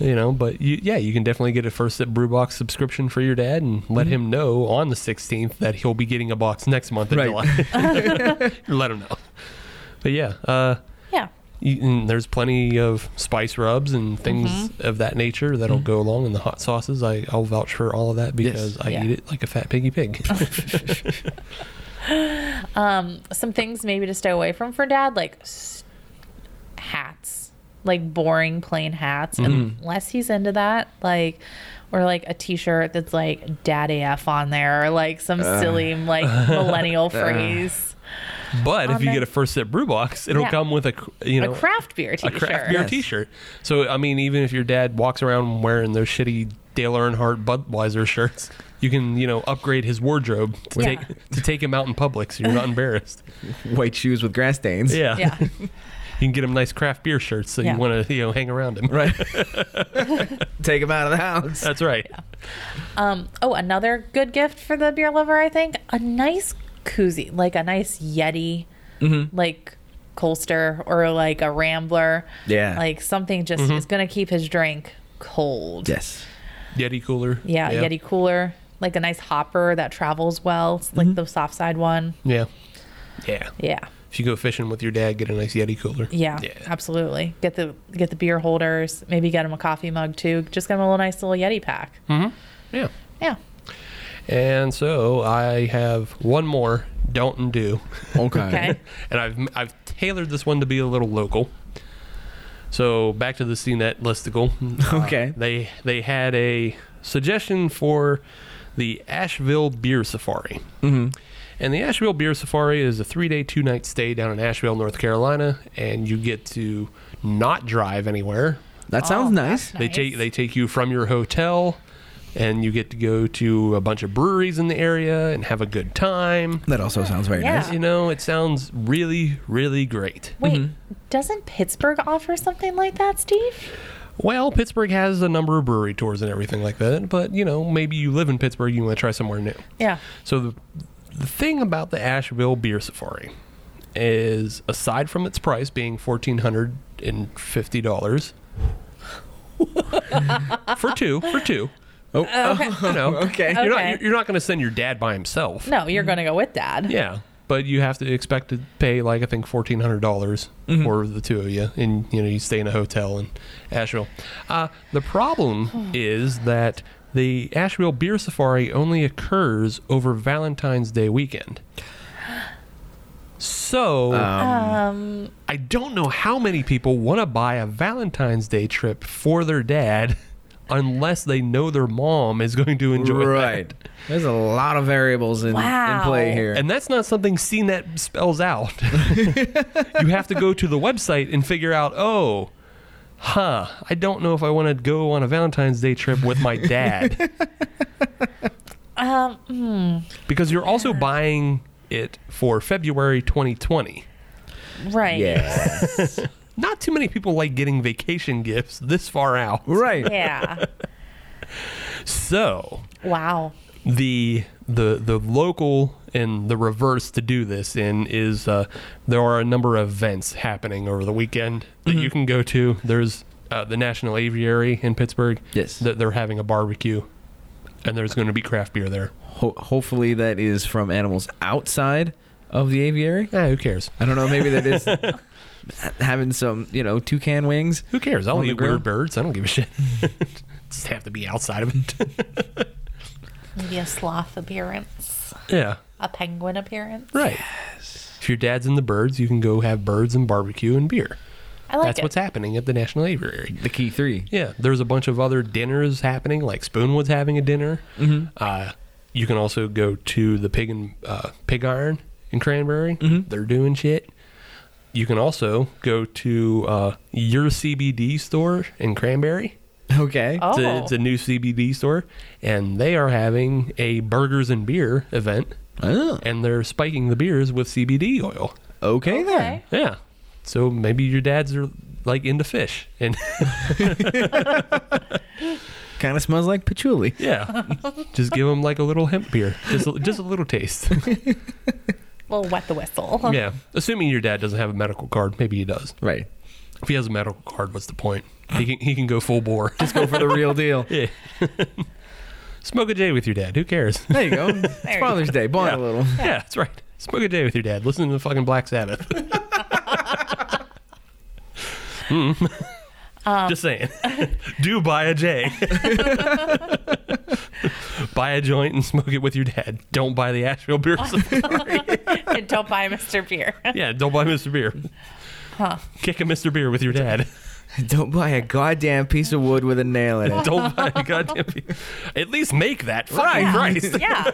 [SPEAKER 6] You know, but you, yeah, you can definitely get a first sip brew box subscription for your dad and let
[SPEAKER 4] Mm-hmm.
[SPEAKER 6] him know on the 16th that he'll be getting a box next month in
[SPEAKER 5] Right.
[SPEAKER 6] July. let him know. But yeah, uh,
[SPEAKER 4] yeah.
[SPEAKER 6] you, and there's plenty of spice rubs and things
[SPEAKER 4] Mm-hmm.
[SPEAKER 6] of that nature that'll go along in the hot sauces. I, I'll vouch for all of that because I
[SPEAKER 4] Yeah.
[SPEAKER 6] eat it like a fat piggy pig.
[SPEAKER 4] Some things maybe to stay away from for dad, like s- hats, like boring plain hats,
[SPEAKER 6] Mm-hmm.
[SPEAKER 4] unless he's into that. Like, or like a T-shirt that's like "Dad AF" on there, or like some
[SPEAKER 6] Uh.
[SPEAKER 4] silly like millennial phrase.
[SPEAKER 6] But if
[SPEAKER 4] on
[SPEAKER 6] you
[SPEAKER 4] the-
[SPEAKER 6] get a first sip brew box, it'll
[SPEAKER 4] Yeah.
[SPEAKER 6] come with a cr- you know
[SPEAKER 4] a craft beer
[SPEAKER 6] a
[SPEAKER 4] T-shirt.
[SPEAKER 6] craft beer
[SPEAKER 5] Yes.
[SPEAKER 6] T-shirt. So I mean, even if your dad walks around wearing those shitty Dale Earnhardt Budweiser shirts, you can you know upgrade his wardrobe to
[SPEAKER 4] Yeah.
[SPEAKER 6] take to take him out in public, so you're not embarrassed.
[SPEAKER 5] White shoes with grass stains.
[SPEAKER 6] Yeah,
[SPEAKER 4] Yeah.
[SPEAKER 6] you can get him nice craft beer shirts, so
[SPEAKER 4] Yeah.
[SPEAKER 6] you want to you know hang around him.
[SPEAKER 5] Right. Take them out of the house.
[SPEAKER 6] That's right.
[SPEAKER 4] Um, oh, another good gift for the beer lover, I think. A nice koozie, like a nice Yeti,
[SPEAKER 5] Mm-hmm.
[SPEAKER 4] like Colster or like a Rambler.
[SPEAKER 5] Yeah. Mm-hmm.
[SPEAKER 4] Like something just is going to keep his drink cold.
[SPEAKER 5] Yes.
[SPEAKER 6] Yeti cooler.
[SPEAKER 4] Yeah, a Yeti cooler, like a nice hopper that travels well, It's
[SPEAKER 5] Mm-hmm.
[SPEAKER 4] like the soft side one.
[SPEAKER 6] Yeah, yeah.
[SPEAKER 4] Yeah.
[SPEAKER 6] If you go fishing with your dad, get a nice Yeti cooler.
[SPEAKER 4] Yeah, absolutely. Get the get the beer holders, maybe get him a coffee mug too. Just get him a little nice little Yeti pack.
[SPEAKER 5] Hmm.
[SPEAKER 6] yeah.
[SPEAKER 4] Yeah.
[SPEAKER 6] And so I have one more don't and do.
[SPEAKER 5] Okay.
[SPEAKER 4] Okay.
[SPEAKER 6] and I've I've tailored this one to be a little local. So back to the CNET listicle. Uh,
[SPEAKER 5] Okay.
[SPEAKER 6] they they had a suggestion for the Asheville Beer Safari. Mm-hmm. And the Asheville Beer Safari is a three-day, two-night stay down in Asheville, North Carolina, and you get to not drive anywhere.
[SPEAKER 5] That sounds
[SPEAKER 4] Oh,
[SPEAKER 5] nice.
[SPEAKER 4] that's
[SPEAKER 6] They
[SPEAKER 4] nice.
[SPEAKER 6] take they take you from your hotel, and you get to go to a bunch of breweries in the area and have a good time.
[SPEAKER 5] That also sounds very
[SPEAKER 4] Yeah.
[SPEAKER 5] nice.
[SPEAKER 6] You know, it sounds really, really great.
[SPEAKER 4] Wait,
[SPEAKER 6] Mm-hmm.
[SPEAKER 4] doesn't Pittsburgh offer something like that, Steve?
[SPEAKER 6] Well, Pittsburgh has a number of brewery tours and everything like that, but you know, maybe you live in Pittsburgh, you want to try somewhere new.
[SPEAKER 4] Yeah.
[SPEAKER 6] So the, the thing about the Asheville Beer Safari is, aside from its price being fourteen hundred and fifty dollars for two. For two. Oh, you know, okay. You're
[SPEAKER 4] Okay.
[SPEAKER 6] not you're not going to send your dad by himself.
[SPEAKER 4] No, you're going to go with dad.
[SPEAKER 6] Yeah, but you have to expect to pay like I think fourteen hundred dollars for the two of you, and you know you stay in a hotel in Asheville. Uh, the problem is that the Asheville Beer Safari only occurs over Valentine's Day weekend. So
[SPEAKER 4] Um,
[SPEAKER 6] I don't know how many people want to buy a Valentine's Day trip for their dad. Unless they know their mom is going to enjoy
[SPEAKER 5] Right.
[SPEAKER 6] that.
[SPEAKER 5] There's a lot of variables in, in play
[SPEAKER 4] Wow.
[SPEAKER 5] here.
[SPEAKER 6] And that's not something CNET spells out. you have to go to the website and figure out, oh, huh, I don't know if I want to go on a Valentine's Day trip with my dad.
[SPEAKER 4] um, hmm,
[SPEAKER 6] because you're also buying it for February 2020.
[SPEAKER 4] right.
[SPEAKER 6] Not too many people like getting vacation gifts this far out.
[SPEAKER 5] right.
[SPEAKER 4] Yeah.
[SPEAKER 6] So
[SPEAKER 4] Wow.
[SPEAKER 6] the the the local and the reverse to do this in is uh, there are a number of events happening over the weekend that
[SPEAKER 5] Mm-hmm.
[SPEAKER 6] you can go to. There's uh, the National Aviary in Pittsburgh.
[SPEAKER 5] Yes.
[SPEAKER 6] that they're having a barbecue, and there's going to be craft beer there.
[SPEAKER 5] Ho- hopefully that is from animals outside of the aviary.
[SPEAKER 6] Ah, who cares?
[SPEAKER 5] I don't know. Maybe that is having some, you know, toucan wings.
[SPEAKER 6] Who cares? I'll
[SPEAKER 5] On the
[SPEAKER 6] eat
[SPEAKER 5] grill?
[SPEAKER 6] weird birds. I don't give a shit. Just have to be outside of it.
[SPEAKER 4] Maybe a sloth appearance,
[SPEAKER 6] yeah,
[SPEAKER 4] a penguin appearance.
[SPEAKER 6] right. If your dad's in the birds, you can go have birds and barbecue and beer.
[SPEAKER 4] I like
[SPEAKER 6] That's
[SPEAKER 4] it.
[SPEAKER 6] what's happening at the National Aviary.
[SPEAKER 5] The key three.
[SPEAKER 6] Yeah, there's a bunch of other dinners happening, like Spoonwood's having a dinner. Uh, you can also go to the Pig and uh, Pig Iron in Cranberry. They're doing shit. You can also go to uh, your CBD store in Cranberry.
[SPEAKER 5] Okay.
[SPEAKER 4] oh,
[SPEAKER 6] It's, a, it's a new CBD store, and they are having a burgers and beer event,
[SPEAKER 5] Oh,
[SPEAKER 6] and they're spiking the beers with CBD oil.
[SPEAKER 5] okay, then.
[SPEAKER 4] okay.
[SPEAKER 6] Yeah. So maybe your dads are like into fish, and
[SPEAKER 5] Kind of smells like patchouli.
[SPEAKER 6] Yeah. just give them like a little hemp beer. Just a, just a little taste.
[SPEAKER 4] Well, wet the whistle.
[SPEAKER 6] yeah. Assuming your dad doesn't have a medical card, maybe he does.
[SPEAKER 5] Right.
[SPEAKER 6] If he has a medical card, what's the point? He can he can go full bore. Just
[SPEAKER 5] Go for the real deal.
[SPEAKER 6] smoke a J with your dad. Who cares?
[SPEAKER 5] There you go. It's
[SPEAKER 4] There you
[SPEAKER 5] Father's Day. Bond a little.
[SPEAKER 6] yeah, that's right. Smoke a J with your dad. Listen to the fucking Black Sabbath. Mm. Just saying. Do buy a J. buy a joint and smoke it with your dad. Don't buy the Asheville beer.
[SPEAKER 4] and don't buy Mr. Beer.
[SPEAKER 6] Yeah, don't buy Mr. Beer. Kick a Mr. Beer with your dad.
[SPEAKER 5] Don't buy a goddamn piece of wood with a nail in it.
[SPEAKER 6] don't buy a goddamn beer. At least make that. Fucking
[SPEAKER 4] Yeah.
[SPEAKER 6] Christ.
[SPEAKER 4] yeah.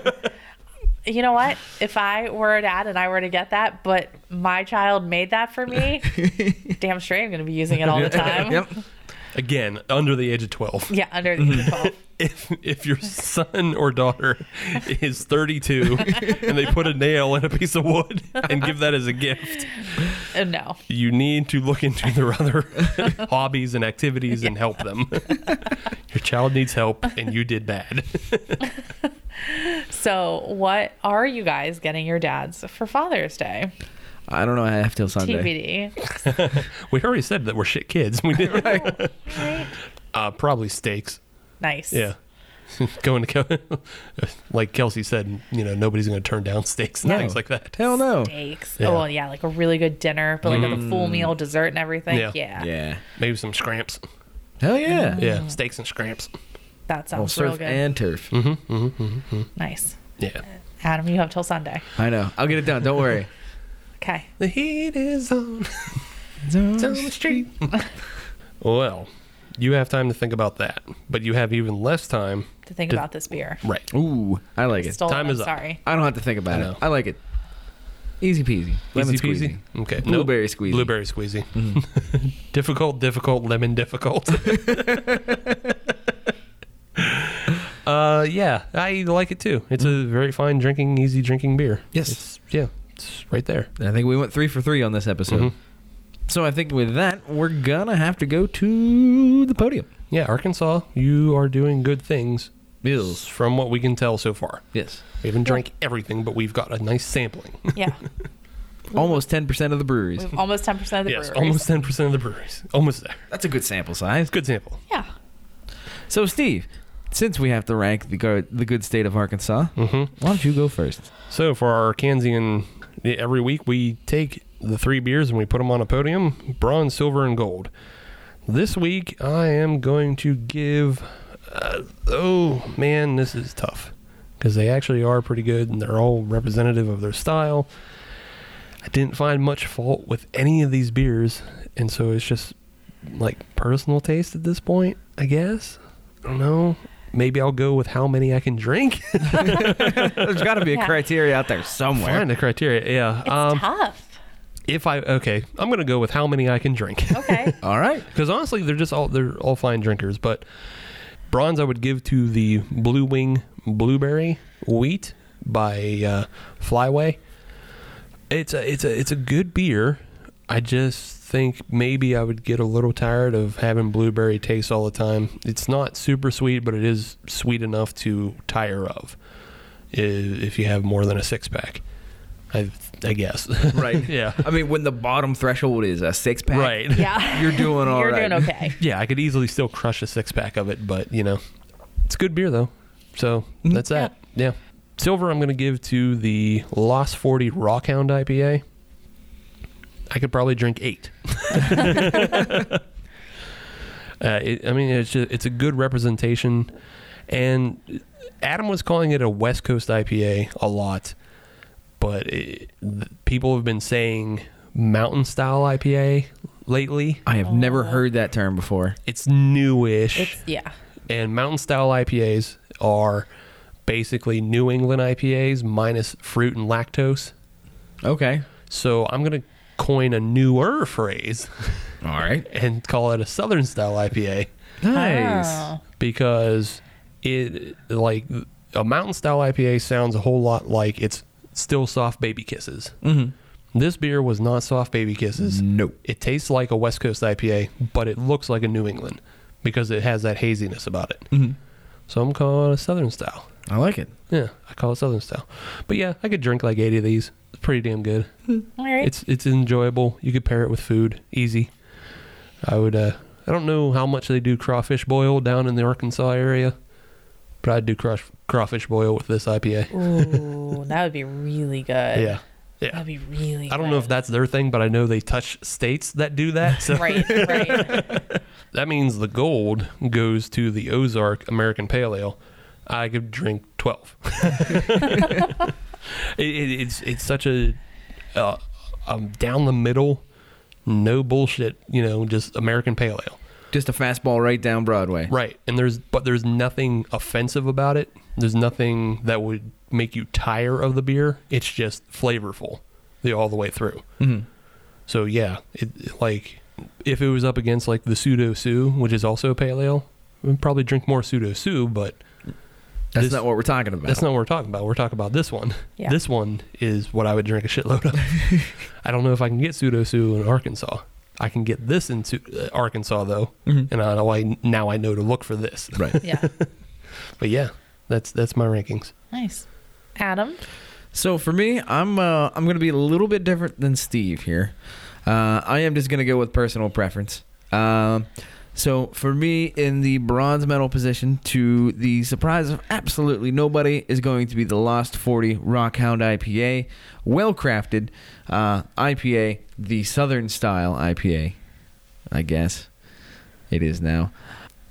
[SPEAKER 4] You know what? If I were a dad and I were to get that, but my child made that for me, damn straight I'm going to be using it all the time.
[SPEAKER 5] Yep.
[SPEAKER 6] Again, under the age of 12.
[SPEAKER 4] Yeah, under the age of 12.
[SPEAKER 6] If, if your son or daughter is 32 and they put a nail in a piece of wood and give that as a gift,
[SPEAKER 4] Uh, No.
[SPEAKER 6] you need to look into their other hobbies and activities and help them. your child needs help and you did bad.
[SPEAKER 4] So, what are you guys getting your dads for Father's Day?
[SPEAKER 5] I don't know. I have till Sunday.
[SPEAKER 4] TBD.
[SPEAKER 6] we already said that we're shit kids. We did. Uh, probably steaks.
[SPEAKER 4] Nice.
[SPEAKER 6] Yeah. going to Kel- like Kelsey said, you know, nobody's going to turn down steaks and
[SPEAKER 5] No.
[SPEAKER 6] things like that.
[SPEAKER 5] Hell no.
[SPEAKER 4] Steaks.
[SPEAKER 6] Yeah.
[SPEAKER 4] Oh, well, yeah, like a really good dinner, but like with a full meal, dessert, and everything.
[SPEAKER 6] Yeah.
[SPEAKER 4] Yeah.
[SPEAKER 5] Mm. Yeah.
[SPEAKER 6] Maybe some scramps.
[SPEAKER 5] Mm-hmm. Hell yeah.
[SPEAKER 6] Yeah, steaks and scramps.
[SPEAKER 4] That
[SPEAKER 5] Well,
[SPEAKER 4] sounds real
[SPEAKER 5] surf
[SPEAKER 4] good.
[SPEAKER 5] and turf.
[SPEAKER 4] nice.
[SPEAKER 6] Yeah.
[SPEAKER 4] Adam, you have till Sunday.
[SPEAKER 5] I know. I'll get it done. Don't worry.
[SPEAKER 4] Okay. Mm.
[SPEAKER 6] The heat is on. it's on the street. well, you have time to think about that, but you have even less time.
[SPEAKER 4] To think
[SPEAKER 6] Did-
[SPEAKER 4] about this beer.
[SPEAKER 6] Right.
[SPEAKER 5] Ooh, I like it.
[SPEAKER 4] Stolen,
[SPEAKER 6] Time
[SPEAKER 4] I'm
[SPEAKER 6] is up.
[SPEAKER 4] Sorry.
[SPEAKER 5] I don't have to think about
[SPEAKER 6] I
[SPEAKER 5] it.
[SPEAKER 6] know.
[SPEAKER 5] I like it. Easy peasy. Lemon squeezy. Mm-hmm.
[SPEAKER 6] Okay. nope.
[SPEAKER 5] Blueberry squeezy.
[SPEAKER 6] Blueberry squeezy. difficult, difficult, lemon difficult. uh, yeah, I like it too. It's
[SPEAKER 5] Mm-hmm.
[SPEAKER 6] a very fine drinking, easy drinking beer.
[SPEAKER 5] Yes.
[SPEAKER 6] It's- yeah, it's right there.
[SPEAKER 5] I think we went three for three on this episode.
[SPEAKER 6] Mhm.
[SPEAKER 5] So I think with that, we're gonna have to go to the podium.
[SPEAKER 6] Yeah, Arkansas, you are doing good things
[SPEAKER 5] Bills.
[SPEAKER 6] from what we can tell so far.
[SPEAKER 5] Yes.
[SPEAKER 6] We haven't drank everything, but we've got a nice sampling.
[SPEAKER 4] Yeah.
[SPEAKER 5] almost 10% of the breweries.
[SPEAKER 4] Almost 10% of the
[SPEAKER 6] Yes,
[SPEAKER 4] breweries.
[SPEAKER 6] almost ten percent of the breweries. Almost there.
[SPEAKER 5] That's a good sample size.
[SPEAKER 6] Good sample.
[SPEAKER 4] Yeah.
[SPEAKER 5] So, Steve, since we have to rank the, go- the good state of Arkansas,
[SPEAKER 6] Mm-hmm.
[SPEAKER 5] why don't you go first?
[SPEAKER 6] So for our Kansian, every week we take the three beers and we put them on a podium: bronze, silver, and gold. This week I am going to give. Uh, oh man, this is tough because they actually are pretty good and they're all representative of their style. I didn't find much fault with any of these beers, and so it's just like personal taste at this point, I guess. I don't know. Maybe I'll go with how many I can drink.
[SPEAKER 5] There's got to be a
[SPEAKER 4] Yeah.
[SPEAKER 5] criteria out there somewhere.
[SPEAKER 6] Find the criteria. Yeah.
[SPEAKER 4] It's tough.
[SPEAKER 6] if I okay, I'm gonna go with how many I can drink
[SPEAKER 4] Okay.
[SPEAKER 5] All right.
[SPEAKER 6] because honestly, they're just all they're all fine drinkers. But bronze, I would give to the Blue Wing Blueberry Wheat by uh, Flyway. It's a it's a it's a good beer. I just think maybe I would get a little tired of having blueberry taste all the time. It's not super sweet, but it is sweet enough to tire of i- if you have more than a six pack. I I guess.
[SPEAKER 5] Right.
[SPEAKER 6] yeah.
[SPEAKER 5] I mean, when the bottom threshold is a six pack,
[SPEAKER 6] Right.
[SPEAKER 4] Yeah.
[SPEAKER 5] You're doing all
[SPEAKER 4] You're
[SPEAKER 5] right.
[SPEAKER 4] doing okay.
[SPEAKER 6] Yeah, I could easily still crush a six pack of it, but you know, it's good beer though. So that's that. Yeah. Silver, I'm going to give to the Lost 40 Rockhound IPA. I could probably drink eight. uh, it, I mean, it's just, it's a good representation, and Adam was calling it a West Coast IPA a lot, but it, th- people have been saying mountain style IPA lately
[SPEAKER 5] I have never heard that term before.
[SPEAKER 6] it's newish
[SPEAKER 4] It's yeah.
[SPEAKER 6] and mountain style IPAs are basically New England IPAs minus fruit and lactose.
[SPEAKER 5] Okay.
[SPEAKER 6] So I'm going to coin a newer phrase
[SPEAKER 5] All right.
[SPEAKER 6] and call it a southern style IPA
[SPEAKER 5] Nice.
[SPEAKER 4] Oh.
[SPEAKER 6] because it like a mountain style IPA sounds a whole lot like it's still soft baby kisses. Mm-hmm. This beer was not soft baby kisses.
[SPEAKER 5] Nope.
[SPEAKER 6] It tastes like a West Coast IPA, but it looks like a New England because it has that haziness about it. So I'm calling it a Southern style.
[SPEAKER 5] I like it.
[SPEAKER 6] Yeah, I call it Southern style. But yeah, I could drink like 80 of these. It's pretty damn good.
[SPEAKER 4] All right.
[SPEAKER 6] It's it's enjoyable. You could pair it with food, easy. I would. uh I don't know how much they do crawfish boil down in the Arkansas area, but I'd do crawf- crawfish boil with this IPA.
[SPEAKER 4] Ooh, that would be really good.
[SPEAKER 6] Yeah, yeah.
[SPEAKER 4] That'd be really.
[SPEAKER 6] I don't know if that's their thing, but I know they touch states that do that. So
[SPEAKER 4] good. right. Right.
[SPEAKER 6] That means the gold goes to the Ozark American Pale Ale. I could drink twelve. it, it, it's it's such a uh, um, down the middle, no bullshit. You know, just American Pale Ale.
[SPEAKER 5] Just a fastball right down Broadway.
[SPEAKER 6] Right. And there's but there's nothing offensive about it. There's nothing that would make you tire of the beer. It's just flavorful the all the way through.
[SPEAKER 5] Mhm.
[SPEAKER 6] So yeah, it like if it was up against like the pseudo sue, which is also a pale ale, we'd probably drink more pseudo sue, but
[SPEAKER 5] That's
[SPEAKER 6] this-
[SPEAKER 5] not what we're talking about.
[SPEAKER 6] that's not what we're talking about. We're talking about this one.
[SPEAKER 4] Yeah.
[SPEAKER 6] This one is what I would drink a shitload of. I don't know if I can get pseudo sue in Arkansas. I can get this in Su- uh, Arkansas though,
[SPEAKER 4] Mm-hmm.
[SPEAKER 6] and I know I now I know to look for this.
[SPEAKER 5] right.
[SPEAKER 4] Yeah.
[SPEAKER 6] But yeah, that's that's my rankings.
[SPEAKER 4] Nice. Adam.
[SPEAKER 5] So for me, I'm uh, I'm gonna be a little bit different than Steve here. Uh, I am just gonna go with personal preference. Um, so for me, in the bronze medal position, to the surprise of absolutely nobody, is going to be the Lost Forty Rockhound IPA, well crafted uh, IPA, the Southern style IPA, I guess it is now.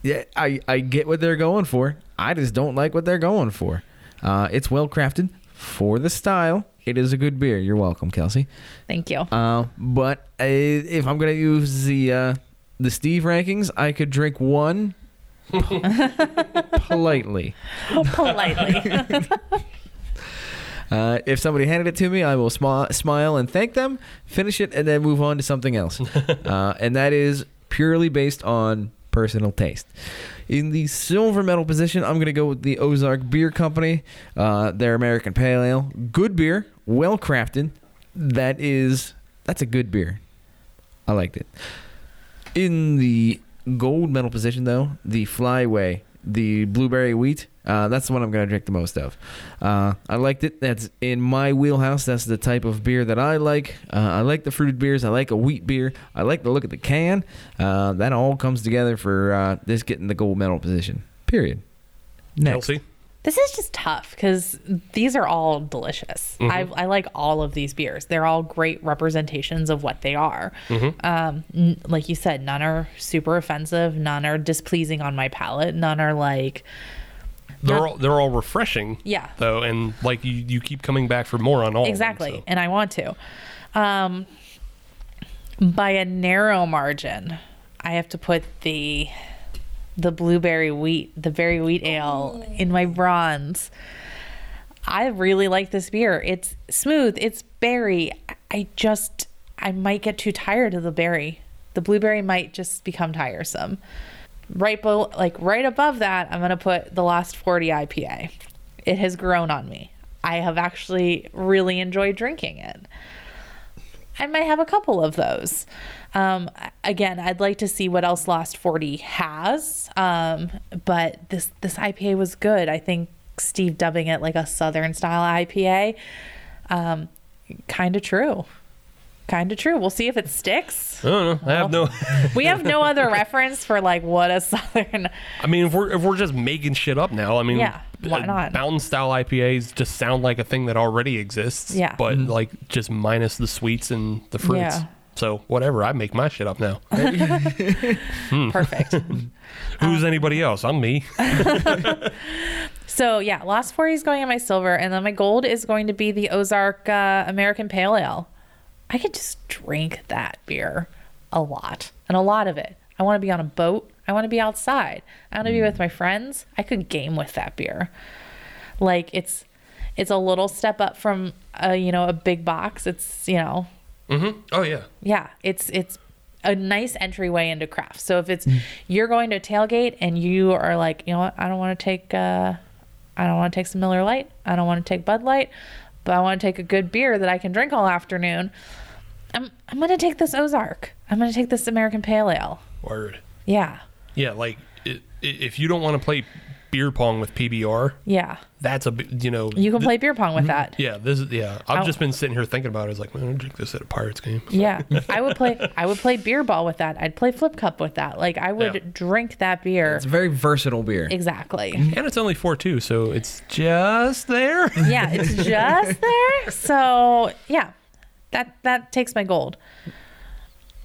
[SPEAKER 5] Yeah, I, I get what they're going for. I just don't like what they're going for. Uh, it's well crafted for the style. It is a good beer. You're welcome, Kelsey.
[SPEAKER 4] Thank you.
[SPEAKER 5] Uh, but uh, if I'm gonna use the uh, the Steve rankings, I could drink one politely.
[SPEAKER 4] Politely.
[SPEAKER 5] Uh, if somebody handed it to me, I will smi- smile and thank them, finish it, and then move on to something else. uh, and that is purely based on personal taste. In the silver medal position, I'm going to go with the Ozark Beer Company, uh, their American Pale Ale. Good beer, well crafted. That is, that's a good beer. I liked it. In the gold medal position, though, the Flyway the blueberry wheat. Uh, that's the one I'm going to drink the most of. Uh, I liked it. That's in my wheelhouse. That's the type of beer that I like. Uh, I like the fruited beers. I like a wheat beer. I like the look of the can. Uh, that all comes together for uh, this getting the gold medal position. Period. Next.
[SPEAKER 6] Kelsey?
[SPEAKER 4] This is just tough because these are all delicious. I, I like all of these beers. They're all great representations of what they are. Um, n- like you said, none are super offensive. None are displeasing on my palate. None are like,
[SPEAKER 6] They're all they're all refreshing.
[SPEAKER 4] Yeah.
[SPEAKER 6] Though, and like you, you keep coming back for more on all. of them,
[SPEAKER 4] exactly.
[SPEAKER 6] so.
[SPEAKER 4] And I want to. Um, by a narrow margin, I have to put the the blueberry wheat, the berry wheat ale in my bronze. I really like this beer. It's smooth, it's berry. I just I might get too tired of the berry. The blueberry might just become tiresome. Right below, like right above that, I'm going to put the last 40 IPA. It has grown on me. I have actually really enjoyed drinking it. I might have a couple of those. Um, again, I'd like to see what else Lost Forty has. Um, but this this IPA was good. I think Steve dubbing it like a Southern style IPA, um, kind of true. Kind of true. We'll see if it sticks.
[SPEAKER 6] I don't know. I have no.
[SPEAKER 4] We have no other reference for like what a Southern.
[SPEAKER 6] I mean, if we're if we're just making shit up now, I mean, uh,
[SPEAKER 4] Yeah, why not?
[SPEAKER 6] Mountain style IPAs just sound like a thing that already exists.
[SPEAKER 4] Yeah.
[SPEAKER 6] But like just minus the sweets and the fruits.
[SPEAKER 4] Yeah.
[SPEAKER 6] So whatever, I make my shit up now.
[SPEAKER 4] Perfect.
[SPEAKER 6] Who's anybody else? I'm me.
[SPEAKER 4] So yeah, Lost 40 is going in my silver, and then my gold is going to be the Ozark uh, American Pale Ale. I could just drink that beer a lot and a lot of it. I want to be on a boat. I want to be outside. I want to be with my friends. I could game with that beer. Like it's it's a little step up from a you know a big box. It's you know
[SPEAKER 6] Oh yeah.
[SPEAKER 4] yeah it's it's a nice entryway into craft so if it's you're going to a tailgate and you are like you know what i don't want to take uh i don't want to take some miller light i don't want to take bud light but i want to take a good beer that i can drink all afternoon i'm i'm gonna take this ozark i'm gonna take this american pale ale
[SPEAKER 6] Word.
[SPEAKER 4] yeah
[SPEAKER 6] Yeah. Like i i if you don't want to play beer pong with PBR,
[SPEAKER 4] yeah
[SPEAKER 6] that's a bi- you know
[SPEAKER 4] you can
[SPEAKER 6] th-
[SPEAKER 4] play beer pong with that
[SPEAKER 6] Yeah, this is yeah. I've
[SPEAKER 4] Ow.
[SPEAKER 6] just been sitting here thinking about it. I was like, man, I drink this at a Pirates game.
[SPEAKER 4] yeah i would play i would play beer ball with that i'd play flip cup with that like i would
[SPEAKER 6] Yeah.
[SPEAKER 4] drink that beer
[SPEAKER 5] It's a very versatile beer.
[SPEAKER 4] exactly
[SPEAKER 6] And it's only four two, so it's just there.
[SPEAKER 4] yeah, it's just there. So yeah, that that takes my gold.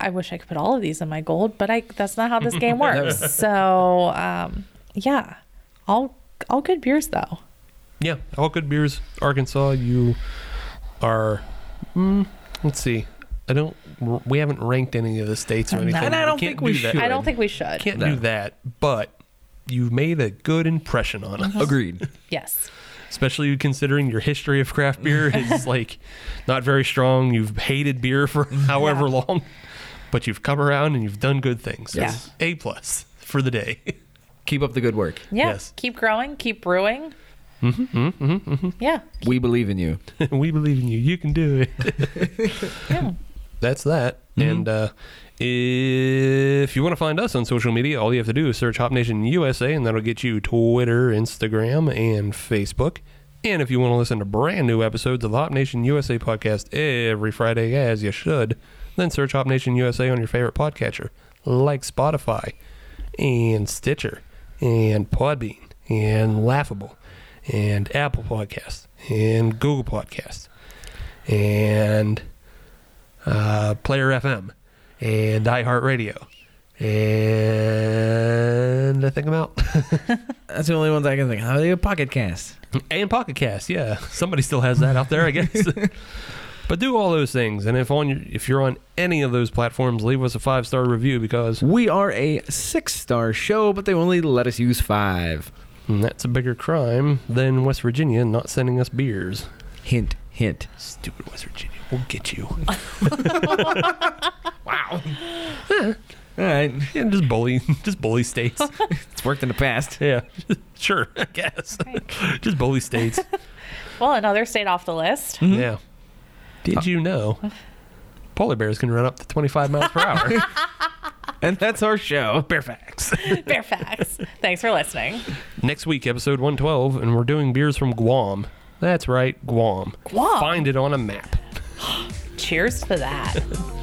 [SPEAKER 4] I wish I could put all of these in my gold, but I that's not how this game works. So um, yeah, all all good beers though.
[SPEAKER 6] yeah, all good beers. Arkansas, you are. Mm, let's see. I don't. We haven't ranked any of the states or
[SPEAKER 4] No.
[SPEAKER 6] anything.
[SPEAKER 4] And I
[SPEAKER 6] don't
[SPEAKER 5] think we
[SPEAKER 6] do that.
[SPEAKER 5] should.
[SPEAKER 4] I don't think we should.
[SPEAKER 6] can't
[SPEAKER 5] No.
[SPEAKER 6] do that. But you made a good impression on
[SPEAKER 5] Uh-huh.
[SPEAKER 6] us,
[SPEAKER 5] Agreed.
[SPEAKER 4] Yes,
[SPEAKER 6] especially considering your history of craft beer is like not very strong. You've hated beer for however long, but you've come around and you've done good things.
[SPEAKER 4] Yeah.
[SPEAKER 6] It's A plus for the day.
[SPEAKER 5] Keep up the good work.
[SPEAKER 4] yeah.
[SPEAKER 6] Yes.
[SPEAKER 4] Keep growing, keep brewing. Mm-hmm, Yeah,
[SPEAKER 5] We believe in you.
[SPEAKER 6] we believe in you. You can do it.
[SPEAKER 4] yeah.
[SPEAKER 6] that's that. And uh, if you want to find us on social media, all you have to do is search Hop Nation USA, and that'll get you Twitter, Instagram, and Facebook. And if you want to listen to brand new episodes of Hop Nation USA podcast every Friday, as you should, then search Hop Nation USA on your favorite podcatcher, like Spotify, and Stitcher, and Podbean, and Laughable, and Apple Podcasts, and Google Podcasts, and uh, Player FM, and iHeartRadio. And I think I'm out.
[SPEAKER 5] That's the only ones I can think. of. How do you pocket cast?
[SPEAKER 6] and Pocket Cast, yeah. Somebody still has that out there, I guess. but do all those things, and if on your, if you're on any of those platforms, leave us a five star review because
[SPEAKER 5] We are a six star show, but they only let us use five.
[SPEAKER 6] that's a bigger crime than West Virginia not sending us beers.
[SPEAKER 5] Hint, hint.
[SPEAKER 6] Stupid West Virginia, we'll get you.
[SPEAKER 5] All right.
[SPEAKER 6] yeah, just bully, just bully states.
[SPEAKER 5] It's worked in the past.
[SPEAKER 6] yeah, sure, I guess. just bully states.
[SPEAKER 4] Well, another state off the list.
[SPEAKER 6] Yeah. Did you know polar bears can run up to 25 miles per hour?
[SPEAKER 5] and that's our show.
[SPEAKER 6] Bear facts.
[SPEAKER 4] Bare facts. Thanks for listening.
[SPEAKER 6] Next week, episode 112, and we're doing beers from Guam.
[SPEAKER 4] Oh.
[SPEAKER 6] That's right, Guam.
[SPEAKER 4] Guam.
[SPEAKER 6] Find it on a map.
[SPEAKER 4] Cheers to that.